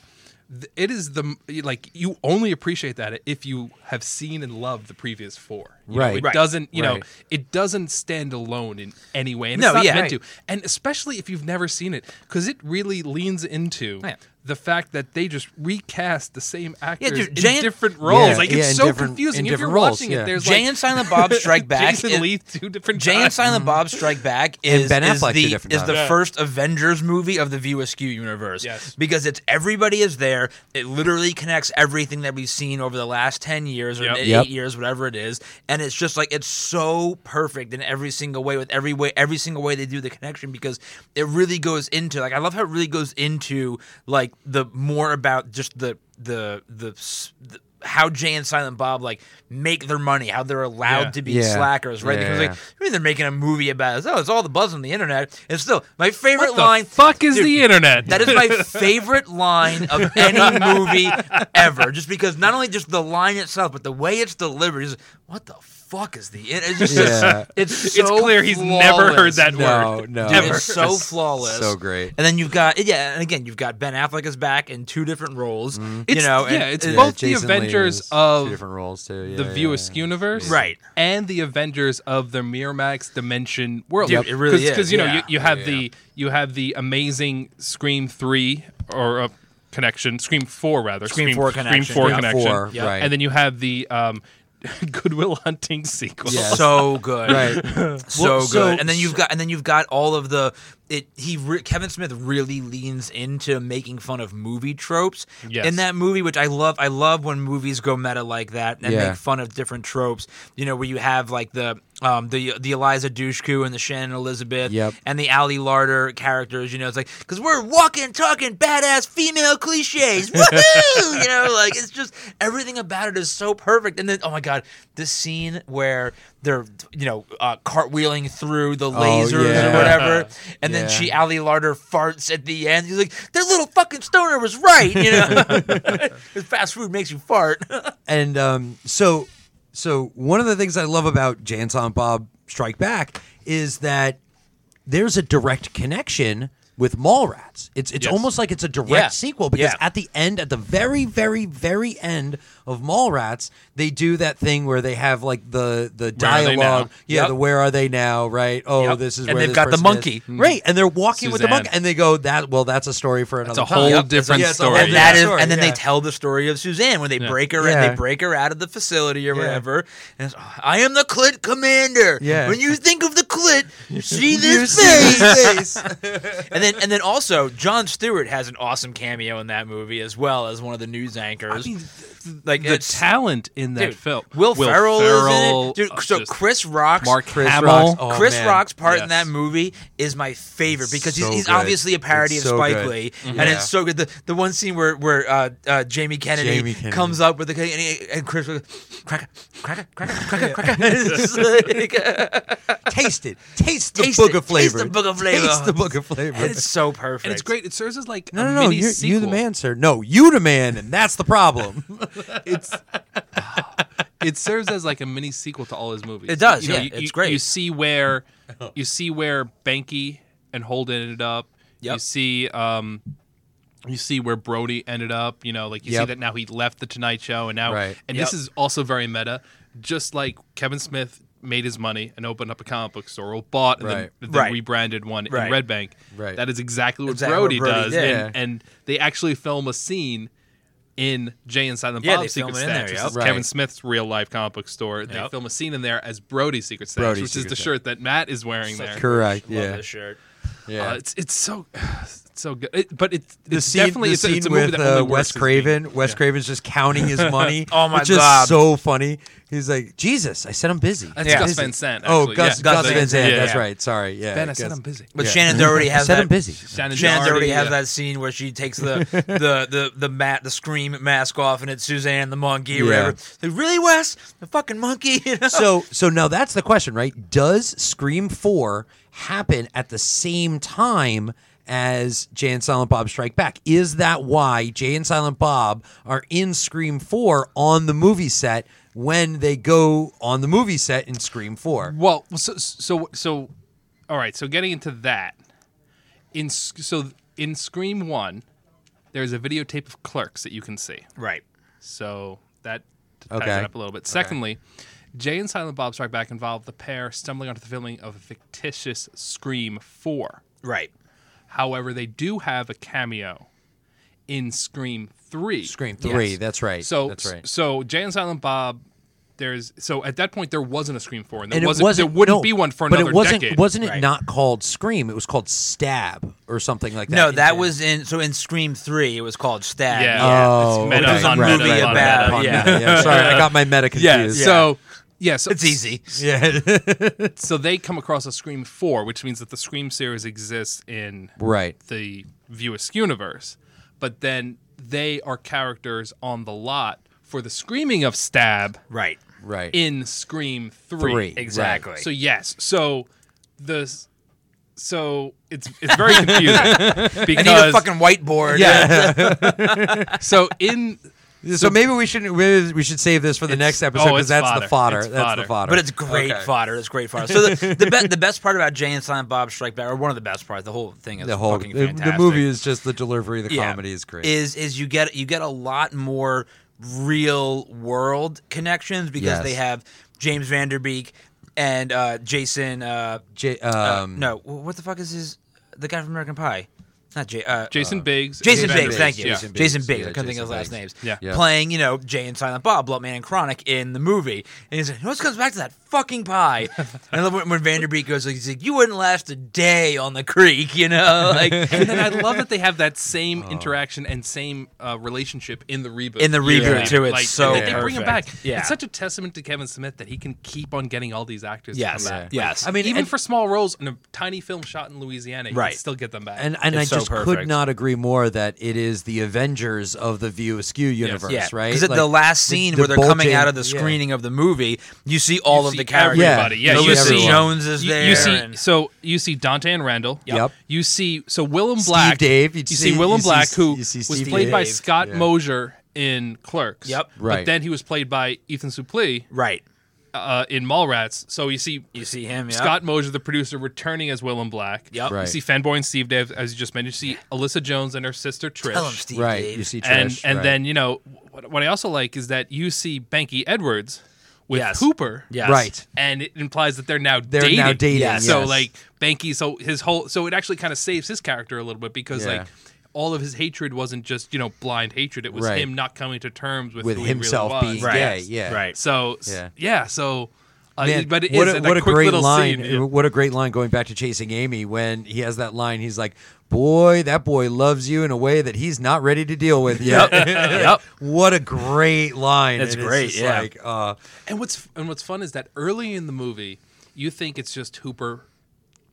[SPEAKER 5] th- It is the like you only appreciate that if you have seen and loved the previous four. You know,
[SPEAKER 3] Right.
[SPEAKER 5] it
[SPEAKER 3] Right.
[SPEAKER 5] doesn't you know
[SPEAKER 3] Right.
[SPEAKER 5] it doesn't stand alone in any way. And
[SPEAKER 4] No,
[SPEAKER 5] it's not
[SPEAKER 4] yeah.
[SPEAKER 5] meant
[SPEAKER 4] Right.
[SPEAKER 5] to and especially if you've never seen it, because it really leans into
[SPEAKER 4] Oh, Yeah.
[SPEAKER 5] the fact that they just recast the same actors
[SPEAKER 4] dude,
[SPEAKER 5] in
[SPEAKER 4] Jay and-
[SPEAKER 5] different roles.
[SPEAKER 3] Yeah,
[SPEAKER 5] like
[SPEAKER 3] yeah,
[SPEAKER 5] it's
[SPEAKER 3] in
[SPEAKER 5] so
[SPEAKER 3] different- in
[SPEAKER 5] confusing. If you're
[SPEAKER 3] different roles,
[SPEAKER 5] watching
[SPEAKER 3] yeah.
[SPEAKER 5] it, there's
[SPEAKER 4] Jay
[SPEAKER 5] like
[SPEAKER 4] and Silent Bob Strike Back.
[SPEAKER 5] Jason
[SPEAKER 4] is-
[SPEAKER 5] Lee two different
[SPEAKER 4] Jay and
[SPEAKER 5] times.
[SPEAKER 4] Silent Bob Strike Back is
[SPEAKER 3] Mm-hmm. Ben
[SPEAKER 4] is
[SPEAKER 3] Affleck two
[SPEAKER 4] the,
[SPEAKER 3] different
[SPEAKER 4] is the
[SPEAKER 3] times.
[SPEAKER 4] first Avengers movie of the View Askew universe.
[SPEAKER 5] Yes.
[SPEAKER 4] Because it's everybody is there. It literally connects everything that we've seen over the last 10 years or
[SPEAKER 5] Yep.
[SPEAKER 4] eight
[SPEAKER 3] Yep.
[SPEAKER 4] years, whatever it is. And it's just like, it's so perfect in every single way, with every way, every single way they do the connection because it really goes into, like, I love how it really goes into, like, the more about just the, the, the, s- the how Jay and Silent Bob like make their money, how they're allowed
[SPEAKER 5] Yeah.
[SPEAKER 4] to be
[SPEAKER 3] Yeah.
[SPEAKER 4] slackers, right?
[SPEAKER 3] Yeah,
[SPEAKER 4] because like
[SPEAKER 3] yeah.
[SPEAKER 4] I mean, they're making a movie about it. Oh, it's all the buzz on the internet. And still, my favorite
[SPEAKER 5] What the
[SPEAKER 4] line.
[SPEAKER 5] fuck is
[SPEAKER 4] Dude,
[SPEAKER 5] the internet?
[SPEAKER 4] That is my favorite line of any movie ever. Just because not only just the line itself, but the way it's delivered is what the fuck is the internet? It's, just-
[SPEAKER 3] Yeah.
[SPEAKER 4] it's
[SPEAKER 5] it's
[SPEAKER 4] so
[SPEAKER 5] clear he's never
[SPEAKER 4] flawless.
[SPEAKER 5] heard that
[SPEAKER 3] No,
[SPEAKER 5] word.
[SPEAKER 3] no.
[SPEAKER 4] Dude,
[SPEAKER 5] ever.
[SPEAKER 4] it's so flawless,
[SPEAKER 3] So great.
[SPEAKER 4] And then you've got yeah, and again you've got Ben Affleck is back in two different roles. You
[SPEAKER 5] Mm. It's-
[SPEAKER 4] know, and-
[SPEAKER 5] yeah, it's
[SPEAKER 4] and-
[SPEAKER 5] both the
[SPEAKER 3] Jason Lee
[SPEAKER 5] Avengers
[SPEAKER 3] is
[SPEAKER 5] of
[SPEAKER 3] two different roles too. Yeah,
[SPEAKER 5] the
[SPEAKER 3] yeah,
[SPEAKER 5] View
[SPEAKER 3] yeah.
[SPEAKER 5] Askew universe,
[SPEAKER 4] Right.
[SPEAKER 5] and the Avengers of the Miramax dimension world.
[SPEAKER 4] Dude, it really is,
[SPEAKER 5] because you know
[SPEAKER 4] yeah.
[SPEAKER 5] you, you have the you have the amazing Scream three or uh, connection, Scream four rather,
[SPEAKER 4] Scream 4 connection,
[SPEAKER 5] Scream four
[SPEAKER 4] yeah.
[SPEAKER 5] connection,
[SPEAKER 3] Four, Yeah. right.
[SPEAKER 5] and then you have the um, Goodwill Hunting sequel.
[SPEAKER 4] so good,
[SPEAKER 3] Right.
[SPEAKER 4] so
[SPEAKER 3] Well,
[SPEAKER 4] good.
[SPEAKER 3] so-
[SPEAKER 4] and then you've got and then you've got all of the it. He re, Kevin Smith really leans into making fun of movie tropes
[SPEAKER 5] Yes.
[SPEAKER 4] in that movie, which I love. I love when movies go meta like that and
[SPEAKER 3] Yeah.
[SPEAKER 4] make fun of different tropes. You know, where you have like the um the the Eliza Dushku and the Shannon Elizabeth
[SPEAKER 3] Yep.
[SPEAKER 4] and the Ali Larder characters. You know, it's like because we're walking, talking badass female cliches. Woohoo! you know, like it's just everything about it is so perfect. And then oh my god, this scene where they're you know uh, cartwheeling through the lasers
[SPEAKER 3] Oh, yeah.
[SPEAKER 4] or whatever, and
[SPEAKER 3] Yeah.
[SPEAKER 4] then she Ali Larder farts at the end. He's like, that little fucking stoner was right. You know, fast food makes you fart.
[SPEAKER 3] and um, so so one of the things I love about Jay and Silent Bob Strike Back is that there's a direct connection with Mallrats. It's it's
[SPEAKER 5] Yes.
[SPEAKER 3] almost like it's a direct
[SPEAKER 4] Yeah.
[SPEAKER 3] sequel because
[SPEAKER 4] Yeah.
[SPEAKER 3] at the end, at the very very very end of Mallrats, they do that thing where they have like the the
[SPEAKER 5] Where are they
[SPEAKER 3] dialogue.
[SPEAKER 5] now?
[SPEAKER 3] Yeah,
[SPEAKER 4] Yep.
[SPEAKER 3] the where are they now? Right. Oh,
[SPEAKER 4] Yep.
[SPEAKER 3] this is
[SPEAKER 4] And
[SPEAKER 3] where
[SPEAKER 4] they've
[SPEAKER 3] this
[SPEAKER 4] got the
[SPEAKER 3] person
[SPEAKER 4] monkey.
[SPEAKER 3] is. Right, and they're walking with the
[SPEAKER 5] Suzanne.
[SPEAKER 3] monkey, and they go that. Well, that's a story for another.
[SPEAKER 5] a
[SPEAKER 3] time."
[SPEAKER 5] whole
[SPEAKER 3] Yep.
[SPEAKER 5] different
[SPEAKER 3] Yeah, it's a whole
[SPEAKER 5] story.
[SPEAKER 4] and that
[SPEAKER 3] different
[SPEAKER 4] is,
[SPEAKER 3] story,
[SPEAKER 4] and then
[SPEAKER 3] yeah.
[SPEAKER 4] they tell the story of Suzanne when they break her and
[SPEAKER 3] Yeah.
[SPEAKER 4] they break her out of the facility or whatever. And it's, "Oh, I am the clit commander.
[SPEAKER 3] Yeah.
[SPEAKER 4] When you think of the clit, you see
[SPEAKER 3] You
[SPEAKER 4] this
[SPEAKER 3] see
[SPEAKER 4] face.
[SPEAKER 3] this face.
[SPEAKER 4] and then and then also John Stewart has an awesome cameo in that movie as well as one of the news anchors. like
[SPEAKER 5] the
[SPEAKER 4] it's-
[SPEAKER 5] talent in that
[SPEAKER 4] dude,
[SPEAKER 5] film.
[SPEAKER 4] Will, Ferrell,
[SPEAKER 5] Ferrell,
[SPEAKER 4] is in it.
[SPEAKER 5] uh,
[SPEAKER 4] Dude, so
[SPEAKER 5] just
[SPEAKER 4] Chris Rock's
[SPEAKER 5] Mark
[SPEAKER 3] Chris
[SPEAKER 5] Hamill.
[SPEAKER 3] Rock's- oh,
[SPEAKER 4] Chris
[SPEAKER 3] man.
[SPEAKER 4] Rock's part in
[SPEAKER 5] Yes.
[SPEAKER 4] that movie is my favorite because he's,
[SPEAKER 3] so
[SPEAKER 4] he's
[SPEAKER 3] good.
[SPEAKER 4] obviously a parody
[SPEAKER 3] It's
[SPEAKER 4] of
[SPEAKER 3] so
[SPEAKER 4] Spike
[SPEAKER 3] good.
[SPEAKER 4] Lee,
[SPEAKER 3] Mhm.
[SPEAKER 4] and
[SPEAKER 3] Yeah.
[SPEAKER 4] it's so good. The the one scene where where uh, uh, Jamie, Kennedy
[SPEAKER 3] Jamie Kennedy.
[SPEAKER 4] comes up with the and, he, and Chris goes, cracker cracker cracker cracker cracker. It's like-
[SPEAKER 3] taste it. Taste the
[SPEAKER 4] Taste
[SPEAKER 3] book
[SPEAKER 4] it.
[SPEAKER 3] of
[SPEAKER 4] Taste
[SPEAKER 3] flavor.
[SPEAKER 4] the book of flavor.
[SPEAKER 3] Taste the book of flavor.
[SPEAKER 4] and it's so perfect.
[SPEAKER 5] and it's great. It serves as like
[SPEAKER 3] no,
[SPEAKER 5] a
[SPEAKER 3] no, no.
[SPEAKER 5] mini
[SPEAKER 3] You're, you the
[SPEAKER 5] sequel.
[SPEAKER 3] man, sir. No, you the man, and that's the problem.
[SPEAKER 5] it's it serves as like a mini sequel to all his movies.
[SPEAKER 4] It does,
[SPEAKER 5] You
[SPEAKER 4] yeah, it's
[SPEAKER 5] you,
[SPEAKER 4] great.
[SPEAKER 5] You see where
[SPEAKER 4] Oh.
[SPEAKER 5] you see where Banky and Holden ended up. You
[SPEAKER 4] Yep.
[SPEAKER 5] see um you see where Brody ended up, you know, like you see
[SPEAKER 3] Yep.
[SPEAKER 5] that now he left the Tonight Show and now
[SPEAKER 3] Right.
[SPEAKER 5] and this
[SPEAKER 4] Yep.
[SPEAKER 5] is also very meta. Just like Kevin Smith made his money and opened up a comic book store or bought and
[SPEAKER 3] Right.
[SPEAKER 5] then, then
[SPEAKER 4] Right.
[SPEAKER 5] rebranded one
[SPEAKER 4] Right.
[SPEAKER 5] in Red Bank.
[SPEAKER 3] Right.
[SPEAKER 5] That is exactly what
[SPEAKER 4] Exactly what
[SPEAKER 5] Brody,
[SPEAKER 4] Brody
[SPEAKER 5] does.
[SPEAKER 4] did.
[SPEAKER 5] And, and they actually film a scene in Jay and Silent
[SPEAKER 4] Yeah, they
[SPEAKER 5] Bob's Secret
[SPEAKER 4] film it in there,
[SPEAKER 5] Stash. This
[SPEAKER 4] yep.
[SPEAKER 5] is
[SPEAKER 3] Right.
[SPEAKER 5] Kevin Smith's real life comic book store. They
[SPEAKER 4] Yep.
[SPEAKER 5] film a scene in there as Brody's Secret Stash,
[SPEAKER 3] Brody's
[SPEAKER 5] which
[SPEAKER 3] Secret
[SPEAKER 5] is the
[SPEAKER 3] Stash.
[SPEAKER 5] shirt that Matt is wearing there.
[SPEAKER 3] Correct.
[SPEAKER 4] Love
[SPEAKER 3] Yeah.
[SPEAKER 4] this shirt.
[SPEAKER 5] Uh,
[SPEAKER 3] Yeah.
[SPEAKER 5] it's it's so so good. It, but it,
[SPEAKER 3] The
[SPEAKER 5] it's
[SPEAKER 3] scene,
[SPEAKER 5] definitely
[SPEAKER 3] the
[SPEAKER 5] it's, a-
[SPEAKER 3] scene
[SPEAKER 5] it's a movie
[SPEAKER 3] with
[SPEAKER 5] that only
[SPEAKER 3] uh,
[SPEAKER 5] works
[SPEAKER 3] Wes
[SPEAKER 5] as being-
[SPEAKER 3] Craven. Wes Craven's just counting his money.
[SPEAKER 4] Oh, my
[SPEAKER 3] which is
[SPEAKER 4] God.
[SPEAKER 3] so funny. He's like, Jesus, I said I'm busy.
[SPEAKER 5] That's
[SPEAKER 4] Yeah.
[SPEAKER 5] Gus
[SPEAKER 3] Busy.
[SPEAKER 5] Van Sant.
[SPEAKER 3] Oh,
[SPEAKER 5] actually.
[SPEAKER 3] Gus,
[SPEAKER 5] Yeah.
[SPEAKER 3] Gus
[SPEAKER 4] Gus
[SPEAKER 3] Van
[SPEAKER 4] Van
[SPEAKER 3] Sant.
[SPEAKER 5] Yeah,
[SPEAKER 3] That's
[SPEAKER 5] yeah.
[SPEAKER 3] right. Sorry. Yeah.
[SPEAKER 5] Ben, I said
[SPEAKER 3] Gus.
[SPEAKER 5] I'm busy.
[SPEAKER 4] But
[SPEAKER 3] Yeah.
[SPEAKER 4] Shannon already
[SPEAKER 3] I
[SPEAKER 4] has
[SPEAKER 3] said
[SPEAKER 4] that.
[SPEAKER 3] I'm busy.
[SPEAKER 5] Shannon
[SPEAKER 4] Shannon already
[SPEAKER 5] Doherty,
[SPEAKER 4] has
[SPEAKER 5] yeah.
[SPEAKER 4] that scene where she takes the the the the mat the scream mask off, and it's Suzanne the monkey.
[SPEAKER 3] Yeah.
[SPEAKER 4] or Whatever. Like, really, Wes? The fucking monkey. You know?
[SPEAKER 3] so so now that's the question, right? Does Scream Four happen at the same time as Jay and Silent Bob Strike Back? Is that why Jay and Silent Bob are in Scream Four on the movie set when they go on the movie set in Scream Four?
[SPEAKER 5] Well, so so so, all right. So getting into that, in S- so in Scream One, there is a videotape of Clerks that you can see.
[SPEAKER 4] right.
[SPEAKER 5] So that ties
[SPEAKER 3] Okay.
[SPEAKER 5] it up a little bit. Secondly, Jay and Silent Bob Strike Back involved the pair stumbling onto the filming of a fictitious Scream Four.
[SPEAKER 4] Right.
[SPEAKER 5] However, they do have a cameo in Scream Three.
[SPEAKER 3] Scream Three. That's right.
[SPEAKER 5] So
[SPEAKER 3] that's right.
[SPEAKER 5] So Jay and Silent Bob. There's so at that point there wasn't a Scream Four, and there
[SPEAKER 3] And it
[SPEAKER 5] wasn't,
[SPEAKER 3] wasn't.
[SPEAKER 5] there wouldn't
[SPEAKER 3] no,
[SPEAKER 5] be one for
[SPEAKER 3] but
[SPEAKER 5] another
[SPEAKER 3] it wasn't.
[SPEAKER 5] decade.
[SPEAKER 3] Wasn't it
[SPEAKER 4] Right.
[SPEAKER 3] not called Scream? It was called Stab or something like that.
[SPEAKER 4] No,
[SPEAKER 3] in
[SPEAKER 4] that
[SPEAKER 3] Jay-
[SPEAKER 4] was in so in Scream three, it was called Stab.
[SPEAKER 5] Yeah.
[SPEAKER 3] Oh,
[SPEAKER 5] It's meta
[SPEAKER 3] okay.
[SPEAKER 5] on
[SPEAKER 3] Right,
[SPEAKER 5] movie
[SPEAKER 3] right,
[SPEAKER 5] about
[SPEAKER 3] right,
[SPEAKER 5] it.
[SPEAKER 3] upon
[SPEAKER 4] Yeah.
[SPEAKER 3] meta. Sorry, I got my meta
[SPEAKER 5] yeah,
[SPEAKER 3] confused.
[SPEAKER 5] So yeah, so
[SPEAKER 4] It's easy.
[SPEAKER 3] Yeah.
[SPEAKER 5] So they come across a Scream Four, which means that the Scream series exists in
[SPEAKER 3] right.
[SPEAKER 5] the View Askew universe, but then they are characters on the lot for the screaming of Stab
[SPEAKER 4] Right.
[SPEAKER 3] Right.
[SPEAKER 5] in Scream Three.
[SPEAKER 3] Three.
[SPEAKER 4] Exactly.
[SPEAKER 5] So yes, so the so it's it's very confusing
[SPEAKER 4] I need a
[SPEAKER 5] because
[SPEAKER 4] fucking whiteboard.
[SPEAKER 5] yeah. so in
[SPEAKER 3] so maybe we should maybe we should save this for the
[SPEAKER 5] It's-
[SPEAKER 3] next episode
[SPEAKER 5] oh,
[SPEAKER 3] because
[SPEAKER 5] it's
[SPEAKER 3] that's the
[SPEAKER 5] fodder.
[SPEAKER 3] fodder.
[SPEAKER 5] It's
[SPEAKER 3] that's the
[SPEAKER 5] fodder.
[SPEAKER 3] fodder.
[SPEAKER 4] But it's great
[SPEAKER 3] Okay.
[SPEAKER 4] fodder. It's great fodder. So the the, be- the best part about Jay and Silent Bob Strike Back, or one of the best parts, the whole thing is
[SPEAKER 3] the whole
[SPEAKER 4] fucking
[SPEAKER 3] the,
[SPEAKER 4] fantastic.
[SPEAKER 3] the movie is just the delivery. The
[SPEAKER 4] Yeah.
[SPEAKER 3] comedy is great.
[SPEAKER 4] Is is you get you get a lot more real world connections because
[SPEAKER 3] Yes.
[SPEAKER 4] they have James Vanderbeek and uh, Jason. Uh,
[SPEAKER 3] J-
[SPEAKER 4] uh,
[SPEAKER 3] um,
[SPEAKER 4] no, wh- what the fuck is his? The guy from American Pie. Not Jay. Uh,
[SPEAKER 5] Jason Biggs,
[SPEAKER 4] Jason
[SPEAKER 5] Biggs,
[SPEAKER 4] Biggs, thank you.
[SPEAKER 5] yeah.
[SPEAKER 4] Jason Biggs,
[SPEAKER 3] Yeah,
[SPEAKER 4] I couldn't think
[SPEAKER 3] Jason
[SPEAKER 4] of his last
[SPEAKER 3] Biggs.
[SPEAKER 4] names.
[SPEAKER 5] Yeah.
[SPEAKER 3] Yeah.
[SPEAKER 4] Playing, you know, Jay and Silent Bob, Bloodman and Chronic in the movie. And he's like, it always comes back to that fucking pie. and I love when, when Vanderbeek goes, like, he's like, you wouldn't last a day on the creek, you know? Like,
[SPEAKER 5] and then I love that they have that same interaction and same uh, relationship in the reboot.
[SPEAKER 4] Oh. In the
[SPEAKER 5] Years
[SPEAKER 4] reboot,
[SPEAKER 5] later.
[SPEAKER 4] too, it's
[SPEAKER 5] Like,
[SPEAKER 4] so
[SPEAKER 5] they, they bring him back.
[SPEAKER 4] perfect. Yeah.
[SPEAKER 5] It's such a testament to Kevin Smith that he can keep on getting all these actors.
[SPEAKER 4] yes,
[SPEAKER 5] to come back.
[SPEAKER 4] yes.
[SPEAKER 3] I mean,
[SPEAKER 5] even
[SPEAKER 3] and-
[SPEAKER 5] for small roles in a tiny film shot in Louisiana, you
[SPEAKER 4] Right.
[SPEAKER 5] can still get them back.
[SPEAKER 3] and and I
[SPEAKER 4] It's so
[SPEAKER 3] just could
[SPEAKER 4] perfect.
[SPEAKER 3] not agree more that it is the Avengers of the View Askew universe,
[SPEAKER 4] yeah,
[SPEAKER 3] right?
[SPEAKER 4] Because at
[SPEAKER 3] Like,
[SPEAKER 4] the last scene
[SPEAKER 3] the
[SPEAKER 4] where they're coming
[SPEAKER 3] bulging-
[SPEAKER 4] out of the
[SPEAKER 3] yeah.
[SPEAKER 4] screening of the movie, you see all
[SPEAKER 5] You
[SPEAKER 4] of
[SPEAKER 5] see
[SPEAKER 4] the characters.
[SPEAKER 5] everybody. Yeah,
[SPEAKER 3] you
[SPEAKER 4] Ulysses
[SPEAKER 3] see-
[SPEAKER 4] Jones is
[SPEAKER 5] you,
[SPEAKER 4] there.
[SPEAKER 5] you see,
[SPEAKER 4] and-
[SPEAKER 5] so you see Dante and Randall.
[SPEAKER 3] Yep.
[SPEAKER 5] You see, so Willem Black.
[SPEAKER 3] Dave,
[SPEAKER 5] You
[SPEAKER 3] you'd
[SPEAKER 5] see
[SPEAKER 3] see-
[SPEAKER 5] Willem
[SPEAKER 3] you see-
[SPEAKER 5] Black, who
[SPEAKER 3] you see
[SPEAKER 5] was
[SPEAKER 3] Steve
[SPEAKER 5] played by
[SPEAKER 4] Dave.
[SPEAKER 5] Scott
[SPEAKER 3] Yeah.
[SPEAKER 5] Mosier in Clerks.
[SPEAKER 4] Yep.
[SPEAKER 5] But
[SPEAKER 3] Right.
[SPEAKER 5] then he was played by Ethan Suplee
[SPEAKER 4] right.
[SPEAKER 5] uh, in Mallrats. So you see
[SPEAKER 4] You see him, yeah.
[SPEAKER 5] Scott Mosier, the producer, returning as Willem Black.
[SPEAKER 4] Yep.
[SPEAKER 3] Right.
[SPEAKER 5] You see Fanboy and Steve Dave, as you just mentioned. You see Alyssa Jones and her sister Trish.
[SPEAKER 4] Tell him, Steve.
[SPEAKER 3] right,
[SPEAKER 4] Dave.
[SPEAKER 3] you see Trish,
[SPEAKER 5] and and
[SPEAKER 3] right.
[SPEAKER 5] then you know what, what I also like is that you see Banky Edwards with
[SPEAKER 4] Yes.
[SPEAKER 5] Hooper.
[SPEAKER 4] Yes.
[SPEAKER 3] right,
[SPEAKER 5] and it implies that they're now
[SPEAKER 3] They're
[SPEAKER 5] dating.
[SPEAKER 3] now dating, Yes.
[SPEAKER 5] So
[SPEAKER 3] yes.
[SPEAKER 5] like Banky, so his whole so it actually kind of saves his character a little bit because
[SPEAKER 3] Yeah.
[SPEAKER 5] like all of his hatred wasn't just you know blind hatred. It was
[SPEAKER 3] Right.
[SPEAKER 5] him not coming to terms with,
[SPEAKER 3] with
[SPEAKER 5] who he
[SPEAKER 3] himself
[SPEAKER 5] really was.
[SPEAKER 3] being
[SPEAKER 4] Right.
[SPEAKER 3] gay, yeah,
[SPEAKER 4] Right.
[SPEAKER 5] So
[SPEAKER 3] Yeah.
[SPEAKER 5] yeah, yeah so. Uh,
[SPEAKER 3] Man,
[SPEAKER 5] but it is
[SPEAKER 3] what a,
[SPEAKER 5] that
[SPEAKER 3] what a
[SPEAKER 5] quick
[SPEAKER 3] great
[SPEAKER 5] little
[SPEAKER 3] line!
[SPEAKER 5] Scene, yeah.
[SPEAKER 3] What a great line going back to chasing Amy when he has that line. He's like, "Boy, that boy loves you in a way that he's not ready to deal with yet."
[SPEAKER 4] Yep.
[SPEAKER 3] what a great line!
[SPEAKER 4] That's
[SPEAKER 3] And
[SPEAKER 4] great,
[SPEAKER 3] just
[SPEAKER 4] yeah.
[SPEAKER 3] like, uh,
[SPEAKER 5] And what's and what's fun is that early in the movie, you think it's just Hooper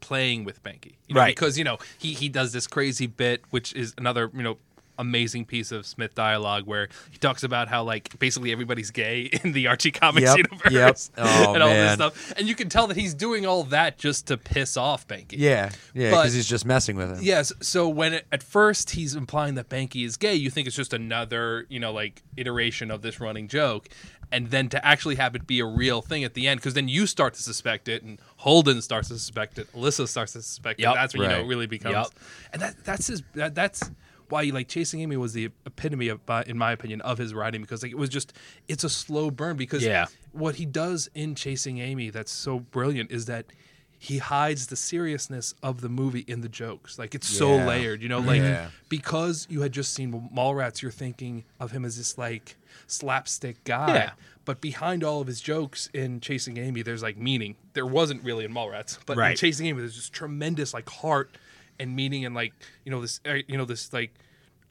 [SPEAKER 5] playing with Banky, you know,
[SPEAKER 4] Right.
[SPEAKER 5] Because you know he he does this crazy bit, which is another you know amazing piece of Smith dialogue where he talks about how like basically everybody's gay in the Archie comics
[SPEAKER 3] Yep,
[SPEAKER 5] universe
[SPEAKER 3] yep. Oh,
[SPEAKER 5] and all
[SPEAKER 3] man.
[SPEAKER 5] this stuff, and you can tell that he's doing all that just to piss off Banky.
[SPEAKER 3] yeah, yeah,
[SPEAKER 5] But-
[SPEAKER 3] because he's just messing with him.
[SPEAKER 5] Yes. So when it, at first he's implying that Banky is gay, you think it's just another, you know, like iteration of this running joke, and then to actually have it be a real thing at the end, because then you start to suspect it, and Holden starts to suspect it, Alyssa starts to suspect
[SPEAKER 4] Yep.
[SPEAKER 5] it. That's when you know
[SPEAKER 3] Right.
[SPEAKER 5] it really becomes.
[SPEAKER 4] Yep.
[SPEAKER 5] And that that's his. That, that's why like chasing Amy was the epitome of, by- in my opinion, of his writing because like it was just it's a slow burn because
[SPEAKER 4] Yeah.
[SPEAKER 5] what he does in Chasing Amy that's so brilliant is that he hides the seriousness of the movie in the jokes. Like it's so
[SPEAKER 3] Yeah.
[SPEAKER 5] layered, you know, like
[SPEAKER 3] Yeah.
[SPEAKER 5] because you had just seen Mallrats, you're thinking of him as this like slapstick guy.
[SPEAKER 4] Yeah.
[SPEAKER 5] But behind all of his jokes in Chasing Amy, there's like meaning. There wasn't really in Mallrats, but in
[SPEAKER 4] Right.
[SPEAKER 5] Chasing Amy, there's this tremendous like heart and meaning and like you know this uh, you know this like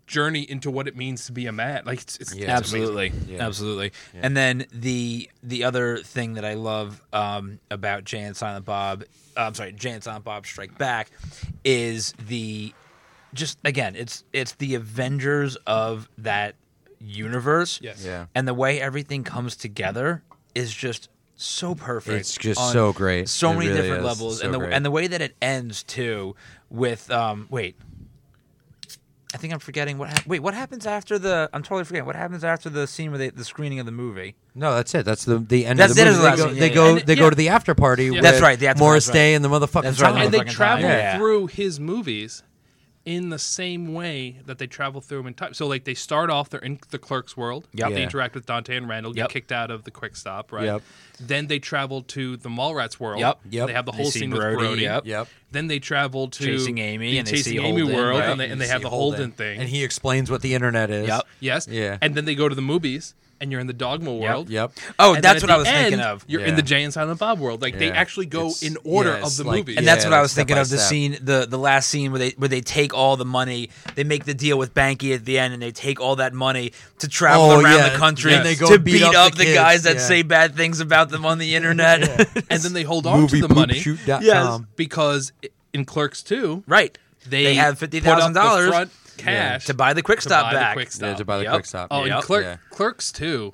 [SPEAKER 5] journey into what it means to be a man. Like it's, it's, it's amazing.
[SPEAKER 4] absolutely, absolutely. And then the the other thing that I love um, about Jay and Silent Bob, uh, I'm sorry, Jay and Silent Bob Strike Back, is the just again, it's it's the Avengers of that universe.
[SPEAKER 5] Yes.
[SPEAKER 2] Yeah.
[SPEAKER 4] and the way everything comes together is just so perfect.
[SPEAKER 2] It's just
[SPEAKER 4] on
[SPEAKER 2] so great.
[SPEAKER 4] So
[SPEAKER 2] It
[SPEAKER 4] many
[SPEAKER 2] really
[SPEAKER 4] different
[SPEAKER 2] is
[SPEAKER 4] levels,
[SPEAKER 2] so
[SPEAKER 4] and the
[SPEAKER 2] great.
[SPEAKER 4] and the way that it ends too with um wait. I think I'm forgetting what hap- wait what happens after the I'm totally forgetting what happens after the scene with the, the screening of the movie.
[SPEAKER 3] No, that's it. That's the the end
[SPEAKER 4] That's
[SPEAKER 3] of the
[SPEAKER 4] it,
[SPEAKER 3] movie.
[SPEAKER 4] it's the
[SPEAKER 3] they
[SPEAKER 4] last
[SPEAKER 3] go,
[SPEAKER 4] one, yeah,
[SPEAKER 3] they,
[SPEAKER 4] yeah.
[SPEAKER 3] go,
[SPEAKER 4] And-
[SPEAKER 3] they go to the after party. with
[SPEAKER 4] That's right, the after
[SPEAKER 3] Morris
[SPEAKER 4] party's right.
[SPEAKER 3] Day and the motherfucking
[SPEAKER 4] That's right, the
[SPEAKER 3] Tom.
[SPEAKER 5] and they
[SPEAKER 4] Motherfucking time,
[SPEAKER 5] travel
[SPEAKER 4] yeah.
[SPEAKER 5] through his movies in the same way that they travel through them in time. So like they start off, they're in the clerk's world.
[SPEAKER 4] Yep.
[SPEAKER 5] They
[SPEAKER 4] Yeah.
[SPEAKER 5] interact with Dante and Randall, get
[SPEAKER 4] Yep.
[SPEAKER 5] kicked out of the quick stop, right?
[SPEAKER 3] Yep.
[SPEAKER 5] Then they travel to the Mallrats world.
[SPEAKER 4] Yep.
[SPEAKER 3] Yep.
[SPEAKER 5] They have the
[SPEAKER 4] They
[SPEAKER 5] whole
[SPEAKER 4] see
[SPEAKER 5] scene
[SPEAKER 4] Brody,
[SPEAKER 5] with Brody.
[SPEAKER 4] yep.
[SPEAKER 3] Yep.
[SPEAKER 5] Then they travel to
[SPEAKER 4] Chasing Amy,
[SPEAKER 5] the
[SPEAKER 4] and they
[SPEAKER 5] chasing
[SPEAKER 4] see
[SPEAKER 5] Amy
[SPEAKER 4] Holden,
[SPEAKER 5] world,
[SPEAKER 4] right?
[SPEAKER 5] and they, and they
[SPEAKER 3] You
[SPEAKER 5] have
[SPEAKER 3] see
[SPEAKER 5] the Holden thing.
[SPEAKER 3] and he explains what the internet is.
[SPEAKER 4] Yep.
[SPEAKER 5] yes,
[SPEAKER 3] Yeah.
[SPEAKER 5] And then they go to the movies, and you're in the Dogma world.
[SPEAKER 3] Yep.
[SPEAKER 4] Oh,
[SPEAKER 5] And then
[SPEAKER 4] that's what
[SPEAKER 5] at the
[SPEAKER 4] I was thinking
[SPEAKER 5] end,
[SPEAKER 4] of.
[SPEAKER 5] You're
[SPEAKER 3] Yeah.
[SPEAKER 5] in the Jay and Silent Bob world. Like they
[SPEAKER 3] Yeah.
[SPEAKER 5] actually go
[SPEAKER 3] It's-
[SPEAKER 5] in order
[SPEAKER 3] yeah,
[SPEAKER 5] of
[SPEAKER 3] it's
[SPEAKER 5] the
[SPEAKER 3] like-
[SPEAKER 5] movies.
[SPEAKER 4] And
[SPEAKER 3] Yeah,
[SPEAKER 4] that's what I
[SPEAKER 3] like
[SPEAKER 4] was
[SPEAKER 3] step
[SPEAKER 4] thinking
[SPEAKER 3] by
[SPEAKER 4] of the
[SPEAKER 3] step.
[SPEAKER 4] scene, the the last scene where they where they take all the money, they make the deal with Banky at the end, and they take all that money to travel
[SPEAKER 3] Oh,
[SPEAKER 4] around
[SPEAKER 3] yeah,
[SPEAKER 4] the country
[SPEAKER 3] and they go
[SPEAKER 4] to
[SPEAKER 3] beat
[SPEAKER 4] beat
[SPEAKER 3] up
[SPEAKER 4] up
[SPEAKER 3] the
[SPEAKER 4] the,
[SPEAKER 3] kids,
[SPEAKER 4] guys that
[SPEAKER 3] yeah.
[SPEAKER 4] say bad things about them on the internet.
[SPEAKER 5] and then they hold on
[SPEAKER 3] Movie Um,
[SPEAKER 5] to the money
[SPEAKER 4] Yes.
[SPEAKER 5] because i- in Clerks 2,
[SPEAKER 4] right?
[SPEAKER 5] they,
[SPEAKER 4] have
[SPEAKER 5] put up
[SPEAKER 4] fifty thousand
[SPEAKER 5] the
[SPEAKER 4] dollars
[SPEAKER 5] front cash
[SPEAKER 4] to buy the quick stop
[SPEAKER 5] buy the
[SPEAKER 4] back.
[SPEAKER 5] Quick Stop.
[SPEAKER 3] Yeah, to buy the
[SPEAKER 4] Yep.
[SPEAKER 3] quick stop.
[SPEAKER 5] Oh,
[SPEAKER 4] Yep.
[SPEAKER 5] and Clerk,
[SPEAKER 3] Yeah.
[SPEAKER 5] Clerks 2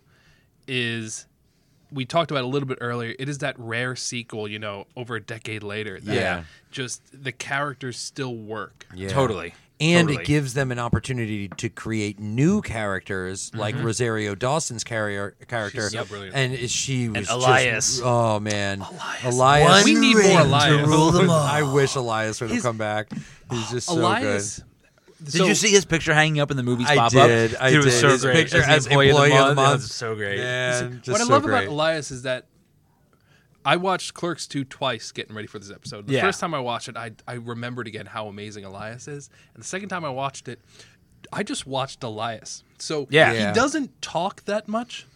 [SPEAKER 5] is we talked about it a little bit earlier. It is that rare sequel, you know, over a decade later. That
[SPEAKER 3] Yeah.
[SPEAKER 5] just the characters still work.
[SPEAKER 3] Yeah.
[SPEAKER 4] Totally.
[SPEAKER 3] And
[SPEAKER 5] Totally.
[SPEAKER 3] it gives them an opportunity to create new characters like Rosario Dawson's carrier, character.
[SPEAKER 5] Mm-hmm. She's so brilliant.
[SPEAKER 3] And it- she was just-
[SPEAKER 4] Elias.
[SPEAKER 3] oh, man. Elias.
[SPEAKER 5] We need more
[SPEAKER 3] ring to
[SPEAKER 5] Elias.
[SPEAKER 3] rule them all. I wish Elias would have come back. He's just so
[SPEAKER 5] Elias.
[SPEAKER 3] good.
[SPEAKER 4] Did you see his picture hanging up in the movies
[SPEAKER 3] I
[SPEAKER 4] pop
[SPEAKER 3] did.
[SPEAKER 4] up?
[SPEAKER 3] I
[SPEAKER 4] Dude, It was
[SPEAKER 3] did.
[SPEAKER 4] so
[SPEAKER 3] His
[SPEAKER 4] great.
[SPEAKER 3] picture
[SPEAKER 4] the
[SPEAKER 3] as Employee of the Month.
[SPEAKER 4] It was so great.
[SPEAKER 3] Man, just
[SPEAKER 5] what I
[SPEAKER 3] so
[SPEAKER 5] love
[SPEAKER 3] great.
[SPEAKER 5] about Elias is that I watched Clerks 2 twice getting ready for this episode. The
[SPEAKER 4] Yeah.
[SPEAKER 5] first time I watched it, I, I remembered again how amazing Elias is. And the second time I watched it, I just watched Elias. So
[SPEAKER 4] Yeah.
[SPEAKER 3] Yeah.
[SPEAKER 5] he doesn't talk that much,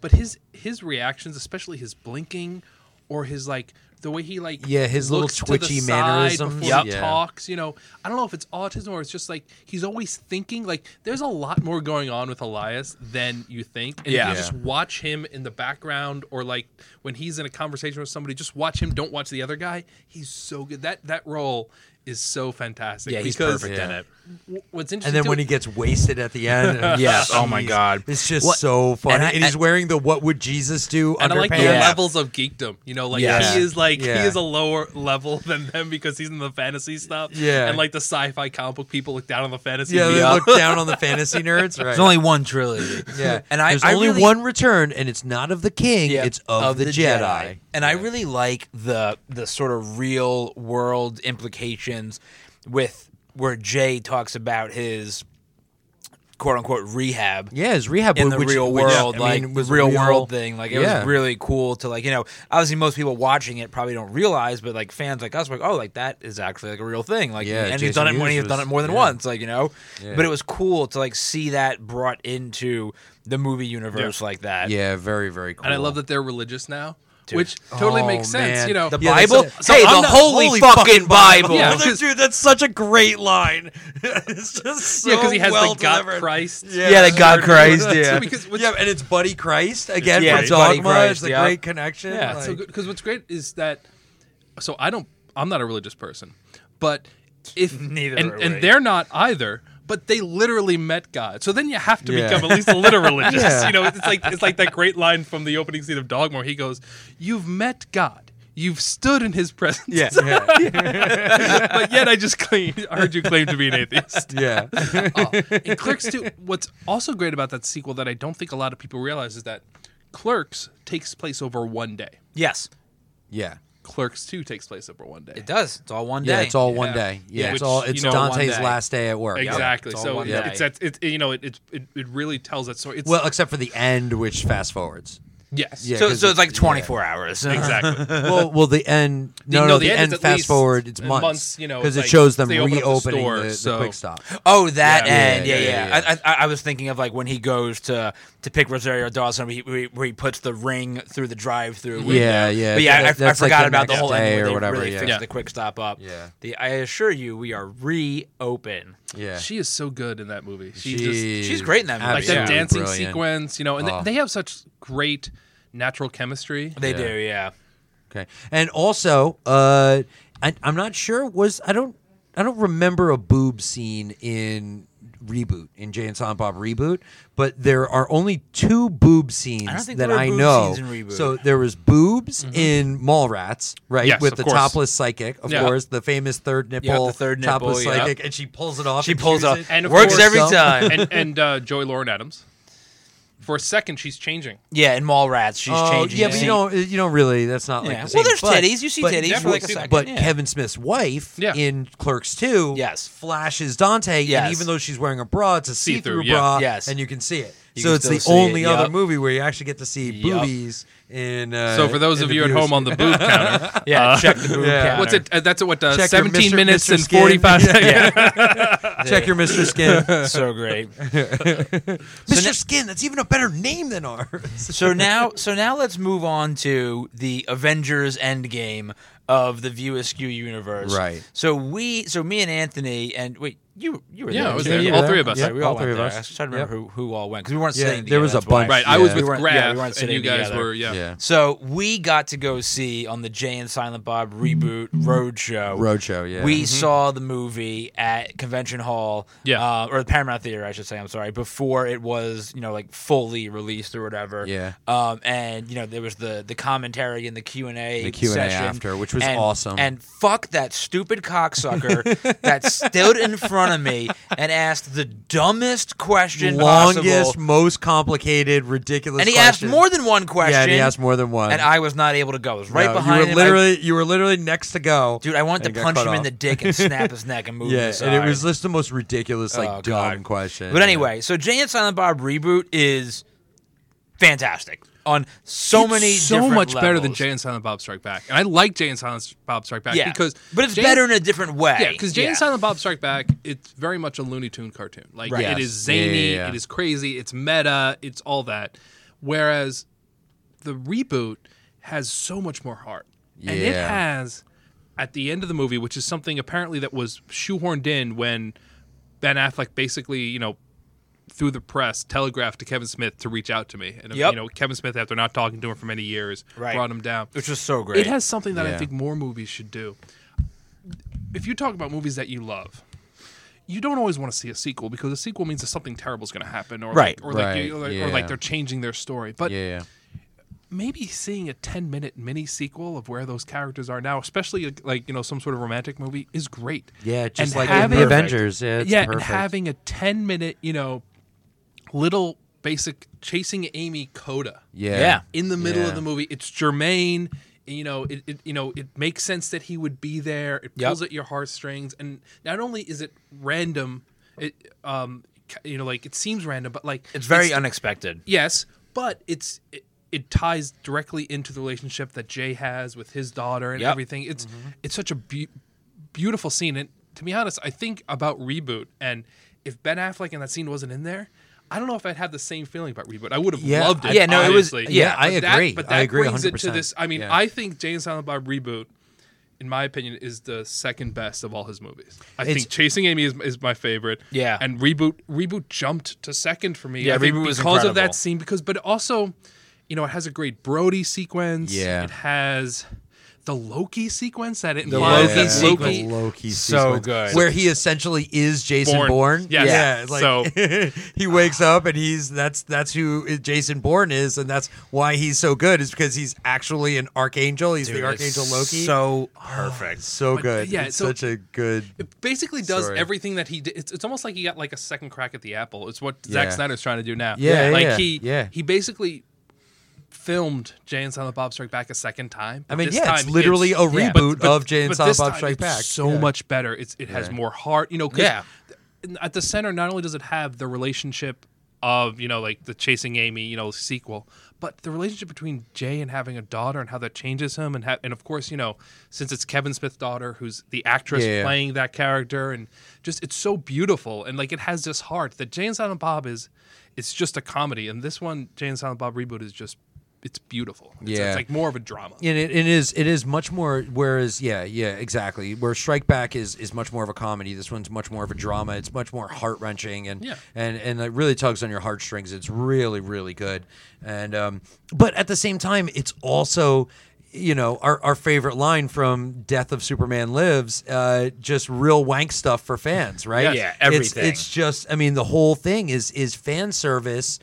[SPEAKER 5] but his his reactions, especially his blinking or his like the way he like
[SPEAKER 3] Yeah, his little
[SPEAKER 5] looks to the
[SPEAKER 3] twitchy
[SPEAKER 5] side
[SPEAKER 3] mannerisms.
[SPEAKER 5] before
[SPEAKER 3] Yep.
[SPEAKER 5] he
[SPEAKER 3] Yeah.
[SPEAKER 5] talks, you know. I don't know if it's autism or it's just like he's always thinking like there's a lot more going on with Elias than you think. And
[SPEAKER 4] Yeah.
[SPEAKER 5] If you just watch him in the background or like when he's in a conversation with somebody, just watch him. Don't watch the other guy. He's so good. That that role is so fantastic.
[SPEAKER 4] Yeah, he's
[SPEAKER 5] because
[SPEAKER 4] perfect in
[SPEAKER 3] Yeah.
[SPEAKER 4] it.
[SPEAKER 5] w- What's interesting,
[SPEAKER 3] And then
[SPEAKER 5] too,
[SPEAKER 3] when he gets wasted at the end,
[SPEAKER 4] Yes. Oh, my
[SPEAKER 3] jeez.
[SPEAKER 4] God.
[SPEAKER 3] it's just
[SPEAKER 4] What-
[SPEAKER 3] so funny.
[SPEAKER 4] and
[SPEAKER 3] And,
[SPEAKER 4] I-
[SPEAKER 3] he's
[SPEAKER 4] I-
[SPEAKER 3] wearing the "What Would Jesus Do"
[SPEAKER 5] and I
[SPEAKER 3] underpants.
[SPEAKER 5] like the
[SPEAKER 4] Yeah.
[SPEAKER 5] levels of geekdom, you know, like
[SPEAKER 4] Yes.
[SPEAKER 5] he is like
[SPEAKER 3] Yeah.
[SPEAKER 5] he is a lower level than them because he's in the fantasy stuff.
[SPEAKER 3] Yeah.
[SPEAKER 5] and like the sci-fi comic book people look down on the fantasy.
[SPEAKER 3] Yeah, they
[SPEAKER 5] people.
[SPEAKER 3] look down on the fantasy nerds. Right.
[SPEAKER 4] There's only one trilogy.
[SPEAKER 3] yeah,
[SPEAKER 4] And I-
[SPEAKER 3] there's
[SPEAKER 4] I
[SPEAKER 3] only
[SPEAKER 4] really-
[SPEAKER 3] one return, and it's not of the king.
[SPEAKER 4] Yeah,
[SPEAKER 3] It's of, the, Jedi.
[SPEAKER 4] And I really like the the sort of real world implications with where Jay talks about his quote unquote rehab.
[SPEAKER 3] Yeah, his rehab
[SPEAKER 4] In
[SPEAKER 3] would-
[SPEAKER 4] the
[SPEAKER 3] which-
[SPEAKER 4] real
[SPEAKER 3] which,
[SPEAKER 4] world,
[SPEAKER 3] I
[SPEAKER 4] like
[SPEAKER 3] mean, was
[SPEAKER 4] the real,
[SPEAKER 3] real-
[SPEAKER 4] world thing, like it
[SPEAKER 3] Yeah.
[SPEAKER 4] was really cool to like you know. Obviously, most people watching it probably don't realize, but like fans like us, were like oh, like that is actually like a real thing. Like,
[SPEAKER 3] Yeah,
[SPEAKER 4] and he's
[SPEAKER 3] Jason
[SPEAKER 4] done it when
[SPEAKER 3] Mewes
[SPEAKER 4] he's done it
[SPEAKER 3] was-
[SPEAKER 4] more than
[SPEAKER 3] yeah.
[SPEAKER 4] once, like you know.
[SPEAKER 3] Yeah.
[SPEAKER 4] But it was cool to like see that brought into the movie universe like that.
[SPEAKER 3] yeah, very very cool.
[SPEAKER 5] and I love that they're religious now, which totally
[SPEAKER 3] Oh,
[SPEAKER 5] makes sense.
[SPEAKER 3] man.
[SPEAKER 5] You know,
[SPEAKER 4] The
[SPEAKER 3] Yeah, that's
[SPEAKER 4] Bible?
[SPEAKER 3] it.
[SPEAKER 4] hey,
[SPEAKER 3] I'm
[SPEAKER 4] the
[SPEAKER 3] not-
[SPEAKER 4] holy, fucking Bible.
[SPEAKER 5] Yeah.
[SPEAKER 3] dude, that's such a great line. it's just so
[SPEAKER 5] yeah, because he has
[SPEAKER 3] well
[SPEAKER 5] the God
[SPEAKER 3] delivered.
[SPEAKER 5] Christ.
[SPEAKER 4] Yeah, the God Christ,
[SPEAKER 5] So
[SPEAKER 4] yeah.
[SPEAKER 5] because what's,
[SPEAKER 3] yeah, and it's Buddy Christ again
[SPEAKER 4] Yeah,
[SPEAKER 3] from
[SPEAKER 4] it's Buddy
[SPEAKER 3] Dogma.
[SPEAKER 4] Christ,
[SPEAKER 3] it's a
[SPEAKER 4] yeah.
[SPEAKER 3] great connection.
[SPEAKER 5] yeah, it's so
[SPEAKER 3] like-
[SPEAKER 5] good because what's great is that. So I don't. I'm not a religious person, but if
[SPEAKER 4] Neither
[SPEAKER 5] and,
[SPEAKER 4] are we.
[SPEAKER 5] and they're not either. But they literally met God, so then you have to
[SPEAKER 3] Yeah.
[SPEAKER 5] become at least a little religious.
[SPEAKER 3] Yeah.
[SPEAKER 5] You know, it's like it's like that great line from the opening scene of Dogma. Where he goes, "You've met God." You've stood in his presence,
[SPEAKER 3] Yeah, yeah,
[SPEAKER 5] but yet I just claim, I heard you claim to be an atheist.
[SPEAKER 3] yeah.
[SPEAKER 5] Oh, And Clerks 2, what's also great about that sequel that I don't think a lot of people realize is that Clerks takes place over one day.
[SPEAKER 4] Yes,
[SPEAKER 3] Yeah.
[SPEAKER 5] Clerks 2 takes place over one day.
[SPEAKER 4] it does. It's all one day.
[SPEAKER 3] Yeah, it's all one
[SPEAKER 5] Yeah.
[SPEAKER 3] day. Yeah,
[SPEAKER 5] Yeah.
[SPEAKER 3] it's
[SPEAKER 5] Which,
[SPEAKER 3] all
[SPEAKER 5] you
[SPEAKER 3] it's
[SPEAKER 5] know, one
[SPEAKER 3] Dante's
[SPEAKER 4] day.
[SPEAKER 3] last day at work.
[SPEAKER 5] Exactly.
[SPEAKER 4] It's all
[SPEAKER 5] So
[SPEAKER 4] one
[SPEAKER 5] it-
[SPEAKER 4] day.
[SPEAKER 5] it's that it's you know it it, it it really tells that story. It's
[SPEAKER 3] Well, except for the end, which fast forwards.
[SPEAKER 5] Yes.
[SPEAKER 3] Yeah,
[SPEAKER 4] so,
[SPEAKER 3] 'cause
[SPEAKER 4] so it's like
[SPEAKER 3] yeah.
[SPEAKER 4] 24 hours.
[SPEAKER 5] Exactly.
[SPEAKER 3] well, well, the end. No, no,
[SPEAKER 5] no,
[SPEAKER 3] the,
[SPEAKER 5] the end
[SPEAKER 3] end.
[SPEAKER 5] is at
[SPEAKER 3] fast
[SPEAKER 5] least
[SPEAKER 3] forward, it's months.
[SPEAKER 5] months, you know,
[SPEAKER 3] because it
[SPEAKER 5] like,
[SPEAKER 3] shows them
[SPEAKER 5] they open up the
[SPEAKER 3] reopening
[SPEAKER 5] store,
[SPEAKER 3] the, the
[SPEAKER 5] so-
[SPEAKER 3] quick stop.
[SPEAKER 4] Oh, that
[SPEAKER 5] Yeah,
[SPEAKER 4] end. Yeah,
[SPEAKER 3] yeah,
[SPEAKER 4] yeah.
[SPEAKER 3] yeah, yeah, yeah.
[SPEAKER 4] I, I, I was thinking of like when he goes to to pick Rosario Dawson, where he, where he- where he puts the ring through the drive-through. window.
[SPEAKER 3] Yeah, yeah.
[SPEAKER 4] But yeah,
[SPEAKER 3] That-
[SPEAKER 4] I- I,
[SPEAKER 3] that's like
[SPEAKER 4] forgot
[SPEAKER 3] the
[SPEAKER 4] about the
[SPEAKER 3] next
[SPEAKER 4] whole end
[SPEAKER 3] day
[SPEAKER 4] where
[SPEAKER 3] or
[SPEAKER 4] they
[SPEAKER 3] whatever,
[SPEAKER 4] really
[SPEAKER 3] yeah.
[SPEAKER 4] fixed
[SPEAKER 5] Yeah.
[SPEAKER 4] the quick stop up.
[SPEAKER 3] Yeah.
[SPEAKER 4] The, I assure you, we are reopen.
[SPEAKER 3] Yeah,
[SPEAKER 5] She is so good in that movie. She just
[SPEAKER 4] she's great in that movie.
[SPEAKER 5] like
[SPEAKER 4] Absolutely
[SPEAKER 5] that dancing
[SPEAKER 3] brilliant.
[SPEAKER 5] sequence, you know, and
[SPEAKER 3] Oh.
[SPEAKER 5] they, they have such great natural chemistry.
[SPEAKER 4] They
[SPEAKER 3] Yeah.
[SPEAKER 4] do, yeah.
[SPEAKER 3] Okay, and also, uh, I, I'm not sure. Was I don't I don't remember a boob scene in reboot in Jay and Silent Bob reboot, but there are only two boob scenes
[SPEAKER 4] think
[SPEAKER 3] that
[SPEAKER 4] there were
[SPEAKER 3] I
[SPEAKER 4] boob
[SPEAKER 3] know.
[SPEAKER 4] scenes in Reboot. Mm-hmm.
[SPEAKER 3] So there was boobs in Mallrats, right?
[SPEAKER 5] Yes,
[SPEAKER 3] With
[SPEAKER 5] of
[SPEAKER 3] the
[SPEAKER 5] course.
[SPEAKER 3] topless psychic, of
[SPEAKER 5] Yeah.
[SPEAKER 3] course, the famous third nipple,
[SPEAKER 4] the third
[SPEAKER 3] topless
[SPEAKER 4] nipple, yeah.
[SPEAKER 3] psychic, and she pulls it off.
[SPEAKER 4] She
[SPEAKER 3] and
[SPEAKER 4] pulls
[SPEAKER 3] shoots
[SPEAKER 4] up.
[SPEAKER 3] it.
[SPEAKER 5] And of
[SPEAKER 4] Works
[SPEAKER 5] course-
[SPEAKER 4] every
[SPEAKER 3] So-
[SPEAKER 4] time.
[SPEAKER 5] and and uh, Joy Lauren Adams. For a second, she's changing.
[SPEAKER 4] yeah, in Mallrats, she's
[SPEAKER 3] Oh,
[SPEAKER 4] changing.
[SPEAKER 3] yeah,
[SPEAKER 4] the
[SPEAKER 3] but you
[SPEAKER 4] scene.
[SPEAKER 3] don't, you don't really. That's not like
[SPEAKER 4] Yeah.
[SPEAKER 3] the
[SPEAKER 4] Well,
[SPEAKER 3] same,
[SPEAKER 4] there's
[SPEAKER 3] but-
[SPEAKER 4] titties. You see
[SPEAKER 3] but-
[SPEAKER 4] titties for like a
[SPEAKER 5] Definitely.
[SPEAKER 4] second.
[SPEAKER 3] But
[SPEAKER 4] yeah.
[SPEAKER 3] Kevin Smith's wife
[SPEAKER 5] Yeah.
[SPEAKER 3] in Clerks 2
[SPEAKER 4] Yes.
[SPEAKER 3] flashes Dante,
[SPEAKER 4] Yes.
[SPEAKER 3] and even though she's wearing a bra, it's a see
[SPEAKER 5] See-through,
[SPEAKER 3] through
[SPEAKER 5] yeah.
[SPEAKER 3] bra,
[SPEAKER 4] Yes.
[SPEAKER 3] and you can see it.
[SPEAKER 4] You
[SPEAKER 3] so
[SPEAKER 4] can
[SPEAKER 3] it's the
[SPEAKER 4] still see
[SPEAKER 3] only
[SPEAKER 4] it,
[SPEAKER 3] other
[SPEAKER 4] yep.
[SPEAKER 3] movie where you actually get to see
[SPEAKER 4] Yep.
[SPEAKER 3] boobies. In uh,
[SPEAKER 5] So for those
[SPEAKER 3] in
[SPEAKER 5] of
[SPEAKER 3] the
[SPEAKER 5] you at
[SPEAKER 3] viewers-
[SPEAKER 5] home on the boob counter,
[SPEAKER 4] Yeah, check the boob
[SPEAKER 3] Yeah.
[SPEAKER 4] counter.
[SPEAKER 5] what's it? Uh, that's what uh,
[SPEAKER 3] Check your
[SPEAKER 5] 17
[SPEAKER 3] Mr.
[SPEAKER 5] minutes
[SPEAKER 3] Mr.
[SPEAKER 5] and
[SPEAKER 3] Skin.
[SPEAKER 5] 45
[SPEAKER 3] Yeah.
[SPEAKER 5] seconds.
[SPEAKER 3] check your Mr. Skin,
[SPEAKER 4] so great.
[SPEAKER 3] Mr. Skin. That's even a better name than ours.
[SPEAKER 4] So now, so now let's move on to the Avengers Endgame of the View Askew universe.
[SPEAKER 3] Right.
[SPEAKER 4] So we, so me and Anthony, and wait, you, you were
[SPEAKER 5] Yeah,
[SPEAKER 4] there.
[SPEAKER 5] I was
[SPEAKER 4] too.
[SPEAKER 5] there.
[SPEAKER 3] Yeah,
[SPEAKER 5] all
[SPEAKER 3] yeah.
[SPEAKER 5] three of us.
[SPEAKER 3] Yeah,
[SPEAKER 4] Sorry, we all,
[SPEAKER 3] all three
[SPEAKER 4] went
[SPEAKER 3] of
[SPEAKER 4] there.
[SPEAKER 3] us.
[SPEAKER 4] I was trying to remember who, who all went because we weren't
[SPEAKER 3] Yeah,
[SPEAKER 4] sitting.
[SPEAKER 3] there was
[SPEAKER 4] together,
[SPEAKER 3] a
[SPEAKER 4] that's why.
[SPEAKER 3] bunch.
[SPEAKER 5] Right, I
[SPEAKER 3] Yeah.
[SPEAKER 5] was
[SPEAKER 4] We
[SPEAKER 5] with
[SPEAKER 4] weren't- yeah, we
[SPEAKER 5] Graf,
[SPEAKER 4] weren't
[SPEAKER 5] and
[SPEAKER 4] sitting
[SPEAKER 5] you guys
[SPEAKER 4] together.
[SPEAKER 5] were yeah.
[SPEAKER 4] So we got to go see on the Jay and Silent Bob reboot Roadshow.
[SPEAKER 3] Mm-hmm. Roadshow, yeah.
[SPEAKER 4] We saw the movie at Convention Hall,
[SPEAKER 5] Yeah.
[SPEAKER 4] uh, or the Paramount Theater, I should say. I'm sorry, before it was, you know, like fully released or whatever.
[SPEAKER 3] Yeah.
[SPEAKER 4] Um, and you know there was the the commentary and the Q and A,
[SPEAKER 3] The Q&A after, which was awesome.
[SPEAKER 4] And fuck that stupid cocksucker that stood in front of me and asked the dumbest question
[SPEAKER 3] Longest,
[SPEAKER 4] possible.
[SPEAKER 3] most complicated, ridiculous.
[SPEAKER 4] And he asked
[SPEAKER 3] question.
[SPEAKER 4] more than one question.
[SPEAKER 3] Yeah, and he asked more than one.
[SPEAKER 4] And I was not able to go. I was right
[SPEAKER 3] No,
[SPEAKER 4] behind
[SPEAKER 3] you were
[SPEAKER 4] him. I-
[SPEAKER 3] literally you were literally next to go,
[SPEAKER 4] dude, I wanted
[SPEAKER 3] and
[SPEAKER 4] to
[SPEAKER 3] got
[SPEAKER 4] punch
[SPEAKER 3] cut
[SPEAKER 4] him in
[SPEAKER 3] off.
[SPEAKER 4] the dick and snap his neck and move him
[SPEAKER 3] Yeah,
[SPEAKER 4] aside.
[SPEAKER 3] and it was just the most ridiculous, like
[SPEAKER 4] Oh, God.
[SPEAKER 3] dumb question.
[SPEAKER 4] But
[SPEAKER 3] Yeah.
[SPEAKER 4] anyway, so Jay and Silent Bob reboot is fantastic on so
[SPEAKER 5] It's
[SPEAKER 4] many,
[SPEAKER 5] so
[SPEAKER 4] different
[SPEAKER 5] much better than
[SPEAKER 4] levels.
[SPEAKER 5] Jay and Silent Bob Strike Back, and I like Jay and Silent Bob Strike Back
[SPEAKER 4] Yeah,
[SPEAKER 5] because,
[SPEAKER 4] but it's
[SPEAKER 5] Jay-
[SPEAKER 4] better in a different way.
[SPEAKER 5] Yeah, because Jay and Silent Bob Strike Back, it's very much a Looney Tune cartoon. Like
[SPEAKER 3] Right.
[SPEAKER 5] it
[SPEAKER 3] Yes.
[SPEAKER 5] is zany,
[SPEAKER 3] Yeah, yeah, yeah.
[SPEAKER 5] it is crazy, it's meta, it's all that. Whereas the reboot has so much more heart, and it
[SPEAKER 3] Yeah.
[SPEAKER 5] has at the end of the movie, which is something apparently that was shoehorned in when Ben Affleck basically, you know. Through the press, telegraphed to Kevin Smith to reach out to me, and
[SPEAKER 4] Yep.
[SPEAKER 5] you know Kevin Smith, after not talking to him for many years,
[SPEAKER 4] Right.
[SPEAKER 5] brought him down.
[SPEAKER 4] which was so great.
[SPEAKER 5] It has something that I
[SPEAKER 3] Yeah.
[SPEAKER 5] think more movies should do. If you talk about movies that you love, you don't always want to see a sequel because a sequel means that something terrible is going to happen, or
[SPEAKER 4] Right,
[SPEAKER 5] like, or like,
[SPEAKER 3] right,
[SPEAKER 5] you- or like-
[SPEAKER 3] yeah.
[SPEAKER 5] or like they're changing their story. But
[SPEAKER 3] yeah,
[SPEAKER 5] maybe seeing a ten-minute mini sequel of where those characters are now, especially like you know some sort of romantic movie, is great.
[SPEAKER 3] yeah, just
[SPEAKER 5] And
[SPEAKER 3] like in
[SPEAKER 5] having-
[SPEAKER 3] the Avengers, yeah, it's
[SPEAKER 5] yeah,
[SPEAKER 3] perfect.
[SPEAKER 5] and having a ten-minute, you know, little basic chasing Amy coda
[SPEAKER 3] yeah,
[SPEAKER 4] Yeah.
[SPEAKER 5] in the middle
[SPEAKER 3] Yeah.
[SPEAKER 5] of the movie. It's Jermaine. You know, it, it you know it makes sense that he would be there. It
[SPEAKER 4] Yep.
[SPEAKER 5] pulls at your heartstrings, and not only is it random, it um ca- you know like it seems random, but like
[SPEAKER 4] It's very unexpected.
[SPEAKER 5] yes, but it's it, it ties directly into the relationship that Jay has with his daughter and
[SPEAKER 4] Yep.
[SPEAKER 5] everything. It's it's such a beau- beautiful scene, and to be honest, I think about reboot and if Ben Affleck and that scene wasn't in there. I don't know if I'd have the same feeling about reboot. I would have
[SPEAKER 3] Yeah,
[SPEAKER 5] loved it.
[SPEAKER 4] yeah, no, it was-
[SPEAKER 5] obviously.
[SPEAKER 4] yeah,
[SPEAKER 5] But
[SPEAKER 3] I
[SPEAKER 5] that-
[SPEAKER 3] agree.
[SPEAKER 5] but
[SPEAKER 3] I
[SPEAKER 5] that
[SPEAKER 3] agree
[SPEAKER 5] brings it to
[SPEAKER 3] 100%.
[SPEAKER 5] this. I mean,
[SPEAKER 3] Yeah.
[SPEAKER 5] I think Jay and Silent Bob reboot, in my opinion, is the second best of all his movies. I
[SPEAKER 3] It's-
[SPEAKER 5] think Chasing Amy is, is my favorite.
[SPEAKER 4] Yeah.
[SPEAKER 5] and reboot reboot jumped to second for me.
[SPEAKER 4] Yeah,
[SPEAKER 5] I think
[SPEAKER 4] Reboot was
[SPEAKER 5] because of
[SPEAKER 4] incredible.
[SPEAKER 5] that scene. Because, but also, you know, it has a great Brody sequence.
[SPEAKER 3] Yeah.
[SPEAKER 5] it has the Loki sequence that it
[SPEAKER 4] The
[SPEAKER 5] implies
[SPEAKER 4] Loki
[SPEAKER 5] that
[SPEAKER 4] sequence.
[SPEAKER 5] Loki.
[SPEAKER 3] Loki
[SPEAKER 4] So
[SPEAKER 3] sequence,
[SPEAKER 4] good.
[SPEAKER 3] where he essentially is Jason
[SPEAKER 5] Bourne.
[SPEAKER 3] Bourne.
[SPEAKER 5] Yes.
[SPEAKER 3] Yeah,
[SPEAKER 5] So-
[SPEAKER 3] like he wakes up and he's that's that's who i- Jason Bourne is, and that's why he's so good is because he's actually an archangel. He's the
[SPEAKER 4] Dude, it's
[SPEAKER 3] archangel Loki.
[SPEAKER 4] So
[SPEAKER 5] Oh,
[SPEAKER 4] perfect.
[SPEAKER 3] So
[SPEAKER 5] But,
[SPEAKER 3] good.
[SPEAKER 5] yeah,
[SPEAKER 3] it's
[SPEAKER 5] so-
[SPEAKER 3] such a good.
[SPEAKER 5] It basically does
[SPEAKER 3] Sorry.
[SPEAKER 5] everything that he did. It's, it's almost like he got like a second crack at the apple. It's what
[SPEAKER 3] Yeah.
[SPEAKER 5] Zack Snyder's trying to do now.
[SPEAKER 3] Yeah, yeah,
[SPEAKER 5] like
[SPEAKER 3] yeah,
[SPEAKER 5] he
[SPEAKER 3] yeah.
[SPEAKER 5] he basically filmed Jay and Silent Bob Strike Back a second time.
[SPEAKER 3] I mean,
[SPEAKER 5] This
[SPEAKER 3] yeah, it's
[SPEAKER 5] time
[SPEAKER 3] literally a
[SPEAKER 5] yeah.
[SPEAKER 3] reboot
[SPEAKER 5] But-
[SPEAKER 3] of Jay and
[SPEAKER 5] but
[SPEAKER 3] Silent
[SPEAKER 5] this
[SPEAKER 3] Bob
[SPEAKER 5] time
[SPEAKER 3] Strike
[SPEAKER 5] it's
[SPEAKER 3] Back.
[SPEAKER 5] So
[SPEAKER 3] Yeah.
[SPEAKER 5] much better. It's it has more heart. You know, 'cause
[SPEAKER 4] Yeah.
[SPEAKER 5] th- at the center, not only does it have the relationship of you know like the Chasing Amy you know sequel. But the relationship between Jay and having a daughter and how that changes him, and ha- and of course you know since it's Kevin Smith's daughter who's the actress
[SPEAKER 3] Yeah, yeah.
[SPEAKER 5] playing that character, and just it's so beautiful and like it has this heart that Jay and Silent Bob is, it's just a comedy, and this one Jay and Silent Bob reboot is just it's beautiful. It's,
[SPEAKER 3] Yeah.
[SPEAKER 5] it's like more of a drama.
[SPEAKER 3] And it, it is it is much more. Whereas, yeah, yeah, exactly. Where Strike Back is is much more of a comedy. This one's much more of a drama. It's much more heart wrenching and
[SPEAKER 5] Yeah.
[SPEAKER 3] and and it really tugs on your heartstrings. It's really really good. And um, but at the same time, it's also you know our, our favorite line from Death of Superman Lives, uh, just real wank stuff for fans, right?
[SPEAKER 4] Yes. Yeah,
[SPEAKER 3] It's-
[SPEAKER 4] everything.
[SPEAKER 3] it's just i mean the whole thing is is fan service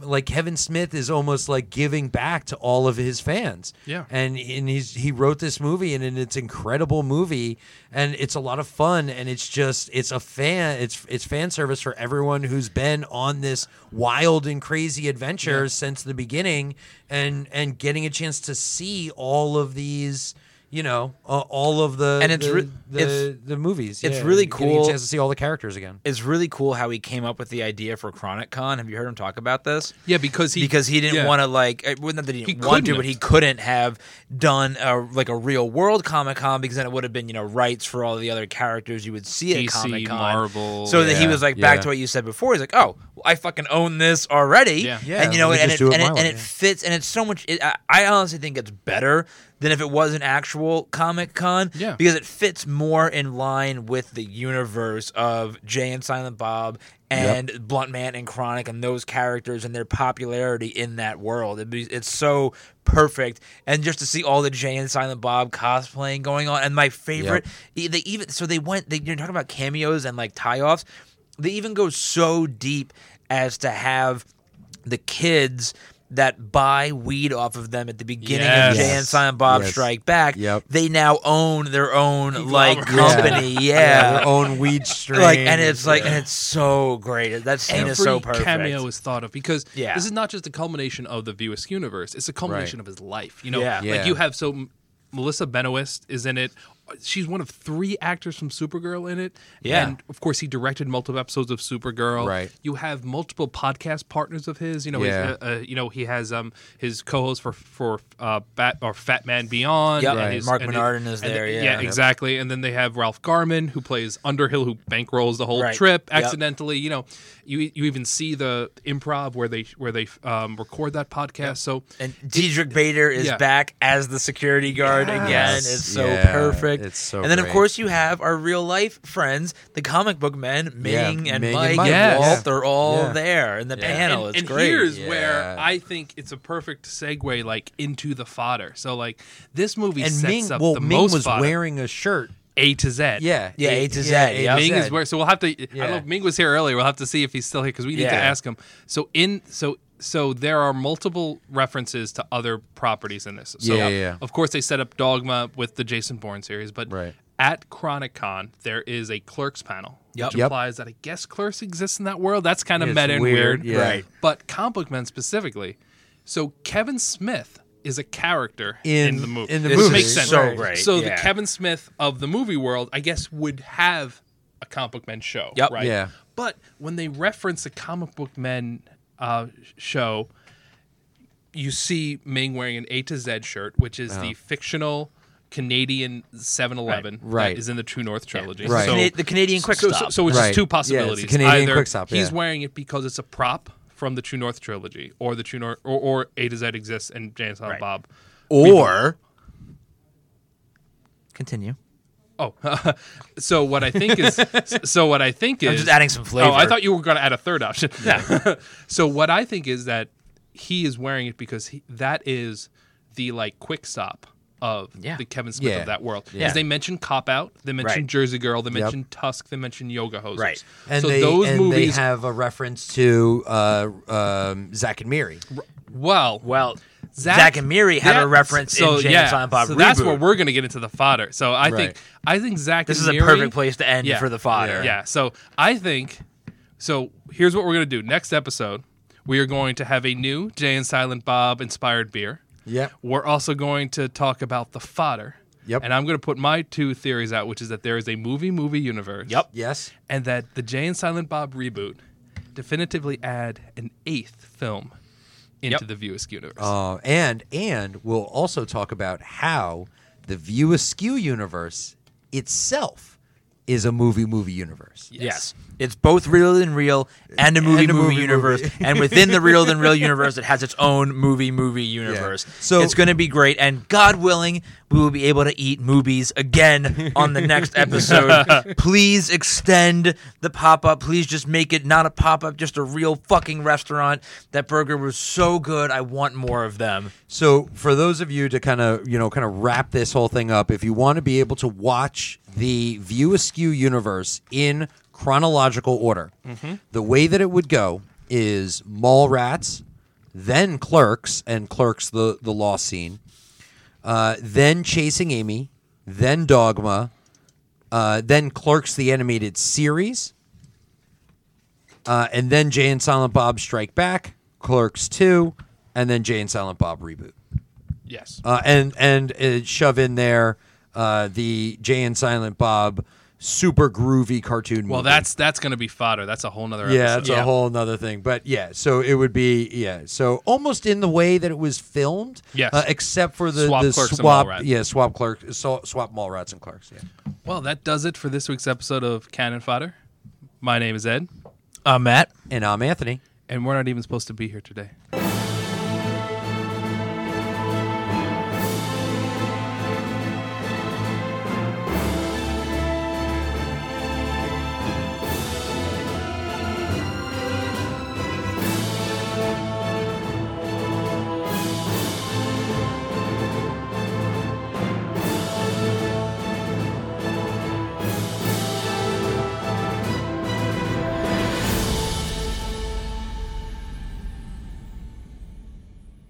[SPEAKER 3] like Kevin Smith is almost like giving back to all of his fans.
[SPEAKER 5] Yeah.
[SPEAKER 3] And and he's he wrote this movie and, and it's an incredible movie and it's a lot of fun and it's just it's a fan it's it's fan service for everyone who's been on this wild and crazy adventure since the beginning and and getting a chance to see all of these you know uh, all of the
[SPEAKER 4] And it's
[SPEAKER 3] the,
[SPEAKER 4] re-
[SPEAKER 3] the,
[SPEAKER 4] it's-
[SPEAKER 3] the movies
[SPEAKER 4] it's
[SPEAKER 3] Yeah,
[SPEAKER 4] really
[SPEAKER 3] getting a
[SPEAKER 4] cool.
[SPEAKER 3] chance to see all the characters again
[SPEAKER 4] It's really cool how he came up with the idea for Chronic Con. Have you heard him talk about this?
[SPEAKER 5] Yeah, because he-
[SPEAKER 4] because he didn't
[SPEAKER 5] yeah.
[SPEAKER 4] want to like eh, well, not that he
[SPEAKER 5] He
[SPEAKER 4] didn't want to,
[SPEAKER 5] couldn't
[SPEAKER 4] but he
[SPEAKER 5] have.
[SPEAKER 4] couldn't have done a, like a real world Comic Con because then it would have been you know rights for all the other characters you would see at
[SPEAKER 5] DC,
[SPEAKER 4] Comic Con.
[SPEAKER 5] Marvel.
[SPEAKER 4] So that he
[SPEAKER 3] Yeah,
[SPEAKER 4] was like back
[SPEAKER 3] yeah.
[SPEAKER 4] to what you said before. He's like, oh, well, I fucking own this already.
[SPEAKER 5] Yeah.
[SPEAKER 3] Yeah,
[SPEAKER 4] and you know,
[SPEAKER 3] let me
[SPEAKER 4] and
[SPEAKER 3] just
[SPEAKER 4] it,
[SPEAKER 3] do it
[SPEAKER 4] and, it,
[SPEAKER 3] my way,
[SPEAKER 4] and it
[SPEAKER 3] yeah.
[SPEAKER 4] fits, and it's so much. It, I, I honestly think it's better than if it was an actual Comic Con.
[SPEAKER 5] Yeah.
[SPEAKER 4] because it fits more in line with the universe of Jay and Silent Bob and Blunt Man and Chronic and those characters and their popularity in that world. It'd be, it's so perfect, and just to see all the Jay and Silent Bob cosplaying going on, and my favorite, e- they even so they went. They, you're talking about cameos and like tie-offs. They even go so deep as to have the kids that buy weed off of them at the beginning
[SPEAKER 5] Yes.
[SPEAKER 4] of Jay and Silent Bob
[SPEAKER 3] Yes.
[SPEAKER 4] Strike Back.
[SPEAKER 3] Yep.
[SPEAKER 4] They now own their own like
[SPEAKER 5] Conglomerate.
[SPEAKER 4] company. Yeah.
[SPEAKER 3] their own weed stream
[SPEAKER 4] Like and it's like and it's so great. That scene
[SPEAKER 5] every
[SPEAKER 4] is so perfect.
[SPEAKER 5] cameo is thought of because
[SPEAKER 4] Yeah.
[SPEAKER 5] this is not just the culmination of the Viewisk universe; it's a culmination
[SPEAKER 3] Right.
[SPEAKER 5] of his life. You know,
[SPEAKER 4] Yeah.
[SPEAKER 3] Yeah.
[SPEAKER 5] like you have so M- Melissa Benoist is in it. She's one of three actors from Supergirl in it.
[SPEAKER 4] Yeah.
[SPEAKER 5] and of course he directed multiple episodes of Supergirl.
[SPEAKER 3] Right.
[SPEAKER 5] You have multiple podcast partners of his. You know,
[SPEAKER 3] Yeah.
[SPEAKER 5] his, uh, uh, you know he has um his co-host for for uh, Bat or Fat Man Beyond.
[SPEAKER 4] Yep.
[SPEAKER 5] and
[SPEAKER 4] Right.
[SPEAKER 5] his-
[SPEAKER 4] Mark
[SPEAKER 5] and
[SPEAKER 4] Menardin is
[SPEAKER 5] and
[SPEAKER 4] there,
[SPEAKER 5] the-
[SPEAKER 4] yeah.
[SPEAKER 5] yeah,
[SPEAKER 4] Yep.
[SPEAKER 5] exactly. And then they have Ralph Garman who plays Underhill, who bankrolls the whole
[SPEAKER 4] Right.
[SPEAKER 5] trip
[SPEAKER 4] Yep.
[SPEAKER 5] accidentally accidentally, you know, you you even see the improv where they where they um, record that podcast. So
[SPEAKER 4] and Diedrich Bader is
[SPEAKER 5] Yeah.
[SPEAKER 4] back as the security guard again.
[SPEAKER 3] Yes.
[SPEAKER 4] It's so
[SPEAKER 3] Yeah,
[SPEAKER 4] perfect.
[SPEAKER 3] it's so
[SPEAKER 4] And then of
[SPEAKER 3] great.
[SPEAKER 4] course you have our real life friends, the comic book men,
[SPEAKER 3] Yeah,
[SPEAKER 4] Ming and
[SPEAKER 3] Ming and
[SPEAKER 4] Mike and,
[SPEAKER 3] Mike.
[SPEAKER 5] Yes.
[SPEAKER 4] Walt. They're all
[SPEAKER 3] Yeah.
[SPEAKER 4] there in the panel.
[SPEAKER 5] and,
[SPEAKER 4] it's
[SPEAKER 5] and
[SPEAKER 4] great.
[SPEAKER 5] here's
[SPEAKER 3] Yeah.
[SPEAKER 5] where I think it's a perfect segue, like into the fodder. So like this movie
[SPEAKER 3] and
[SPEAKER 5] sets
[SPEAKER 3] Ming,
[SPEAKER 5] up
[SPEAKER 3] well,
[SPEAKER 5] the
[SPEAKER 3] Ming
[SPEAKER 5] most
[SPEAKER 3] was
[SPEAKER 5] fodder.
[SPEAKER 3] wearing a shirt.
[SPEAKER 5] A to Z.
[SPEAKER 3] Yeah,
[SPEAKER 4] Yeah, A to Z, yeah.
[SPEAKER 5] Ming
[SPEAKER 4] Zed.
[SPEAKER 5] is where. So we'll have to. I
[SPEAKER 3] Yeah.
[SPEAKER 5] don't know if Ming was here earlier. We'll have to see if he's still here because we need
[SPEAKER 4] Yeah.
[SPEAKER 5] to ask him. So in so so there are multiple references to other properties in this. So
[SPEAKER 3] Yeah, yeah, yeah.
[SPEAKER 5] Of course, they set up Dogma with the Jason Bourne series, but
[SPEAKER 3] Right.
[SPEAKER 5] at Chronic Con there is a Clerks panel,
[SPEAKER 4] Yep.
[SPEAKER 5] which
[SPEAKER 3] Yep.
[SPEAKER 5] implies that I guess Clerks exists in that world. That's kind of
[SPEAKER 3] It's
[SPEAKER 5] meta and
[SPEAKER 3] weird,
[SPEAKER 5] weird,
[SPEAKER 3] yeah. Right.
[SPEAKER 5] But comic book men specifically. So Kevin Smith is a character
[SPEAKER 3] In-
[SPEAKER 5] in, the movie.
[SPEAKER 3] in the
[SPEAKER 5] This
[SPEAKER 3] movie.
[SPEAKER 5] makes sense.
[SPEAKER 4] So great,
[SPEAKER 5] So
[SPEAKER 4] yeah.
[SPEAKER 5] the Kevin Smith of the movie world, I guess, would have a comic book men show.
[SPEAKER 4] Yep.
[SPEAKER 5] Right.
[SPEAKER 3] Yeah.
[SPEAKER 5] But when they reference the comic book men uh, show, you see Ming wearing an A to Z shirt, which is the fictional Canadian 7 Eleven
[SPEAKER 3] Uh-huh. Right.
[SPEAKER 5] that is in the True North trilogy.
[SPEAKER 3] Right.
[SPEAKER 5] So,
[SPEAKER 4] Cana- the Canadian quick
[SPEAKER 5] so,
[SPEAKER 4] stop.
[SPEAKER 5] so, so it's
[SPEAKER 3] Right.
[SPEAKER 5] just
[SPEAKER 3] Yeah,
[SPEAKER 5] two
[SPEAKER 3] it's
[SPEAKER 5] possibilities.
[SPEAKER 3] Canadian
[SPEAKER 5] Either
[SPEAKER 3] Quick Stop,
[SPEAKER 5] He's
[SPEAKER 3] yeah.
[SPEAKER 5] wearing it because it's a prop from the True North trilogy, or the True North, or, or A to Z exists, and James and Bob
[SPEAKER 4] or continue.
[SPEAKER 5] Oh, so what I think is so what I think is
[SPEAKER 4] I'm just adding some flavor.
[SPEAKER 5] Oh, I thought you were going to add a third option. so what I think is that he is wearing it because he, that is the like quick stop of
[SPEAKER 4] Yeah.
[SPEAKER 5] the Kevin Smith
[SPEAKER 3] Yeah.
[SPEAKER 5] of that world. Because
[SPEAKER 4] Yeah.
[SPEAKER 5] they mention Cop Out, they mention
[SPEAKER 4] Right.
[SPEAKER 5] Jersey Girl, they
[SPEAKER 3] Yep.
[SPEAKER 5] mention Tusk, they mention Yoga Hosers.
[SPEAKER 4] Right.
[SPEAKER 3] And
[SPEAKER 5] so
[SPEAKER 3] they,
[SPEAKER 5] those
[SPEAKER 3] and
[SPEAKER 5] movies,
[SPEAKER 3] they have a reference to uh, um, Zach and Miri.
[SPEAKER 5] well,
[SPEAKER 4] Well, Zach,
[SPEAKER 5] Zach-
[SPEAKER 4] and Miri had
[SPEAKER 5] that-
[SPEAKER 4] a reference
[SPEAKER 5] so,
[SPEAKER 4] in James
[SPEAKER 5] yeah,
[SPEAKER 4] Silent Bob
[SPEAKER 5] so
[SPEAKER 4] reboot.
[SPEAKER 5] That's where we're going to get into the fodder. So I
[SPEAKER 3] Right.
[SPEAKER 5] think I think Zach.
[SPEAKER 4] this
[SPEAKER 5] and
[SPEAKER 4] is a
[SPEAKER 5] Miri-
[SPEAKER 4] perfect place to end
[SPEAKER 5] Yeah.
[SPEAKER 4] for the fodder.
[SPEAKER 5] Yeah. So I think so. Here's what we're gonna do. Next episode, we are going to have a new Jay and Silent Bob inspired beer.
[SPEAKER 3] Yep.
[SPEAKER 5] We're also going to talk about the fodder.
[SPEAKER 3] Yep.
[SPEAKER 5] And I'm gonna put my two theories out, which is that there is a movie movie universe.
[SPEAKER 4] Yep.
[SPEAKER 3] Yes.
[SPEAKER 5] And that the Jay and Silent Bob reboot definitively add an eighth film into the View Askew universe.
[SPEAKER 3] Uh, and and we'll also talk about how the View Askew universe itself is a movie movie universe.
[SPEAKER 4] Yes. It's both real than real and a movie
[SPEAKER 3] a
[SPEAKER 4] movie,
[SPEAKER 3] movie
[SPEAKER 4] universe.
[SPEAKER 3] movie.
[SPEAKER 4] and within the real than real universe, it has its own movie movie universe.
[SPEAKER 3] So-
[SPEAKER 4] So it's going to be great. And God willing, we will be able to eat movies again on the next episode. Please extend the pop up. Please just make it not a pop up, just a real fucking restaurant. That burger was so good. I want more of them.
[SPEAKER 3] So for those of you to kind of you know kind of wrap this whole thing up, if you want to be able to watch the View Askew universe in chronological order, the way that it would go is Mallrats, then Clerks, and Clerks the the law scene, uh, then Chasing Amy, then Dogma, uh, then Clerks the animated series, uh, and then Jay and Silent Bob Strike Back, Clerks Two, and then Jay and Silent Bob reboot
[SPEAKER 5] Yes.
[SPEAKER 3] uh, and and uh, shove in there uh, the Jay and Silent Bob super groovy cartoon.
[SPEAKER 5] well,
[SPEAKER 3] movie.
[SPEAKER 5] that's that's going to be fodder. That's a whole nother
[SPEAKER 3] yeah,
[SPEAKER 5] episode.
[SPEAKER 3] that's a whole another thing. But yeah, so it would be yeah, so almost in the way that it was filmed.
[SPEAKER 5] Yes.
[SPEAKER 3] uh, except for the
[SPEAKER 5] Swap
[SPEAKER 3] the
[SPEAKER 5] Clerks and
[SPEAKER 3] swap
[SPEAKER 5] Mallrats.
[SPEAKER 3] yeah swap clerk so, swap mall rats and clerks. Yeah.
[SPEAKER 5] Well, that does it for this week's episode of Cannon Fodder. My name is Ed,
[SPEAKER 4] Uh, Matt?
[SPEAKER 3] And I'm Anthony.
[SPEAKER 5] and we're not even supposed to be here today.